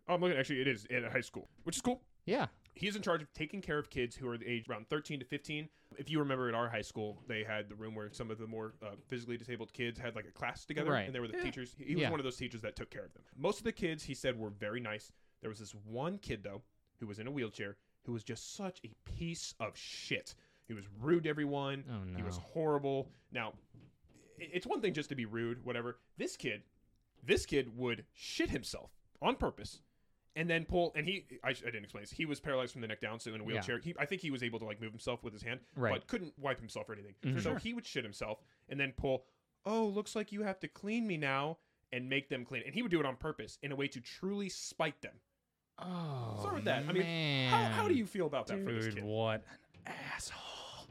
[SPEAKER 3] Oh, I'm looking. Actually, it is at a high school, which is cool.
[SPEAKER 2] Yeah.
[SPEAKER 3] He's in charge of taking care of kids who are the age around 13 to 15. If you remember at our high school, they had the room where some of the more uh, physically disabled kids had like a class together,
[SPEAKER 2] Right.
[SPEAKER 3] and they were the teachers. He he was
[SPEAKER 2] Yeah.
[SPEAKER 3] one of those teachers that took care of them. Most of the kids, he said, were very nice. There was this one kid though who was in a wheelchair who was just such a piece of shit. He was rude to everyone.
[SPEAKER 2] Oh no.
[SPEAKER 3] He was horrible. Now, i- it's one thing just to be rude, whatever. This kid, this kid would shit himself on purpose, and then pull. And he, I, sh- I didn't explain this. He was paralyzed from the neck down, so in a
[SPEAKER 2] Yeah.
[SPEAKER 3] wheelchair. He, I think he was able to like move himself with his hand,
[SPEAKER 2] Right.
[SPEAKER 3] but couldn't wipe himself or anything.
[SPEAKER 2] Mhm.
[SPEAKER 3] So
[SPEAKER 4] Sure.
[SPEAKER 3] he would shit himself and then pull. Oh, looks like you have to clean me now, and make them clean. And he would do it on purpose in a way to truly spite them.
[SPEAKER 2] Oh.
[SPEAKER 3] Sorry with that. I mean,
[SPEAKER 2] man.
[SPEAKER 3] how, how do you feel about that for this
[SPEAKER 4] Dude,
[SPEAKER 3] kid?
[SPEAKER 4] what an asshole.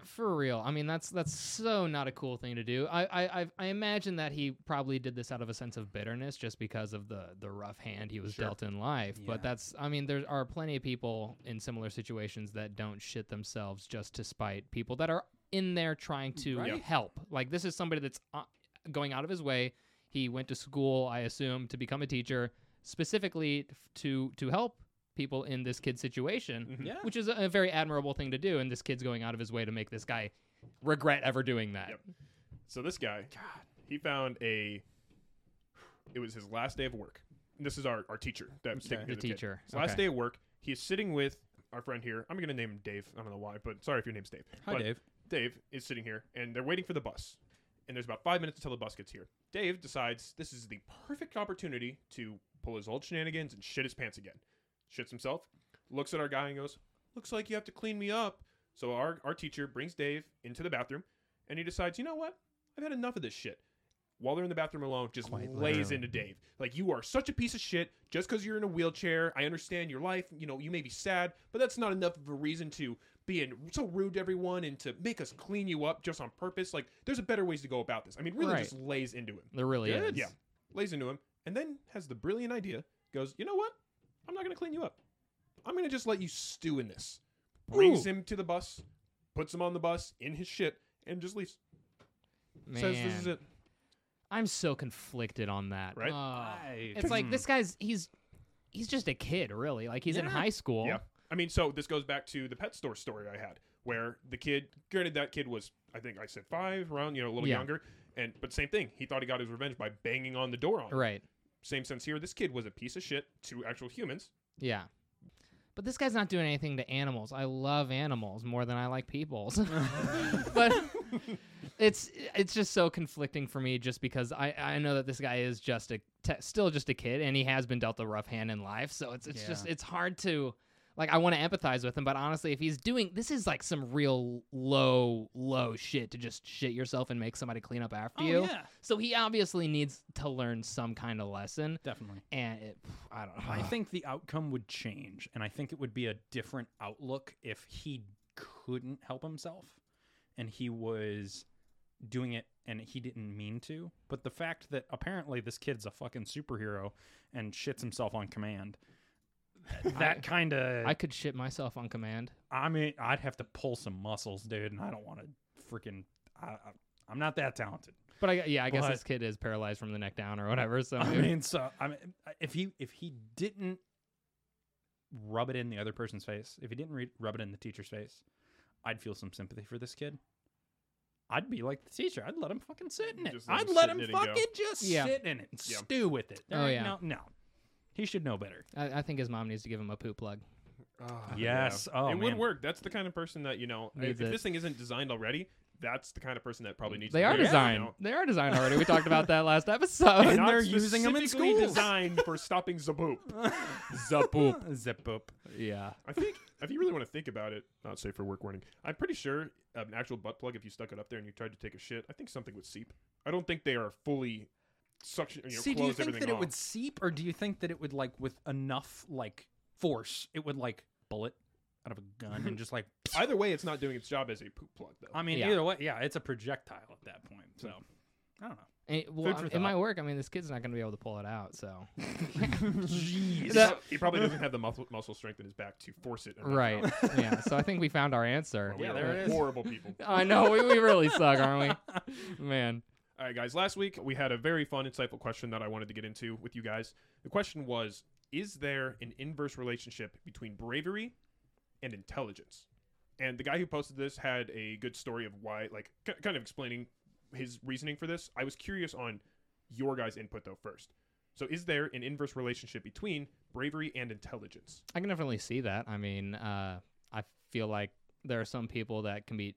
[SPEAKER 2] For real. I mean, that's that's so not a cool thing to do. I I I've, I imagine that he probably did this out of a sense of bitterness, just because of the the rough hand he was
[SPEAKER 4] Sure.
[SPEAKER 2] dealt in life.
[SPEAKER 4] Yeah.
[SPEAKER 2] But that's. I mean, there are plenty of people in similar situations that don't shit themselves just to spite people that are in there trying to
[SPEAKER 4] Right.
[SPEAKER 2] help. Like this is somebody that's uh, going out of his way. He went to school, I assume, to become a teacher specifically f- to to help people in this kid's situation
[SPEAKER 3] Mhm.
[SPEAKER 4] Yeah.
[SPEAKER 2] which is a, a very admirable thing to do. And this kid's going out of his way to make this guy regret ever doing that.
[SPEAKER 3] Yep. So this guy, he found a. It was his last day of work. This is our, our teacher. That was taking care
[SPEAKER 4] Okay.
[SPEAKER 2] The
[SPEAKER 3] of kid.
[SPEAKER 2] teacher.
[SPEAKER 3] His last
[SPEAKER 2] Okay.
[SPEAKER 3] day of work, he is sitting with our friend here. I'm gonna name him Dave. I don't know why, but sorry if your name's Dave.
[SPEAKER 4] Hi,
[SPEAKER 3] But
[SPEAKER 4] Dave.
[SPEAKER 3] Dave is sitting here, and they're waiting for the bus. And there's about five minutes until the bus gets here. Dave decides this is the perfect opportunity to pull his old shenanigans and shit his pants again. Shits himself, looks at our guy and goes, "Looks like you have to clean me up." So our our teacher brings Dave into the bathroom, and he decides, you know what? I've had enough of this shit. While they're in the bathroom alone, just
[SPEAKER 4] Quite
[SPEAKER 3] lays
[SPEAKER 4] literally.
[SPEAKER 3] into Dave. Like, you are such a piece of shit just because you're in a wheelchair. I understand your life. You know, you may be sad, but that's not enough of a reason to be in, so rude to everyone and to make us clean you up just on purpose. Like, there's a better ways to go about this. I mean, really
[SPEAKER 2] Right.
[SPEAKER 3] just lays into him.
[SPEAKER 2] There really
[SPEAKER 4] Good.
[SPEAKER 2] is.
[SPEAKER 3] Yeah. Lays into him, and then has the brilliant idea goes, you know what? I'm not going to clean you up. I'm going to just let you stew in this. Brings
[SPEAKER 4] Ooh.
[SPEAKER 3] him to the bus, puts him on the bus in his shit, and just leaves. Says this is
[SPEAKER 2] Man,
[SPEAKER 3] it.
[SPEAKER 2] I'm so conflicted on that.
[SPEAKER 3] Right? Hmm.
[SPEAKER 2] Oh.
[SPEAKER 4] uh, I-
[SPEAKER 2] it's like this guy's he's he's just a kid, really. Like he's in
[SPEAKER 4] Yeah.
[SPEAKER 2] high school.
[SPEAKER 3] Yeah. I mean, so this goes back to the pet store story I had, where the kid, granted that kid was, I think I said five, around you know a little
[SPEAKER 2] Yeah.
[SPEAKER 3] younger, and but same thing. He thought he got his revenge by banging on the door on. him.
[SPEAKER 2] Right.
[SPEAKER 3] Same sense here. This kid was a piece of shit to actual humans.
[SPEAKER 2] Yeah. But this guy's not doing anything to animals. I love animals more than I like people's.
[SPEAKER 4] [laughs]
[SPEAKER 2] but it's it's just so conflicting for me just because I, I know that this guy is just a te- still just a kid and he has been dealt a rough hand in life. So it's it's just it's hard to like I want to empathize with him, but honestly, if he's doing this is like some real low low shit to just shit yourself and make somebody clean up after
[SPEAKER 4] Oh,
[SPEAKER 2] you.
[SPEAKER 4] yeah.
[SPEAKER 2] So he obviously needs to learn some kind of lesson
[SPEAKER 4] Definitely.
[SPEAKER 2] and it, I don't know. [sighs]
[SPEAKER 4] I think the outcome would change, and I think it would be a different outlook if he couldn't help himself and he was doing it and he didn't mean to. But the fact that apparently this kid's a fucking superhero and shits himself
[SPEAKER 2] [laughs]
[SPEAKER 4] on command, that kind of.
[SPEAKER 2] I
[SPEAKER 4] I,
[SPEAKER 2] could shit myself on command.
[SPEAKER 4] mean, I'd have to pull some muscles, dude, and I don't want to freaking. I, I, I'm not that talented.
[SPEAKER 2] But I, yeah, I guess
[SPEAKER 4] But-
[SPEAKER 2] this kid is paralyzed from the neck down or whatever. So
[SPEAKER 4] [laughs] I
[SPEAKER 2] maybe-
[SPEAKER 4] mean, so I mean, if he if he didn't rub it in the other person's face, if he didn't re- rub it in the teacher's face, I'd feel some sympathy for this kid. I'd be like the teacher. I'd let him fucking sit in it.
[SPEAKER 3] Just let him
[SPEAKER 4] I'd let
[SPEAKER 3] sit in
[SPEAKER 4] him
[SPEAKER 3] it and go.
[SPEAKER 4] fucking just
[SPEAKER 2] Yeah.
[SPEAKER 4] sit in it and
[SPEAKER 3] Yeah.
[SPEAKER 4] stew with it. There
[SPEAKER 2] Oh,
[SPEAKER 4] ain't
[SPEAKER 2] yeah.
[SPEAKER 4] no, no, he should know better.
[SPEAKER 2] I, I think his mom needs to give him a poop plug.
[SPEAKER 4] Yes. Oh,
[SPEAKER 3] it would
[SPEAKER 4] man.
[SPEAKER 3] work. That's the kind of person that you know. If,
[SPEAKER 2] Needs
[SPEAKER 3] if
[SPEAKER 2] it.
[SPEAKER 3] this thing isn't designed already, that's the kind of person that probably needs.
[SPEAKER 2] They
[SPEAKER 3] to
[SPEAKER 2] are
[SPEAKER 3] be, you
[SPEAKER 2] designed.
[SPEAKER 3] know.
[SPEAKER 2] They are designed already. We talked about that
[SPEAKER 4] [laughs]
[SPEAKER 2] last episode.
[SPEAKER 4] And
[SPEAKER 3] Not
[SPEAKER 4] they're using 'em in
[SPEAKER 3] specifically
[SPEAKER 4] schools.
[SPEAKER 3] Designed for stopping zaboop.
[SPEAKER 4] [laughs] Zapoop. Zapoop.
[SPEAKER 2] yeah.
[SPEAKER 3] I think if you really want to think about it, not safe for work warning. I'm pretty sure um, an actual butt plug, if you stuck it up there and you tried to take a shit, I think something would seep. I don't think they are fully suction. You know,
[SPEAKER 4] See, do
[SPEAKER 3] close
[SPEAKER 4] you think
[SPEAKER 3] everything
[SPEAKER 4] that
[SPEAKER 3] off.
[SPEAKER 4] it would seep, or do you think that it would like with enough like force, it would like bullet out of a gun and
[SPEAKER 3] [laughs]
[SPEAKER 4] just like
[SPEAKER 3] Either way, it's not doing its job as a poop plug though.
[SPEAKER 4] I mean,
[SPEAKER 2] Yeah.
[SPEAKER 4] either way, yeah, it's a projectile at that point. So I don't know.
[SPEAKER 2] And it- Eh, well,
[SPEAKER 4] Food for
[SPEAKER 2] it might
[SPEAKER 4] thought.
[SPEAKER 2] work. I mean, this kid's not going to be able to pull it out.
[SPEAKER 4] [laughs]
[SPEAKER 2] So
[SPEAKER 3] He
[SPEAKER 2] that-
[SPEAKER 3] prob- he probably doesn't have the muscle, muscle strength in his back to force
[SPEAKER 4] [laughs]
[SPEAKER 3] it. and knock it
[SPEAKER 2] right.
[SPEAKER 3] out.
[SPEAKER 2] yeah. So I think we found our answer.
[SPEAKER 3] We
[SPEAKER 4] Yeah,
[SPEAKER 3] are
[SPEAKER 4] there it is.
[SPEAKER 3] Horrible people.
[SPEAKER 2] I know we, we really suck, aren't
[SPEAKER 4] [laughs]
[SPEAKER 2] we? Man.
[SPEAKER 3] All right, guys. Last week we had a very fun, insightful question that I wanted to get into with you guys. The question was: Is there an inverse relationship between bravery and intelligence? And the guy who posted this had a good story of why, like, k- kind of explaining his reasoning for this. I was curious on your guys' input though first. So, is there an inverse relationship between bravery and intelligence?
[SPEAKER 2] I can definitely see that. I mean, uh, I feel like there are some people that can be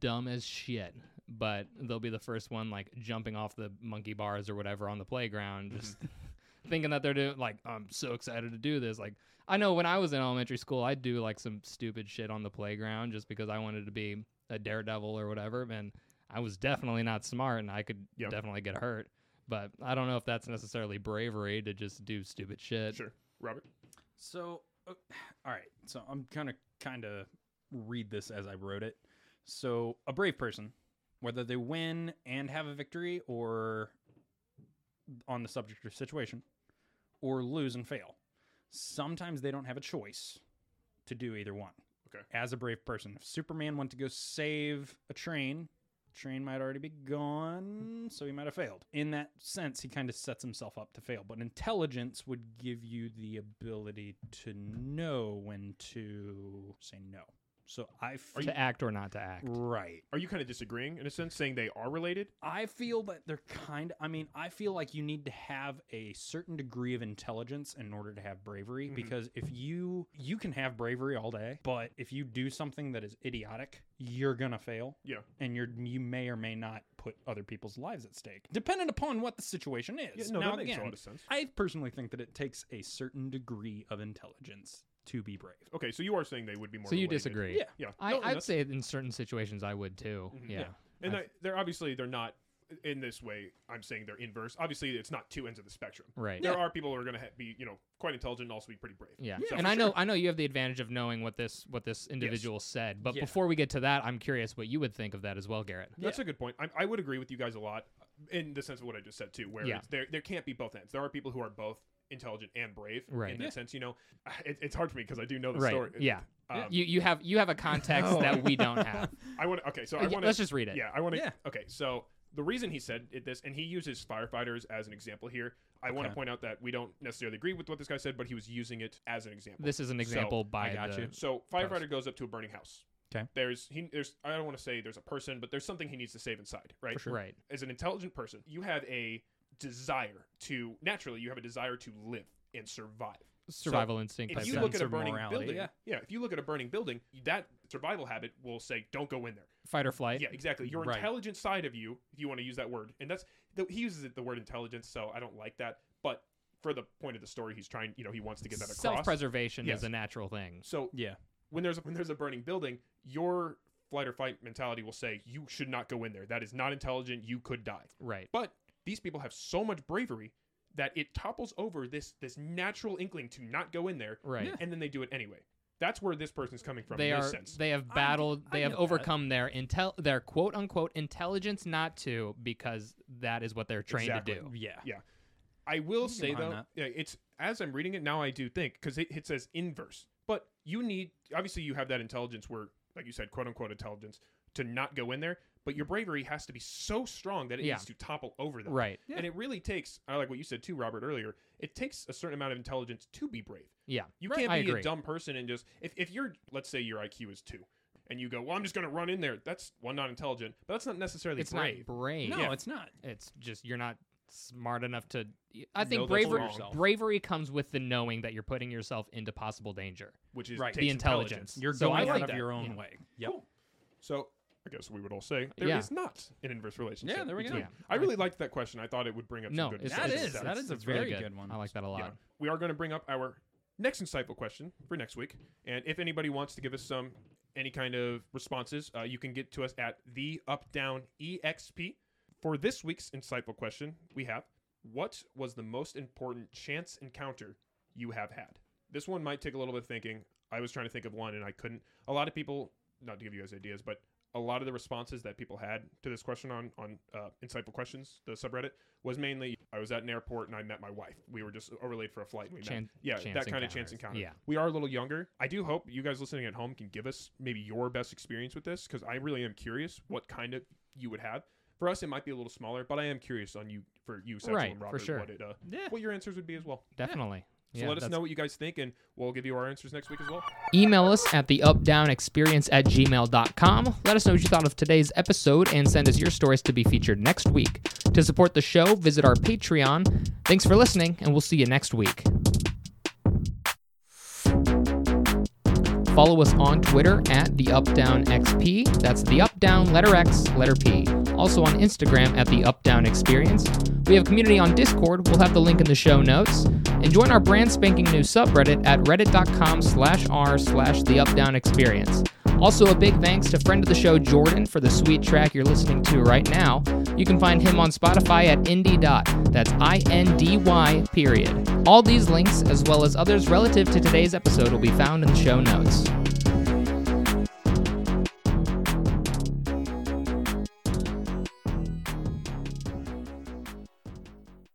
[SPEAKER 2] dumb as shit, but they'll be the first one like jumping off the monkey bars or whatever on the playground, just [laughs] thinking that they're doing like I'm so excited to do this. Like I know when I was in elementary school, I'd do like some stupid shit on the playground just because I wanted to be a daredevil or whatever, and I was definitely not smart and I could
[SPEAKER 3] Yeah.
[SPEAKER 2] definitely get hurt. But I don't know if that's necessarily bravery to just do stupid shit.
[SPEAKER 3] Sure, Robert.
[SPEAKER 4] So, uh, all right. So I'm kind of kind of read this as I wrote it. So a brave person, whether they win and have a victory, or on the subject or situation, or lose and fail, sometimes they don't have a choice to do either one.
[SPEAKER 3] Okay.
[SPEAKER 4] As a brave person, if Superman went to go save a train, train might already be gone, so he might have failed. In that sense, he kind of sets himself up to fail. But intelligence would give you the ability to know when to say no. So I feel
[SPEAKER 2] To act or not to act.
[SPEAKER 4] right.
[SPEAKER 3] Are you kind of disagreeing in a sense, saying they are related?
[SPEAKER 4] I feel that they're kind I mean, I feel like you need to have a certain degree of intelligence in order to have bravery
[SPEAKER 3] Mhm.
[SPEAKER 4] because if you you can have bravery all day, but if you do something that is idiotic, you're going to fail
[SPEAKER 3] Yeah.
[SPEAKER 4] and you're you may or may not put other people's lives at stake, dependent upon what the situation
[SPEAKER 3] yeah
[SPEAKER 4] is.
[SPEAKER 3] no,
[SPEAKER 4] now,
[SPEAKER 3] that makes a
[SPEAKER 4] again,
[SPEAKER 3] lot of sense.
[SPEAKER 4] I personally think that it takes a certain degree of intelligence to be brave.
[SPEAKER 3] Okay, so you are saying they would be more.
[SPEAKER 2] So you
[SPEAKER 3] related.
[SPEAKER 2] disagree?
[SPEAKER 4] Yeah.
[SPEAKER 3] Yeah,
[SPEAKER 2] I,
[SPEAKER 3] No, and
[SPEAKER 2] I'd
[SPEAKER 3] that's-
[SPEAKER 2] say in certain situations I would too.
[SPEAKER 3] Mhm.
[SPEAKER 2] Yeah.
[SPEAKER 3] And
[SPEAKER 2] I-
[SPEAKER 3] I, they're obviously they're not in this way, I'm saying they're inverse. Obviously, it's not two ends of the spectrum.
[SPEAKER 2] Right.
[SPEAKER 3] There are people who are going to ha- be, you know, quite intelligent and also be pretty brave.
[SPEAKER 2] Yeah.
[SPEAKER 3] So
[SPEAKER 2] and
[SPEAKER 3] for
[SPEAKER 2] I know
[SPEAKER 3] sure.
[SPEAKER 2] I know you have the advantage of knowing what this what this individual said. But
[SPEAKER 4] Yeah.
[SPEAKER 2] before we get to that, I'm curious what you would think of that as well, Garrett.
[SPEAKER 3] That's a good point. I, I would agree with you guys a lot in the sense of what I just said too, where
[SPEAKER 2] Yeah.
[SPEAKER 3] it's, there there can't be both ends. There are people who are both intelligent and brave
[SPEAKER 2] Right.
[SPEAKER 3] in that
[SPEAKER 4] Yeah.
[SPEAKER 3] sense. You know, [sighs] it, it's hard for me because I do know the
[SPEAKER 2] right.
[SPEAKER 3] story.
[SPEAKER 2] Yeah.
[SPEAKER 3] Um,
[SPEAKER 2] you you have you have a context that we don't have.
[SPEAKER 3] I want. to Okay, [laughs] so
[SPEAKER 2] Uh,
[SPEAKER 3] I
[SPEAKER 2] yeah,
[SPEAKER 3] want.
[SPEAKER 2] let's just read it.
[SPEAKER 3] Yeah, I want to.
[SPEAKER 4] Yeah.
[SPEAKER 3] Okay, so the reason he said it, this, and he uses firefighters as an example here. I want to
[SPEAKER 4] Okay.
[SPEAKER 3] point out that we don't necessarily agree with what this guy said, but he was using it as an example.
[SPEAKER 2] This is an example by
[SPEAKER 4] got
[SPEAKER 2] the-
[SPEAKER 4] you.
[SPEAKER 3] So firefighter goes up to a burning house.
[SPEAKER 4] 'Kay.
[SPEAKER 3] There's he there's I don't want to say there's a person, but there's something he needs to save inside, right?
[SPEAKER 2] Right.
[SPEAKER 3] As an intelligent person, you have a desire to naturally you have a desire to live and survive.
[SPEAKER 2] Survival instinct.
[SPEAKER 3] If
[SPEAKER 2] Type
[SPEAKER 3] you
[SPEAKER 2] thing.
[SPEAKER 3] look at
[SPEAKER 4] sense
[SPEAKER 3] a
[SPEAKER 4] of
[SPEAKER 3] burning
[SPEAKER 4] morality,
[SPEAKER 3] building,
[SPEAKER 4] yeah.
[SPEAKER 3] if you look at a burning building, that survival habit will say don't go in there.
[SPEAKER 2] Fight or flight.
[SPEAKER 3] Yeah, exactly. Your
[SPEAKER 4] Right.
[SPEAKER 3] intelligent side of you, if you want to use that word, and that's the, he uses it the word intelligence, so I don't like that. But for the point of the story, he's trying, you know, he wants to get that across.
[SPEAKER 2] Self-preservation
[SPEAKER 3] Yes.
[SPEAKER 2] is a natural thing.
[SPEAKER 3] So
[SPEAKER 4] Yeah.
[SPEAKER 3] when there's when there's a burning building, your flight or fight mentality will say you should not go in there. That is not intelligent. You could die.
[SPEAKER 2] Right.
[SPEAKER 3] But these people have so much bravery that it topples over this this natural inkling to not go in there,
[SPEAKER 2] Right. Yeah.
[SPEAKER 3] And then they do it anyway. That's where this person's coming from.
[SPEAKER 2] they
[SPEAKER 3] in
[SPEAKER 2] are
[SPEAKER 3] this sense.
[SPEAKER 2] they have battled
[SPEAKER 4] I
[SPEAKER 2] they have
[SPEAKER 4] know that.
[SPEAKER 2] overcome their intel their quote unquote intelligence not to because that is what they're trained
[SPEAKER 3] Exactly.
[SPEAKER 2] to do.
[SPEAKER 4] Yeah.
[SPEAKER 3] Yeah. I will say
[SPEAKER 4] mind
[SPEAKER 3] though,
[SPEAKER 4] that.
[SPEAKER 3] yeah, it's as I'm reading it now, I do think because it, it says inverse, but you need obviously you have that intelligence where, like you said, quote unquote intelligence to not go in there, but your bravery has to be so strong that it
[SPEAKER 2] Yeah.
[SPEAKER 3] needs to topple over them.
[SPEAKER 2] Right.
[SPEAKER 3] And it really takes, I like what you said too, Robert, earlier. It takes a certain amount of intelligence to be brave.
[SPEAKER 2] Yeah.
[SPEAKER 3] You
[SPEAKER 2] Right.
[SPEAKER 3] can't
[SPEAKER 2] I
[SPEAKER 3] be
[SPEAKER 2] agree.
[SPEAKER 3] a dumb person and just if, if you're let's say your IQ is two and you go, Well, I'm just gonna run in there, that's one not intelligent, but that's not necessarily
[SPEAKER 2] It's
[SPEAKER 3] brave.
[SPEAKER 2] not brave.
[SPEAKER 4] No,
[SPEAKER 3] Yeah.
[SPEAKER 4] it's not.
[SPEAKER 2] It's just you're not smart enough to. I
[SPEAKER 3] Know
[SPEAKER 2] think
[SPEAKER 3] that's
[SPEAKER 2] bravery
[SPEAKER 3] wrong.
[SPEAKER 2] bravery comes with the knowing that you're putting yourself into possible danger.
[SPEAKER 3] which is
[SPEAKER 4] Right.
[SPEAKER 3] takes
[SPEAKER 2] the intelligence.
[SPEAKER 4] You're
[SPEAKER 2] So I
[SPEAKER 4] going
[SPEAKER 2] like
[SPEAKER 4] out of
[SPEAKER 2] that.
[SPEAKER 4] your own
[SPEAKER 2] Yeah.
[SPEAKER 4] way. Yep.
[SPEAKER 3] So I guess we would all say there is
[SPEAKER 2] Yeah.
[SPEAKER 3] not an inverse relationship.
[SPEAKER 4] Yeah, there we go.
[SPEAKER 3] between-
[SPEAKER 2] Yeah.
[SPEAKER 3] I really liked that question. I thought it would bring up
[SPEAKER 2] No,
[SPEAKER 3] some good.
[SPEAKER 2] it's,
[SPEAKER 4] That
[SPEAKER 2] it's-
[SPEAKER 4] is-
[SPEAKER 2] it's-
[SPEAKER 4] that is a
[SPEAKER 2] it's very
[SPEAKER 4] very good one.
[SPEAKER 2] I like that a lot.
[SPEAKER 3] Yeah. We are going to bring up our next insightful question for next week, and if anybody wants to give us some any kind of responses, uh, you can get to us at the up down exp. For this week's insightful question, we have: What was the most important chance encounter you have had? This one might take a little bit of thinking. I was trying to think of one and I couldn't. A lot of people, not to give you guys ideas, but a lot of the responses that people had to this question on on uh, insightful questions, the subreddit, was mainly I was at an airport and I met my wife. We were just overlaid for a flight. And we
[SPEAKER 2] Chan-
[SPEAKER 3] met. Yeah,
[SPEAKER 2] chance
[SPEAKER 3] that kind of chance
[SPEAKER 2] encounters.
[SPEAKER 3] encounter.
[SPEAKER 2] Yeah.
[SPEAKER 3] we are a little younger. I do hope you guys listening at home can give us maybe your best experience with this because I really am curious what kind of you would have. For us, it might be a little smaller, but I am curious on you for you, Satchel
[SPEAKER 2] Right,
[SPEAKER 3] and
[SPEAKER 2] for
[SPEAKER 3] Robert,
[SPEAKER 2] sure.
[SPEAKER 3] what it uh,
[SPEAKER 4] Yeah.
[SPEAKER 3] what your answers would be as well.
[SPEAKER 2] Definitely.
[SPEAKER 3] So
[SPEAKER 2] Yeah,
[SPEAKER 3] let us
[SPEAKER 2] that's-
[SPEAKER 3] know what you guys think, and we'll give you our answers next week as well.
[SPEAKER 2] Email us at the updownexperience at gmail.com. Let us know what you thought of today's episode and send us your stories to be featured next week. To support the show, visit our Patreon. Thanks for listening, and we'll see you next week. Follow us on Twitter at the UpDownXP. That's the UpDown letter X, letter P. Also on Instagram at the UpDown Experience. We have community on Discord. We'll have the link in the show notes. And join our brand spanking new subreddit at reddit.com slash r slash the UpDown Experience. Also, a big thanks to friend of the show Jordan for the sweet track you're listening to right now. You can find him on Spotify at Indie Dot. That's I N D Y period. All these links, as well as others relative to today's episode, will be found in the show notes.